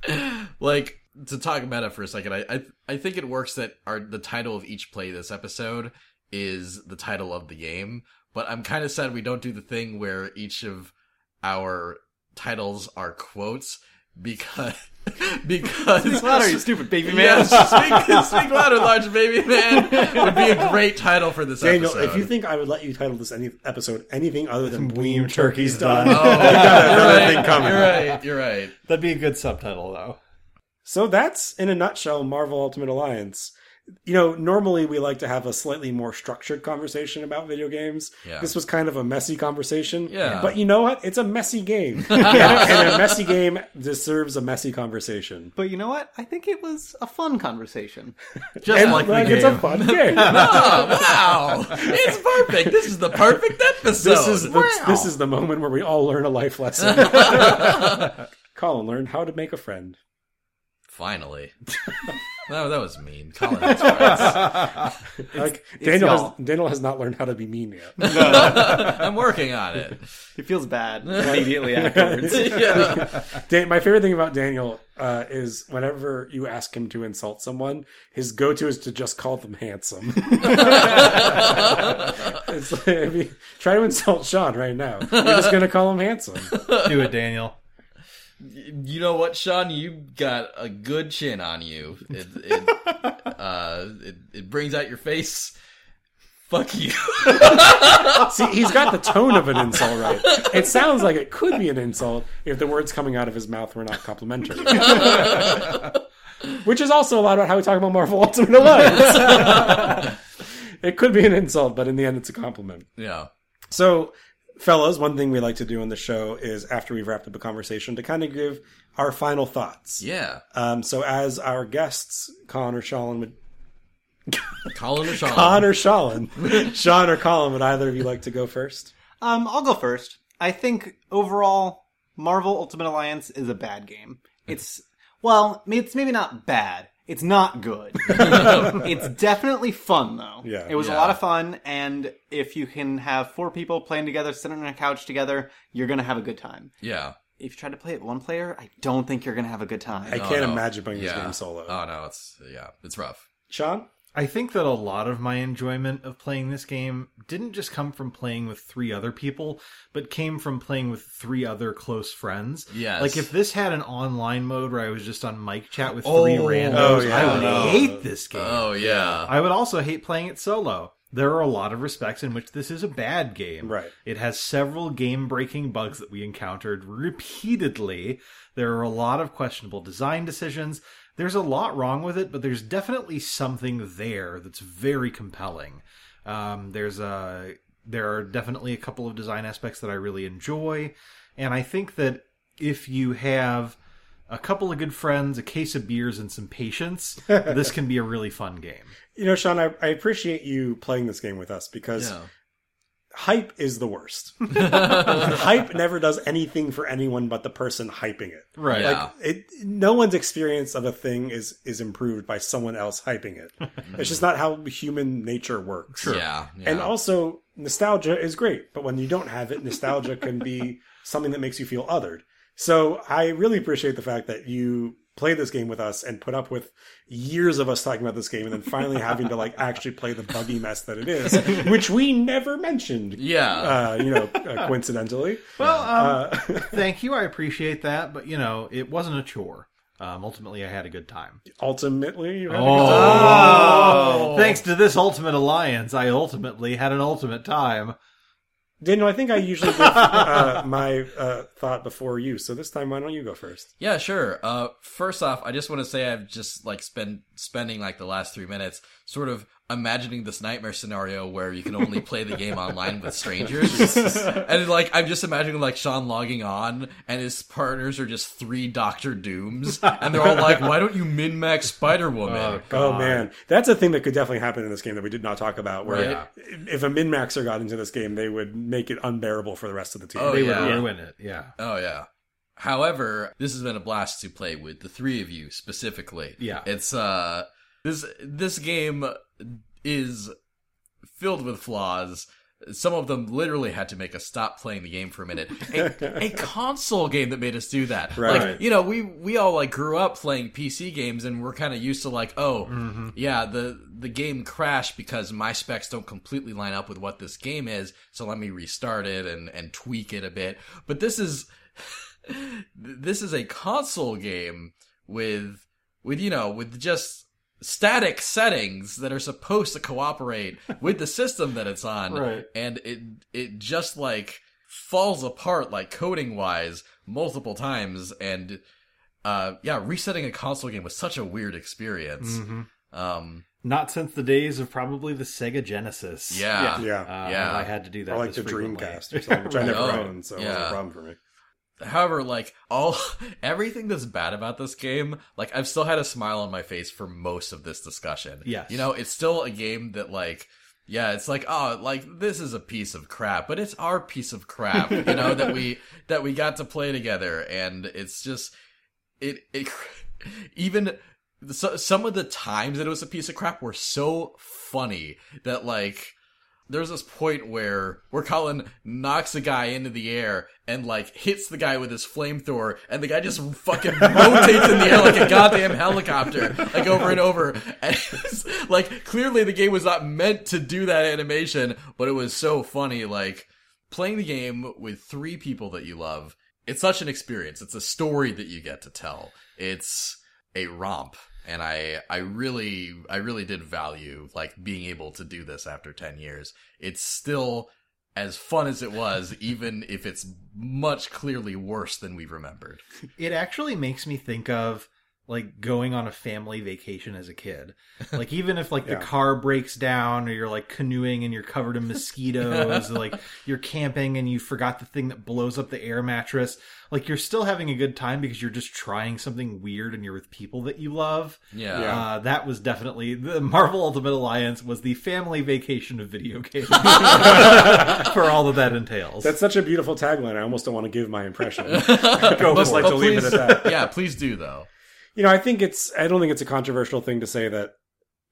[SPEAKER 4] like to talk about it for a second. I, I I think it works that our the title of each play this episode is the title of the game, but I'm kind of sad we don't do the thing where each of our titles are quotes because because
[SPEAKER 3] Speak louder, you stupid baby man.
[SPEAKER 4] Yes, speak, speak louder, large baby man would be a great title for this
[SPEAKER 2] Daniel,
[SPEAKER 4] episode.
[SPEAKER 2] if you think I would let you title this any episode anything other than Weem Turkey's Done,
[SPEAKER 4] oh,
[SPEAKER 2] you got another
[SPEAKER 4] you're,
[SPEAKER 2] thing
[SPEAKER 4] right,
[SPEAKER 2] coming.
[SPEAKER 4] you're right. You're right.
[SPEAKER 1] That'd be a good subtitle, though.
[SPEAKER 2] So that's, in a nutshell, Marvel Ultimate Alliance. You know, normally we like to have a slightly more structured conversation about video games.
[SPEAKER 4] Yeah.
[SPEAKER 2] This was kind of a messy conversation.
[SPEAKER 4] Yeah.
[SPEAKER 2] But you know what? It's a messy game. and, and a messy game deserves a messy conversation.
[SPEAKER 3] But you know what? I think it was a fun conversation.
[SPEAKER 4] Just
[SPEAKER 2] and
[SPEAKER 4] like the
[SPEAKER 2] like,
[SPEAKER 4] game.
[SPEAKER 2] it's a fun game.
[SPEAKER 4] Oh, wow. It's perfect. This is the perfect episode.
[SPEAKER 2] this, is the, this is the moment where we all learn a life lesson. Colin learned how to make a friend.
[SPEAKER 4] Finally. No, that was mean. Colin has friends.
[SPEAKER 2] like Daniel, has,
[SPEAKER 3] y'all.
[SPEAKER 2] Daniel has not learned how to be mean yet.
[SPEAKER 4] I'm working on it.
[SPEAKER 3] It feels bad immediately afterwards.
[SPEAKER 4] Yeah.
[SPEAKER 2] Dan- my favorite thing about Daniel uh, is whenever you ask him to insult someone, his go-to is to just call them handsome. it's like, I mean, try to insult Sean right now. You're just gonna call him handsome.
[SPEAKER 1] Do it, Daniel.
[SPEAKER 4] You know what, Sean? You got a good chin on you. It, it, uh, it, it brings out your face. Fuck you.
[SPEAKER 2] See, he's got the tone of an insult right. It sounds like it could be an insult if the words coming out of his mouth were not complimentary. Which is also a lot about how we talk about Marvel Ultimate Alliance. it could be an insult, but in the end, it's a compliment.
[SPEAKER 4] Yeah.
[SPEAKER 2] So, fellas, one thing we like to do on the show is after we've wrapped up a conversation to kind of give our final thoughts.
[SPEAKER 4] Yeah.
[SPEAKER 2] Um, so, as our guests, Con or Sean would,
[SPEAKER 4] Colin or Sean?
[SPEAKER 2] Con or Sean, Sean or Colin, would either of you like to go first?
[SPEAKER 3] Um, I'll go first. I think overall, Marvel Ultimate Alliance is a bad game. It's well, I mean, it's maybe not bad. It's not good. it's definitely fun though.
[SPEAKER 2] Yeah.
[SPEAKER 3] it was
[SPEAKER 4] Yeah.
[SPEAKER 3] a lot of fun, and if you can have four people playing together, sitting on a couch together, you're gonna have a good time.
[SPEAKER 4] yeah.
[SPEAKER 3] If you try to play it one player, I don't think you're gonna have a good time.
[SPEAKER 2] I
[SPEAKER 4] Oh,
[SPEAKER 2] can't
[SPEAKER 4] no.
[SPEAKER 2] imagine playing
[SPEAKER 4] Yeah.
[SPEAKER 2] this game solo.
[SPEAKER 4] Oh, no. It's, yeah. It's rough.
[SPEAKER 2] Sean?
[SPEAKER 1] I think that a lot of my enjoyment of playing this game didn't just come from playing with three other people, but came from playing with three other close friends.
[SPEAKER 4] Yes.
[SPEAKER 1] Like if this had an online mode where I was just on mic chat with three
[SPEAKER 4] Oh.
[SPEAKER 1] randos,
[SPEAKER 4] Oh,
[SPEAKER 2] yeah.
[SPEAKER 1] I would
[SPEAKER 2] No.
[SPEAKER 1] hate this game.
[SPEAKER 4] Oh, yeah.
[SPEAKER 1] I would also hate playing it solo. There are a lot of respects in which this is a bad game.
[SPEAKER 2] Right.
[SPEAKER 1] It has several game breaking bugs that we encountered repeatedly. There are a lot of questionable design decisions. There's a lot wrong with it, but there's definitely something there that's very compelling. Um, there's a there are definitely a couple of design aspects that I really enjoy, and I think that if you have a couple of good friends, a case of beers, and some patience, this can be a really fun game.
[SPEAKER 2] You know, Sean, I, I appreciate you playing this game with us because
[SPEAKER 4] Yeah.
[SPEAKER 2] hype is the worst. hype never does anything for anyone but the person hyping it.
[SPEAKER 1] Right.
[SPEAKER 4] Yeah.
[SPEAKER 2] Like it, no one's experience of a thing is is improved by someone else hyping it. it's just not how human nature works.
[SPEAKER 4] Yeah. yeah.
[SPEAKER 2] And also, nostalgia is great, but when you don't have it, nostalgia can be something that makes you feel othered. So I really appreciate the fact that you played this game with us and put up with years of us talking about this game and then finally having to like actually play the buggy mess that it is, which we never mentioned.
[SPEAKER 4] yeah.
[SPEAKER 2] Uh, you know, uh, coincidentally.
[SPEAKER 1] Well, um,
[SPEAKER 2] Uh,
[SPEAKER 1] thank you. I appreciate that, but you know, it wasn't a chore. Um, ultimately, I had a good time.
[SPEAKER 2] Ultimately, you had a good time.
[SPEAKER 1] Oh.
[SPEAKER 4] Oh.
[SPEAKER 1] Thanks to this Ultimate Alliance, I ultimately had an ultimate time.
[SPEAKER 2] Daniel, I think I usually give uh, my uh, thought before you, so this time why don't you go first?
[SPEAKER 4] Yeah, sure. Uh, first off, I just want to say I've just like spent spending like the last three minutes sort of imagining this nightmare scenario where you can only play the game online with strangers, and like I'm just imagining like Sean logging on and his partners are just three Doctor Dooms, and they're all like, "Why don't you min max Spider Woman?"
[SPEAKER 2] Oh man, that's a thing that could definitely happen in this game that we did not talk about. Where
[SPEAKER 4] Right.
[SPEAKER 2] if a min maxer got into this game, they would make it unbearable for the rest of the team.
[SPEAKER 4] Oh,
[SPEAKER 1] They
[SPEAKER 4] yeah.
[SPEAKER 1] would ruin it. Yeah.
[SPEAKER 4] Oh yeah. However, this has been a blast to play with the three of you specifically.
[SPEAKER 1] Yeah.
[SPEAKER 4] It's uh this this game is filled with flaws. Some of them literally had to make us stop playing the game for a minute. A, a console game that made us do that.
[SPEAKER 2] Right.
[SPEAKER 4] Like, you know, we we all like grew up playing PC games and we're kind of used to like, oh, yeah, the the game crashed because my specs don't completely line up with what this game is, so let me restart it and and tweak it a bit. But this is this is a console game with with you know, with just static settings that are supposed to cooperate with the system that it's on
[SPEAKER 1] Right.
[SPEAKER 4] and it it just like falls apart like coding wise multiple times and uh yeah resetting a console game was such a weird experience
[SPEAKER 2] Mm-hmm.
[SPEAKER 4] um
[SPEAKER 1] Not since the days of probably the Sega Genesis.
[SPEAKER 4] yeah
[SPEAKER 2] yeah.
[SPEAKER 1] Uh,
[SPEAKER 4] Yeah.
[SPEAKER 1] I had to do that.
[SPEAKER 2] or like
[SPEAKER 1] this
[SPEAKER 2] the
[SPEAKER 1] frequently.
[SPEAKER 2] Dreamcast or something, which I never
[SPEAKER 4] Oh,
[SPEAKER 2] owned, so it was
[SPEAKER 4] yeah.
[SPEAKER 2] a problem for me.
[SPEAKER 4] however like all everything that's bad about this game like i've still had a smile on my face for most of this discussion
[SPEAKER 1] Yes.
[SPEAKER 4] you know it's still a game that like yeah it's like oh like this is a piece of crap but it's our piece of crap you know that we that we got to play together and it's just it it even so, some of the times that it was a piece of crap were so funny that like there's this point where where Colin knocks a guy into the air and like hits the guy with his flamethrower, and the guy just fucking rotates in the air like a goddamn helicopter, like over and over. And it's, like clearly the game was not meant to do that animation, but it was so funny. Like playing the game with three people that you love, it's such an experience. It's a story that you get to tell. It's a romp and i i really i really did value like being able to do this after 10 years it's still as fun as it was even if it's much clearly worse than we remembered
[SPEAKER 1] It actually makes me think of like going on a family vacation as a kid. Like even if like
[SPEAKER 2] Yeah.
[SPEAKER 1] the car breaks down or you're like canoeing and you're covered in mosquitoes, or, like you're camping and you forgot the thing that blows up the air mattress, like you're still having a good time because you're just trying something weird and you're with people that you love.
[SPEAKER 4] yeah,
[SPEAKER 2] Yeah.
[SPEAKER 1] Uh, that was definitely the Marvel Ultimate Alliance was the family vacation of video games for all that that entails.
[SPEAKER 2] That's such a beautiful tagline. I almost don't want to give my impression.
[SPEAKER 4] Go
[SPEAKER 2] Just
[SPEAKER 4] for
[SPEAKER 2] like
[SPEAKER 4] it.
[SPEAKER 2] to leave it
[SPEAKER 4] Please-
[SPEAKER 2] at that.
[SPEAKER 4] yeah please do though
[SPEAKER 2] You know, I think it's. I don't think it's a controversial thing to say that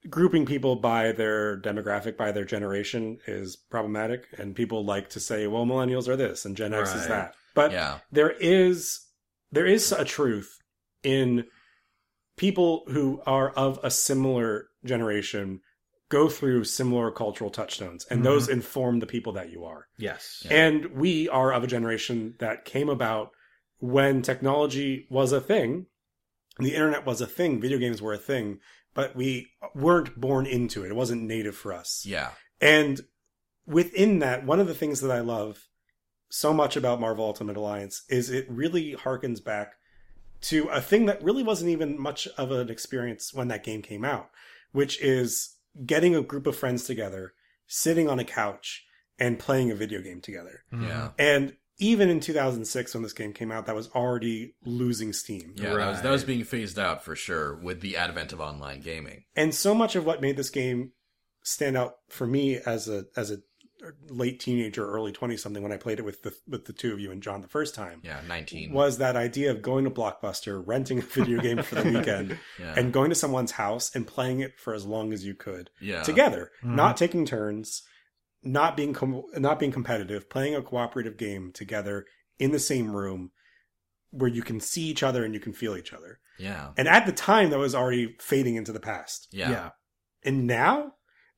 [SPEAKER 2] grouping people by their demographic, by their generation, is problematic. And people like to say, "Well, millennials are this, and Gen X is
[SPEAKER 1] Right.
[SPEAKER 2] that." But
[SPEAKER 4] yeah
[SPEAKER 2] there is there is a truth in people who are of a similar generation go through similar cultural touchstones and those inform the people that you are
[SPEAKER 1] yes.
[SPEAKER 4] Yeah.
[SPEAKER 2] and we are of a generation that came about when technology was a thing the internet was a thing video games were a thing but we weren't born into it it wasn't native for us
[SPEAKER 4] yeah
[SPEAKER 2] and within that, one of the things that I love so much about Marvel Ultimate Alliance is it really harkens back to a thing that really wasn't even much of an experience when that game came out, which is getting a group of friends together, sitting on a couch, and playing a video game together.
[SPEAKER 1] Mm-hmm.
[SPEAKER 4] yeah
[SPEAKER 2] And even in 2006, when this game came out, that was already losing steam.
[SPEAKER 4] yeah that, was, that was
[SPEAKER 1] Right.
[SPEAKER 4] being phased out for sure with the advent of online gaming
[SPEAKER 2] and so much of what made this game stand out for me as a as a late teenager early 20 something when i played it with the with the two of you and john the first time
[SPEAKER 4] yeah 19
[SPEAKER 2] was that idea of going to blockbuster renting a video game for the weekend
[SPEAKER 4] yeah
[SPEAKER 2] and going to someone's house and playing it for as long as you could
[SPEAKER 4] yeah
[SPEAKER 2] together
[SPEAKER 1] Mhm.
[SPEAKER 2] not taking turns not being com- not being competitive playing a cooperative game together in the same room where you can see each other and you can feel each other
[SPEAKER 4] yeah
[SPEAKER 2] and at the time that was already fading into the past
[SPEAKER 4] yeah yeah
[SPEAKER 2] and now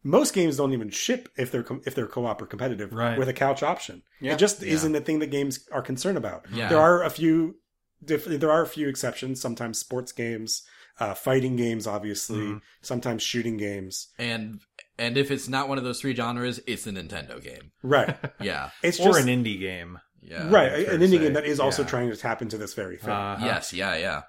[SPEAKER 2] most games don't even ship if they're com- if they're co-op or competitive
[SPEAKER 1] Right.
[SPEAKER 2] with a couch option.
[SPEAKER 3] Yeah.
[SPEAKER 2] It just
[SPEAKER 4] Yeah.
[SPEAKER 2] isn't a thing that games are concerned about.
[SPEAKER 4] Yeah.
[SPEAKER 2] There are a few diff- there are a few exceptions. Sometimes sports games, uh, fighting games, obviously.
[SPEAKER 1] Mhm.
[SPEAKER 2] Sometimes shooting games.
[SPEAKER 4] and and if it's not one of those three genres, it's a Nintendo game.
[SPEAKER 2] Right.
[SPEAKER 4] Yeah,
[SPEAKER 2] It's
[SPEAKER 1] or
[SPEAKER 2] just
[SPEAKER 1] an indie game.
[SPEAKER 4] yeah,
[SPEAKER 2] right
[SPEAKER 1] fair
[SPEAKER 2] an
[SPEAKER 1] to
[SPEAKER 2] indie
[SPEAKER 1] say.
[SPEAKER 2] game that is also
[SPEAKER 1] Yeah.
[SPEAKER 2] trying to tap into this very thing.
[SPEAKER 1] Uh-huh.
[SPEAKER 4] Yes, yeah, yeah.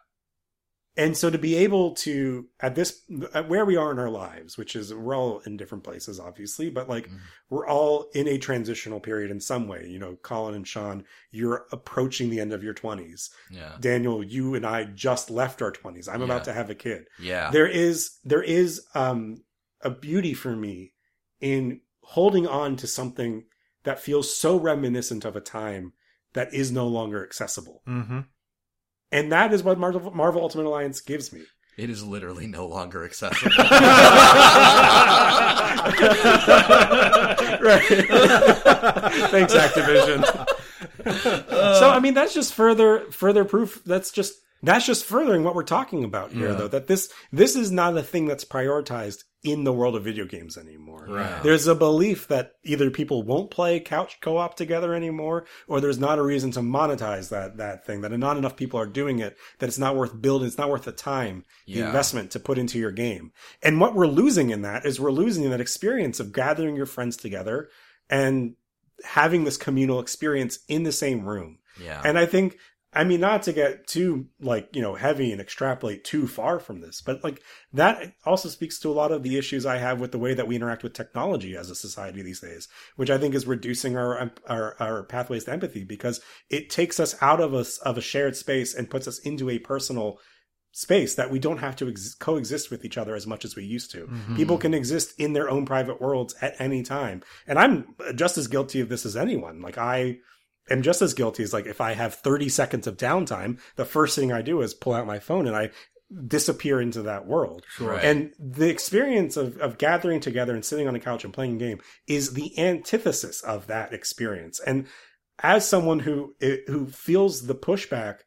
[SPEAKER 2] and so to be able to at this at where we are in our lives which is we're all in different places obviously but like
[SPEAKER 4] Mhm.
[SPEAKER 2] we're all in a transitional period in some way you know colin and sean you're approaching the end of your 20s
[SPEAKER 4] Yeah.
[SPEAKER 2] daniel you and i just left our 20s i'm
[SPEAKER 4] Yeah.
[SPEAKER 2] about to have a kid
[SPEAKER 4] Yeah.
[SPEAKER 2] there is there is um a beauty for me in holding on to something that feels so reminiscent of a time that is no longer accessible
[SPEAKER 1] Mm-hmm.
[SPEAKER 2] and that is what marvel, marvel ultimate alliance gives me
[SPEAKER 4] It is literally no longer accessible.
[SPEAKER 2] Right. Thanks, Activision. so I mean, that's just further further proof. That's just that's just furthering what we're talking about here,
[SPEAKER 4] Yeah.
[SPEAKER 2] though. That this this is not a thing that's prioritized in the world of video games anymore.
[SPEAKER 4] Right.
[SPEAKER 2] There's a belief that either people won't play couch co-op together anymore, or there's not a reason to monetize that that thing. That not enough people are doing it. That it's not worth building. It's not worth the time the
[SPEAKER 4] yeah.
[SPEAKER 2] investment to put into your game. And what we're losing in that is we're losing that experience of gathering your friends together and having this communal experience in the same room.
[SPEAKER 4] Yeah.
[SPEAKER 2] And I think, I mean, not to get too like, you know, heavy and extrapolate too far from this, but like that also speaks to a lot of the issues I have with the way that we interact with technology as a society these days, which I think is reducing our, our, our pathways to empathy because it takes us out of us of a shared space and puts us into a personal space that we don't have to ex- coexist with each other as much as we used to.
[SPEAKER 1] Mhm.
[SPEAKER 2] People can exist in their own private worlds at any time. And I'm just as guilty of this as anyone. Like I am just as guilty as like if I have 30 seconds of downtime, the first thing I do is pull out my phone and I disappear into that world.
[SPEAKER 1] Sure.
[SPEAKER 4] Right.
[SPEAKER 2] And the experience of, of gathering together and sitting on a couch and playing a game is the antithesis of that experience. And as someone who eh, who feels the pushback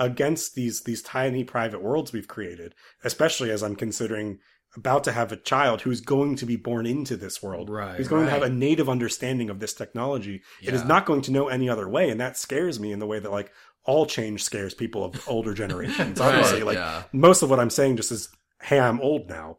[SPEAKER 2] against these these tiny private worlds we've created, especially as I'm considering about to have a child who's going to be born into this world,
[SPEAKER 1] Right,
[SPEAKER 2] who's going to have
[SPEAKER 4] right.
[SPEAKER 2] a native understanding of this technology. It is
[SPEAKER 4] Yeah.
[SPEAKER 2] not going to know any other way, and that scares me in the way that like all change scares people of older generations.
[SPEAKER 4] Right,
[SPEAKER 2] Obviously, like
[SPEAKER 4] yeah.
[SPEAKER 2] most of what I'm saying just is, hey, I'm old now.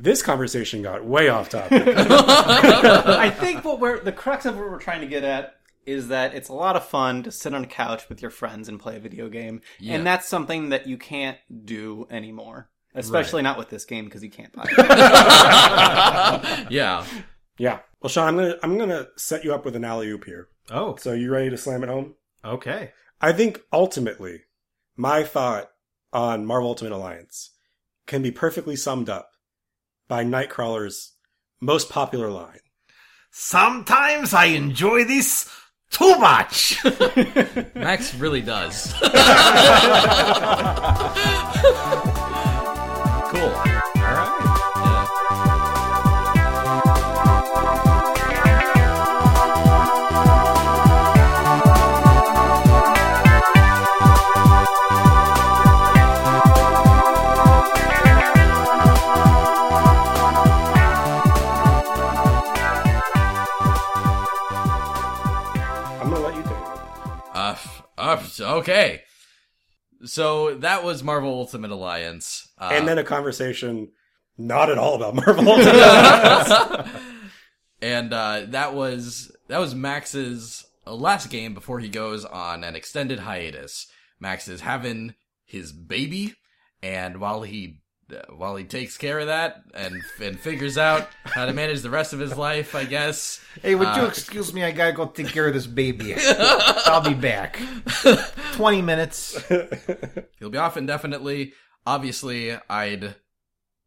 [SPEAKER 2] This conversation got way off topic.
[SPEAKER 3] I think what we're the crux of what we're trying to get at is that it's a lot of fun to sit on a couch with your friends and play a video game,
[SPEAKER 4] Yeah.
[SPEAKER 3] and that's something that you can't do anymore. Especially not with this game because you can't buy it.
[SPEAKER 4] yeah.
[SPEAKER 2] yeah. Well, Sean, I'm gonna I'm gonna set you up with an alley oop here.
[SPEAKER 1] Oh,
[SPEAKER 2] So you ready to slam it home?
[SPEAKER 1] okay.
[SPEAKER 2] I think ultimately, my thought on Marvel Ultimate Alliance can be perfectly summed up by Nightcrawler's most popular line.
[SPEAKER 1] Sometimes I enjoy this too much.
[SPEAKER 4] Max really does. cool.
[SPEAKER 1] All right.
[SPEAKER 4] Yeah.
[SPEAKER 2] I'm gonna let you take it.
[SPEAKER 4] Uh, f- uh, f- okay. So that was Marvel Ultimate Alliance. Uh,
[SPEAKER 2] And then a conversation not at all about Marvel Ultimate Alliance.
[SPEAKER 4] and uh, that was that was Max's uh, last game before he goes on an extended hiatus. Max is having his baby, and while he uh, while he takes care of that and and figures out how to manage the rest of his life, I guess.
[SPEAKER 1] Hey, would you
[SPEAKER 4] Uh,
[SPEAKER 1] excuse me? I gotta go take care of this baby. I'll be back. Twenty minutes.
[SPEAKER 4] He'll be off indefinitely. Obviously, I'd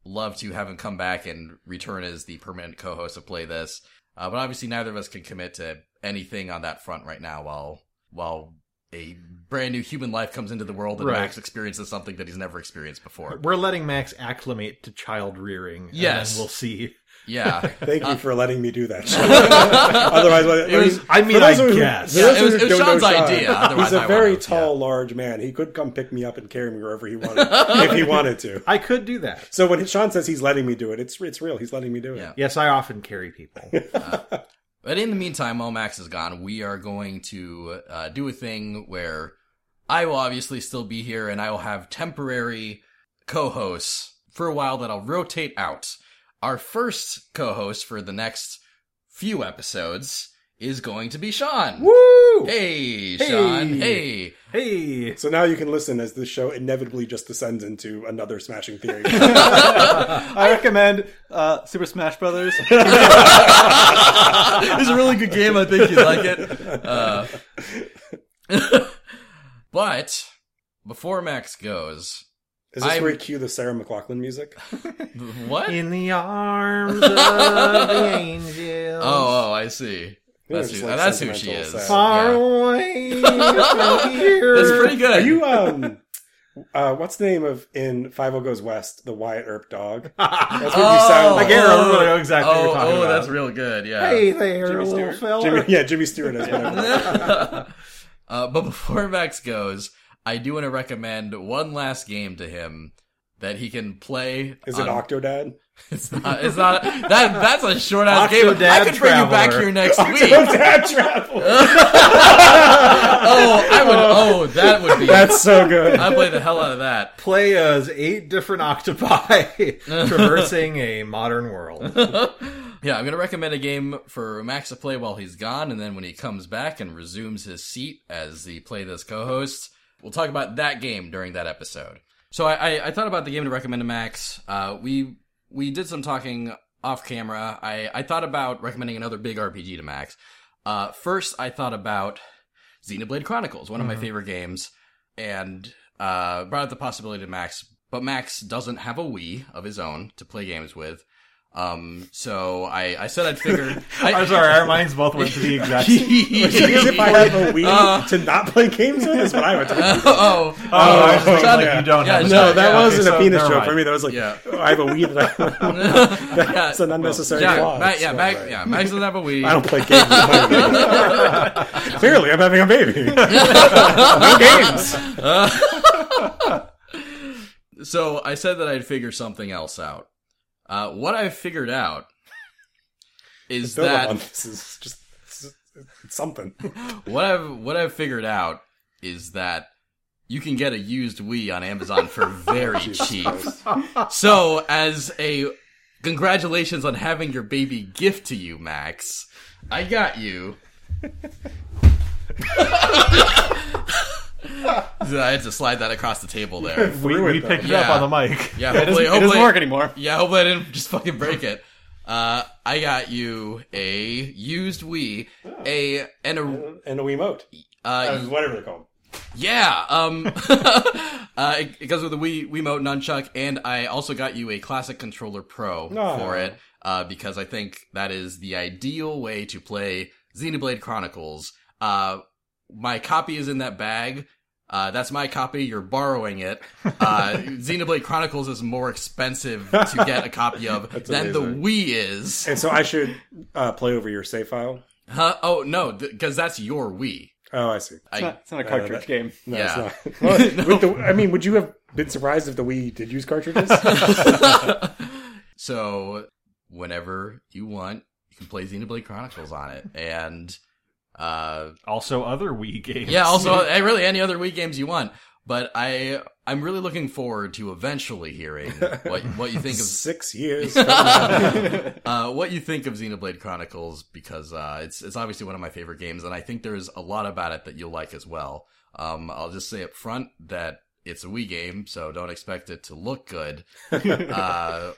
[SPEAKER 4] love to have him come back and return as the permanent co-host of Play This, uh, but obviously neither of us can commit to anything on that front right now. While while a brand new human life comes into the world and
[SPEAKER 1] Right.
[SPEAKER 4] Max experiences something that he's never experienced before.
[SPEAKER 1] We're letting Max acclimate to child rearing.
[SPEAKER 4] Yes.
[SPEAKER 1] and then we'll see.
[SPEAKER 4] Yeah,
[SPEAKER 2] Thank you for letting me do that. Otherwise,
[SPEAKER 4] It was-
[SPEAKER 1] I mean,
[SPEAKER 2] for
[SPEAKER 1] I
[SPEAKER 2] those who-
[SPEAKER 1] guess.
[SPEAKER 2] for those
[SPEAKER 4] Yeah, it was-
[SPEAKER 2] who
[SPEAKER 4] it was
[SPEAKER 2] don't know
[SPEAKER 4] Sean's idea, otherwise
[SPEAKER 2] He's
[SPEAKER 4] I
[SPEAKER 2] a
[SPEAKER 4] wouldn't
[SPEAKER 2] very
[SPEAKER 4] have, yeah.
[SPEAKER 2] tall, large man. He could come pick me up and carry me wherever he wanted if he wanted to.
[SPEAKER 1] I could do that.
[SPEAKER 2] So when Sean says he's letting me do it, it's it's real. He's letting me do it.
[SPEAKER 4] Yeah.
[SPEAKER 1] Yes, I often carry people.
[SPEAKER 4] But in the meantime, while Max is gone, we are going to uh, do a thing where I will obviously still be here and I will have temporary co hosts for a while that I'll rotate out. Our first co host for the next few episodes is going to be Sean.
[SPEAKER 2] Woo!
[SPEAKER 4] Hey, Sean. Hey.
[SPEAKER 1] Hey,
[SPEAKER 2] So now you can listen as this show inevitably just descends into another Smashing Theory.
[SPEAKER 3] I recommend uh, Super Smash Brothers.
[SPEAKER 4] it's a really good game. I think you'd like it. Uh, but before Max goes,
[SPEAKER 2] Is this
[SPEAKER 4] I'm-
[SPEAKER 2] where you cue the Sarah McLaughlin music?
[SPEAKER 4] what?
[SPEAKER 1] in the arms of the angels,
[SPEAKER 4] Oh, oh, I see.
[SPEAKER 2] Yeah,
[SPEAKER 4] That's
[SPEAKER 2] just
[SPEAKER 4] who,
[SPEAKER 2] like
[SPEAKER 4] that's who she
[SPEAKER 2] sentimental sad.
[SPEAKER 4] is.
[SPEAKER 1] far
[SPEAKER 4] Yeah.
[SPEAKER 1] away from here.
[SPEAKER 4] That's pretty good.
[SPEAKER 2] Are you um uh what's the name of in Five O Goes West, the Wyatt Earp dog? That's what you sound like.
[SPEAKER 1] Again, I don't really know exactly what
[SPEAKER 4] oh,
[SPEAKER 1] you're talking
[SPEAKER 4] oh,
[SPEAKER 1] about.
[SPEAKER 4] that's real good. Yeah.
[SPEAKER 1] Hey there,
[SPEAKER 2] Jimmy
[SPEAKER 1] little
[SPEAKER 2] Stewart.
[SPEAKER 1] fella.
[SPEAKER 2] Jimmy, yeah, Jimmy Stewart is whatever.
[SPEAKER 4] uh, but before Max goes, I do want to recommend one last game to him that he can play.
[SPEAKER 2] Is it
[SPEAKER 4] on-
[SPEAKER 2] Octodad?
[SPEAKER 4] It's not. It's not. That that's a short ass game. I
[SPEAKER 1] Octodad
[SPEAKER 4] could bring you back
[SPEAKER 1] Traveler.
[SPEAKER 4] here next week.
[SPEAKER 2] Octodad Travel.
[SPEAKER 4] oh, I would. Oh, that would be.
[SPEAKER 2] That's so good.
[SPEAKER 4] I play the hell out of that.
[SPEAKER 1] Play as eight different octopi traversing a modern world.
[SPEAKER 4] Yeah, I'm gonna recommend a game for Max to play while he's gone, and then when he comes back and resumes his seat as the play this co-host, we'll talk about that game during that episode. So I, I, I thought about the game to recommend to Max. Uh, we we did some talking off camera. I, I thought about recommending another big RPG to Max. Uh, first, I thought about Xenoblade Chronicles, one of my favorite games, and uh, brought up the possibility to Max. But Max doesn't have a Wii of his own to play games with. Um, so I, I said I'd figure. I,
[SPEAKER 1] I'm sorry, our minds both went to the exact same.
[SPEAKER 2] Because if I have a Wii
[SPEAKER 4] Uh,
[SPEAKER 2] to not play games with, is what I would do.
[SPEAKER 4] oh, oh,
[SPEAKER 1] Oh, I was thinking,
[SPEAKER 4] Sean-
[SPEAKER 1] like, you don't
[SPEAKER 4] yeah,
[SPEAKER 1] have a
[SPEAKER 4] no,
[SPEAKER 2] No,
[SPEAKER 1] Wii.
[SPEAKER 2] that
[SPEAKER 4] yeah,
[SPEAKER 2] wasn't
[SPEAKER 1] okay,
[SPEAKER 2] a
[SPEAKER 1] so
[SPEAKER 2] penis
[SPEAKER 1] never
[SPEAKER 2] joke for
[SPEAKER 1] mind.
[SPEAKER 2] me. That was like,
[SPEAKER 4] Yeah.
[SPEAKER 2] oh, I have a Wii that I That's an unnecessary
[SPEAKER 4] yeah,
[SPEAKER 2] clause.
[SPEAKER 4] Ma- yeah,
[SPEAKER 2] Right,
[SPEAKER 4] Max,
[SPEAKER 2] right.
[SPEAKER 4] yeah, Max doesn't have a Wii.
[SPEAKER 2] I don't play games. With my Wii. Clearly, I'm having a baby. no games.
[SPEAKER 4] So I said that I'd figure something else out. Uh, what I've figured out is
[SPEAKER 2] Build
[SPEAKER 4] that
[SPEAKER 2] on this is just it's- it's something.
[SPEAKER 4] what I've what I've figured out is that you can get a used Wii on Amazon for very cheap. So as a congratulations on having your baby gift to you, Max, I got you. So I had to slide that across the table there.
[SPEAKER 1] We, we picked it up
[SPEAKER 4] Yeah.
[SPEAKER 1] on the mic.
[SPEAKER 4] Yeah, hopefully,
[SPEAKER 3] it, doesn't, it doesn't
[SPEAKER 4] hopefully,
[SPEAKER 3] work anymore.
[SPEAKER 4] yeah, hopefully I didn't just fucking break it. Uh, I got you a used Wii, a and a
[SPEAKER 2] And a Wiimote.
[SPEAKER 4] uh,
[SPEAKER 2] Whatever they're called.
[SPEAKER 4] yeah. Um, uh, it, it comes with a Wii Wiimote nunchuck, and I also got you a classic controller pro
[SPEAKER 2] Aw.
[SPEAKER 4] for it uh, because I think that is the ideal way to play Xenoblade Chronicles. Uh, my copy is in that bag. Uh, that's my copy. You're borrowing it. Uh, Xenoblade Chronicles is more expensive to get a copy of than
[SPEAKER 2] amazing.
[SPEAKER 4] the Wii is.
[SPEAKER 2] And so I should uh, play over your save file.
[SPEAKER 4] Huh? Oh no, because that's your Wii.
[SPEAKER 2] Oh, I see.
[SPEAKER 4] I,
[SPEAKER 3] It's not, it's not a cartridge
[SPEAKER 2] that-
[SPEAKER 3] game.
[SPEAKER 2] No,
[SPEAKER 4] Yeah.
[SPEAKER 2] it's not. Well, with the, I mean, would you have been surprised if the Wii did use cartridges?
[SPEAKER 4] so whenever you want, you can play Xenoblade Chronicles on it, and uh,
[SPEAKER 1] Also, other Wii games.
[SPEAKER 4] yeah, also eh, really any other Wii games you want. But I I'm really looking forward to eventually hearing what what you think of
[SPEAKER 2] Six years.
[SPEAKER 4] uh, what you think of Xenoblade Chronicles because uh, it's it's obviously one of my favorite games, and I think there's a lot about it that you'll like as well. Um, I'll just say up front that it's a Wii game, so don't expect it to look good. uh,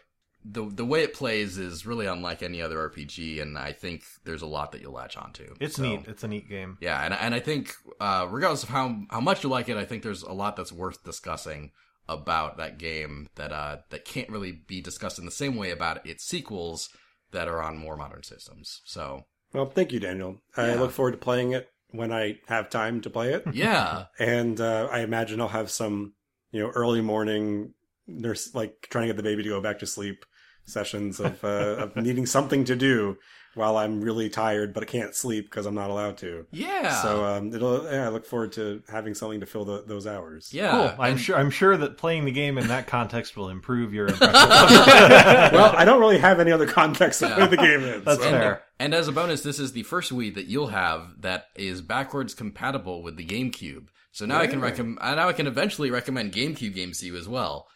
[SPEAKER 4] the the way it plays is really unlike any other RPG, and I think there's a lot that you'll latch onto.
[SPEAKER 1] It's
[SPEAKER 4] So,
[SPEAKER 1] neat. It's a neat game.
[SPEAKER 4] Yeah, and and I think uh, regardless of how how much you like it, I think there's a lot that's worth discussing about that game that uh that can't really be discussed in the same way about its sequels that are on more modern systems. So
[SPEAKER 2] well, thank you, Daniel. I
[SPEAKER 4] Yeah.
[SPEAKER 2] look forward to playing it when I have time to play it,
[SPEAKER 4] yeah,
[SPEAKER 2] and uh, I imagine I'll have some, you know, early morning nurse, like trying to get the baby to go back to sleep sessions of, uh, of needing something to do while I'm really tired, but I can't sleep because I'm not allowed to.
[SPEAKER 4] yeah,
[SPEAKER 2] So um, it'll. Yeah, I look forward to having something to fill tho- those hours.
[SPEAKER 4] yeah.
[SPEAKER 1] Cool. I'm
[SPEAKER 4] and-
[SPEAKER 1] sure. I'm sure that playing the game in that context will improve your impression.
[SPEAKER 2] well, I don't really have any other context of
[SPEAKER 4] Yeah.
[SPEAKER 2] what the game is.
[SPEAKER 1] That's
[SPEAKER 2] so-
[SPEAKER 1] fair.
[SPEAKER 4] And as a bonus, this is the first Wii that you'll have that is backwards compatible with the GameCube. So now I can
[SPEAKER 2] Yeah.
[SPEAKER 4] recommend. Now I can eventually recommend GameCube games to you as well.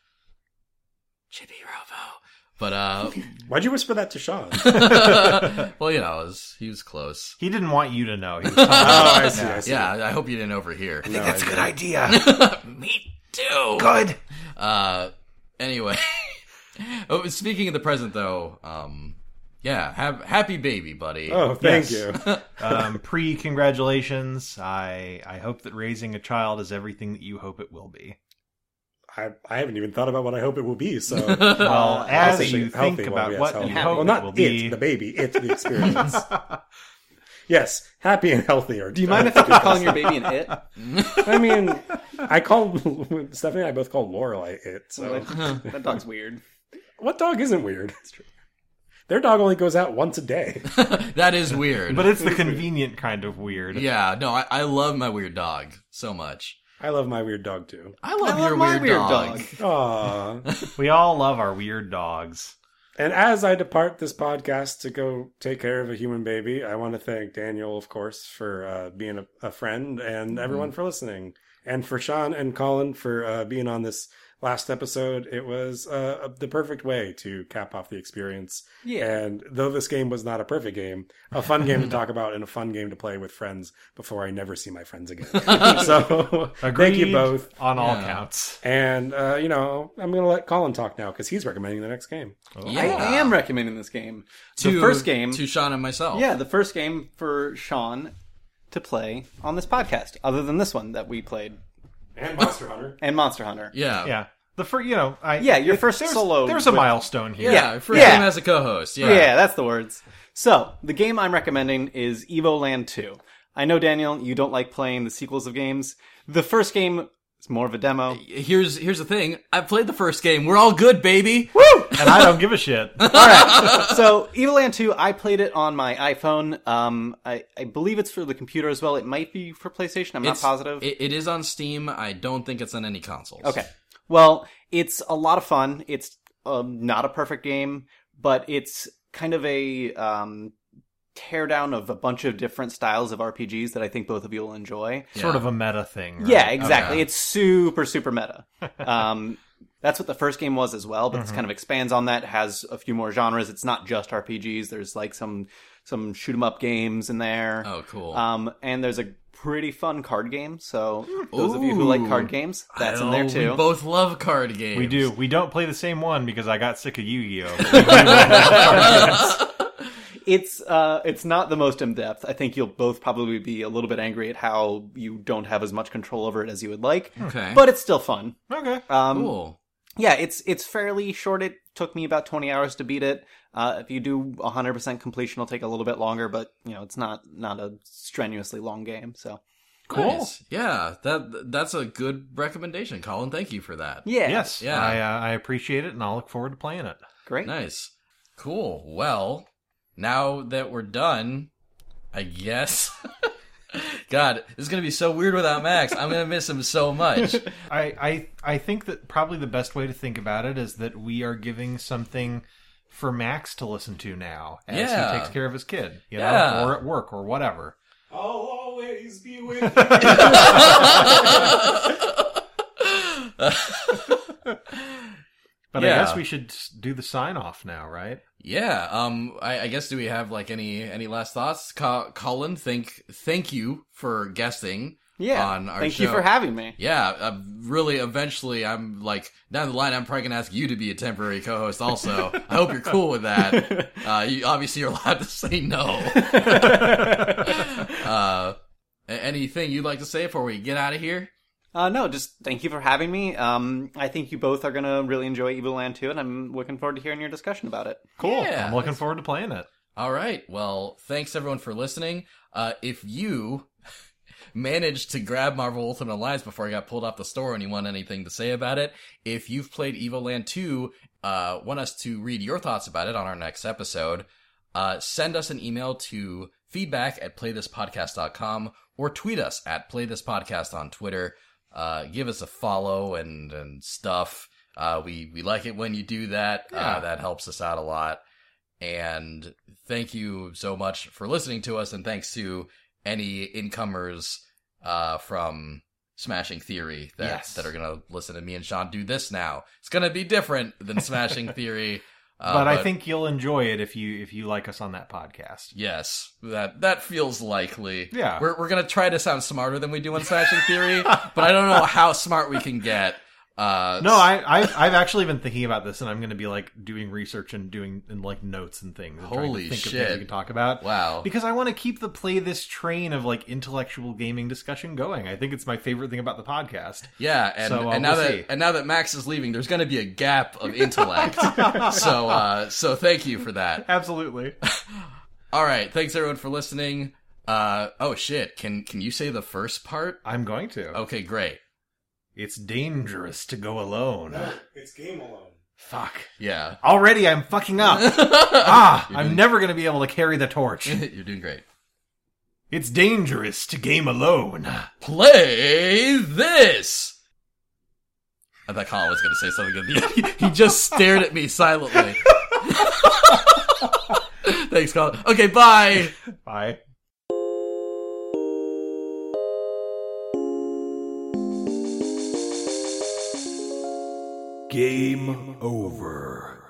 [SPEAKER 4] Chibi Robo. But
[SPEAKER 2] Why'd you whisper that to Sean?
[SPEAKER 4] uh, well, you know, it was, he was close.
[SPEAKER 1] He didn't want you to know. He was
[SPEAKER 4] Oh,
[SPEAKER 2] I see, I see.
[SPEAKER 4] Yeah, I hope you didn't overhear.
[SPEAKER 1] I think
[SPEAKER 2] No,
[SPEAKER 1] that's
[SPEAKER 2] I
[SPEAKER 1] a good
[SPEAKER 2] don't.
[SPEAKER 1] idea.
[SPEAKER 4] Me too.
[SPEAKER 1] good.
[SPEAKER 4] Uh, anyway, oh, speaking of the present though, um, yeah, have happy baby, buddy.
[SPEAKER 2] oh, thank
[SPEAKER 1] Yes.
[SPEAKER 2] you.
[SPEAKER 1] Um, Pre congratulations. I I hope that raising a child is everything that you hope it will be.
[SPEAKER 2] I, I haven't even thought about what I hope it will be. So
[SPEAKER 1] Well,
[SPEAKER 2] Uh,
[SPEAKER 1] as
[SPEAKER 2] healthy-
[SPEAKER 1] you
[SPEAKER 2] healthy
[SPEAKER 1] think
[SPEAKER 2] one,
[SPEAKER 1] about
[SPEAKER 2] yes,
[SPEAKER 1] what
[SPEAKER 2] healthy
[SPEAKER 1] you
[SPEAKER 2] one.
[SPEAKER 1] hope
[SPEAKER 2] well,
[SPEAKER 1] it
[SPEAKER 2] not
[SPEAKER 1] will
[SPEAKER 2] it,
[SPEAKER 1] be,
[SPEAKER 2] the baby, it, the experience. yes, happy and healthy are.
[SPEAKER 3] Do you mind if I keep calling your baby an it?
[SPEAKER 2] I mean, I call Stephanie and I both call Lorelai it. So
[SPEAKER 3] Like, that dog's weird.
[SPEAKER 2] what dog isn't weird? Their dog only goes out once a day.
[SPEAKER 4] that is weird.
[SPEAKER 1] but it's the convenient kind of weird.
[SPEAKER 4] yeah, no, I, I love my weird dog so much.
[SPEAKER 2] I love my weird dog too.
[SPEAKER 4] I love,
[SPEAKER 3] I love
[SPEAKER 4] your
[SPEAKER 3] my
[SPEAKER 4] weird,
[SPEAKER 3] weird
[SPEAKER 4] dog.
[SPEAKER 3] dog.
[SPEAKER 2] Aw.
[SPEAKER 1] We all love our weird dogs.
[SPEAKER 2] And as I depart this podcast to go take care of a human baby, I want to thank Daniel, of course, for uh, being a, a friend and everyone for listening. And for Sean and Colin for uh, being on this last episode. It was uh, the perfect way to cap off the experience.
[SPEAKER 3] Yeah.
[SPEAKER 2] And though this game was not a perfect game, a fun game to talk about and a fun game to play with friends before I never see my friends again. so thank you
[SPEAKER 1] Agreed
[SPEAKER 2] both.
[SPEAKER 1] on all
[SPEAKER 4] Yeah.
[SPEAKER 1] counts.
[SPEAKER 2] And, uh, you know, I'm going to let Colin talk now because he's recommending the next game.
[SPEAKER 3] I am recommending this game.
[SPEAKER 4] To-
[SPEAKER 3] the first game.
[SPEAKER 4] to Sean and myself.
[SPEAKER 3] Yeah, the first game for Sean to play on this podcast, other than this one that we played,
[SPEAKER 2] And Monster Hunter.
[SPEAKER 3] and Monster Hunter.
[SPEAKER 4] yeah,
[SPEAKER 1] Yeah. The first, you know, I
[SPEAKER 3] Yeah, your first
[SPEAKER 1] there's,
[SPEAKER 3] solo.
[SPEAKER 1] There's a
[SPEAKER 3] with-
[SPEAKER 1] milestone here.
[SPEAKER 4] Yeah, First
[SPEAKER 3] Yeah.
[SPEAKER 4] game as a co-host. Yeah,
[SPEAKER 3] Yeah, that's the words. So, the game I'm recommending is Evo Land 2. I know, Daniel, you don't like playing the sequels of games. The first game is more of a demo.
[SPEAKER 4] Here's here's the thing. I played the first game. We're all good, baby.
[SPEAKER 1] and I don't give a shit.
[SPEAKER 3] All right. So, Evil Land 2, I played it on my iPhone. Um, I, I believe it's for the computer as well. It might be for PlayStation. I'm
[SPEAKER 4] It's-
[SPEAKER 3] not positive.
[SPEAKER 4] It, it is on Steam. I don't think it's on any consoles.
[SPEAKER 3] Okay. Well, it's a lot of fun. It's um, not a perfect game, but it's kind of a um, teardown of a bunch of different styles of RPGs that I think both of you will enjoy.
[SPEAKER 4] Yeah.
[SPEAKER 1] Sort of a meta thing. right?
[SPEAKER 3] Yeah, exactly.
[SPEAKER 4] Okay.
[SPEAKER 3] It's super, super meta. Um, that's what the first game was as well, but
[SPEAKER 4] Mm-hmm.
[SPEAKER 3] it's kind of expands on that. Has a few more genres. It's not just RPGs. There's like some some shoot 'em up games in there.
[SPEAKER 4] Oh, cool.
[SPEAKER 3] Um, and there's a pretty fun card game. So those of you who like
[SPEAKER 4] Ooh.
[SPEAKER 3] card games, that's in
[SPEAKER 4] Oh,
[SPEAKER 3] there too.
[SPEAKER 4] We both love card games.
[SPEAKER 1] We do. We don't play the same one because I got sick of Yu-Gi-Oh. but we do love cards.
[SPEAKER 3] It's uh, it's not the most in depth. I think you'll both probably be a little bit angry at how you don't have as much control over it as you would like,
[SPEAKER 4] Okay.
[SPEAKER 3] but it's still fun.
[SPEAKER 1] okay.
[SPEAKER 3] Um,
[SPEAKER 4] cool.
[SPEAKER 3] Yeah, it's it's fairly short. It took me about twenty hours to beat it. Uh, if you do hundred percent completion, it'll take a little bit longer, but you know it's not not a strenuously long game. So
[SPEAKER 1] Cool.
[SPEAKER 4] Nice. Yeah, that that's a good recommendation, Colin. Thank you for that.
[SPEAKER 3] yeah,
[SPEAKER 1] Yes.
[SPEAKER 4] Yeah.
[SPEAKER 1] I, uh, I appreciate it, and I'll look forward to playing it.
[SPEAKER 3] great.
[SPEAKER 4] Nice. Cool. Well, now that we're done, I guess. God, this is gonna be so weird without Max. I'm gonna miss him so much.
[SPEAKER 1] I, I I think that probably the best way to think about it is that we are giving something for Max to listen to now as
[SPEAKER 4] Yeah.
[SPEAKER 1] he takes care of his kid, you know,
[SPEAKER 4] Yeah.
[SPEAKER 1] or at work or whatever.
[SPEAKER 2] I'll always be with you.
[SPEAKER 1] But
[SPEAKER 4] Yeah.
[SPEAKER 1] I guess we should s- do the sign off now, right?
[SPEAKER 4] Yeah. Um. I, I guess do we have like any any last thoughts, Co- Colin? Thank thank you for guesting.
[SPEAKER 3] Yeah,
[SPEAKER 4] On our
[SPEAKER 3] thank
[SPEAKER 4] show.
[SPEAKER 3] you for having me.
[SPEAKER 4] Yeah. Uh, really. Eventually, I'm like down the line. I'm probably gonna ask you to be a temporary co-host. Also, I hope you're cool with that. Uh, you obviously you're allowed to say no. uh, a- anything you'd like to say before we get out of here?
[SPEAKER 3] Uh, no, just thank you for having me. Um, I think you both are gonna really enjoy Evil Land 2, and I'm looking forward to hearing your discussion about it.
[SPEAKER 1] Cool.
[SPEAKER 4] Yeah.
[SPEAKER 1] I'm looking forward to playing it.
[SPEAKER 4] All right. Well, thanks everyone for listening. Uh, if you managed to grab Marvel Ultimate Alliance before I got pulled off the store and you want anything to say about it, if you've played Evil Land 2, uh, want us to read your thoughts about it on our next episode, uh, send us an email to feedback at playthispodcast.com or tweet us at playthispodcast on Twitter. Uh, give us a follow and, and stuff. Uh, we, we like it when you do that. Uh,
[SPEAKER 1] Yeah.
[SPEAKER 4] that helps us out a lot. And thank you so much for listening to us, and thanks to any incomers uh, from Smashing Theory that
[SPEAKER 1] Yes.
[SPEAKER 4] that are gonna listen to me and Sean do this now. It's gonna be different than Smashing Theory. Uh,
[SPEAKER 1] but I think you'll enjoy it if you if you like us on that podcast.
[SPEAKER 4] yes, that that feels likely.
[SPEAKER 1] Yeah.
[SPEAKER 4] we're we're gonna try to sound smarter than we do on Smashing Theory, but I don't know how smart we can get. Uh,
[SPEAKER 1] No, I I've, I've actually been thinking about this, and I'm going to be like doing research and doing and like notes and things. And trying to
[SPEAKER 4] Holy
[SPEAKER 1] think Of
[SPEAKER 4] shit.
[SPEAKER 1] things we can talk about.
[SPEAKER 4] wow.
[SPEAKER 1] Because I want to keep the play this train of like intellectual gaming discussion going. I think it's my favorite thing about the podcast.
[SPEAKER 4] Yeah, and,
[SPEAKER 1] So, uh,
[SPEAKER 4] and now
[SPEAKER 1] we'll
[SPEAKER 4] that
[SPEAKER 1] see.
[SPEAKER 4] and now that Max is leaving, there's going to be a gap of intellect. so uh, so thank you for that.
[SPEAKER 1] Absolutely.
[SPEAKER 4] All right, thanks everyone for listening. Uh, oh shit, can can you say the first part?
[SPEAKER 1] I'm going to.
[SPEAKER 4] Okay, great.
[SPEAKER 1] It's dangerous to go alone.
[SPEAKER 2] It's Game Alone.
[SPEAKER 1] Fuck.
[SPEAKER 4] Yeah,
[SPEAKER 1] Already I'm fucking up. ah, I'm never going to be able to carry the torch.
[SPEAKER 4] you're doing great.
[SPEAKER 1] It's dangerous to game alone.
[SPEAKER 4] Play this. I thought Colin was going to say something at the end. He just stared at me silently. thanks, Colin. Okay, bye.
[SPEAKER 1] Bye. Game over.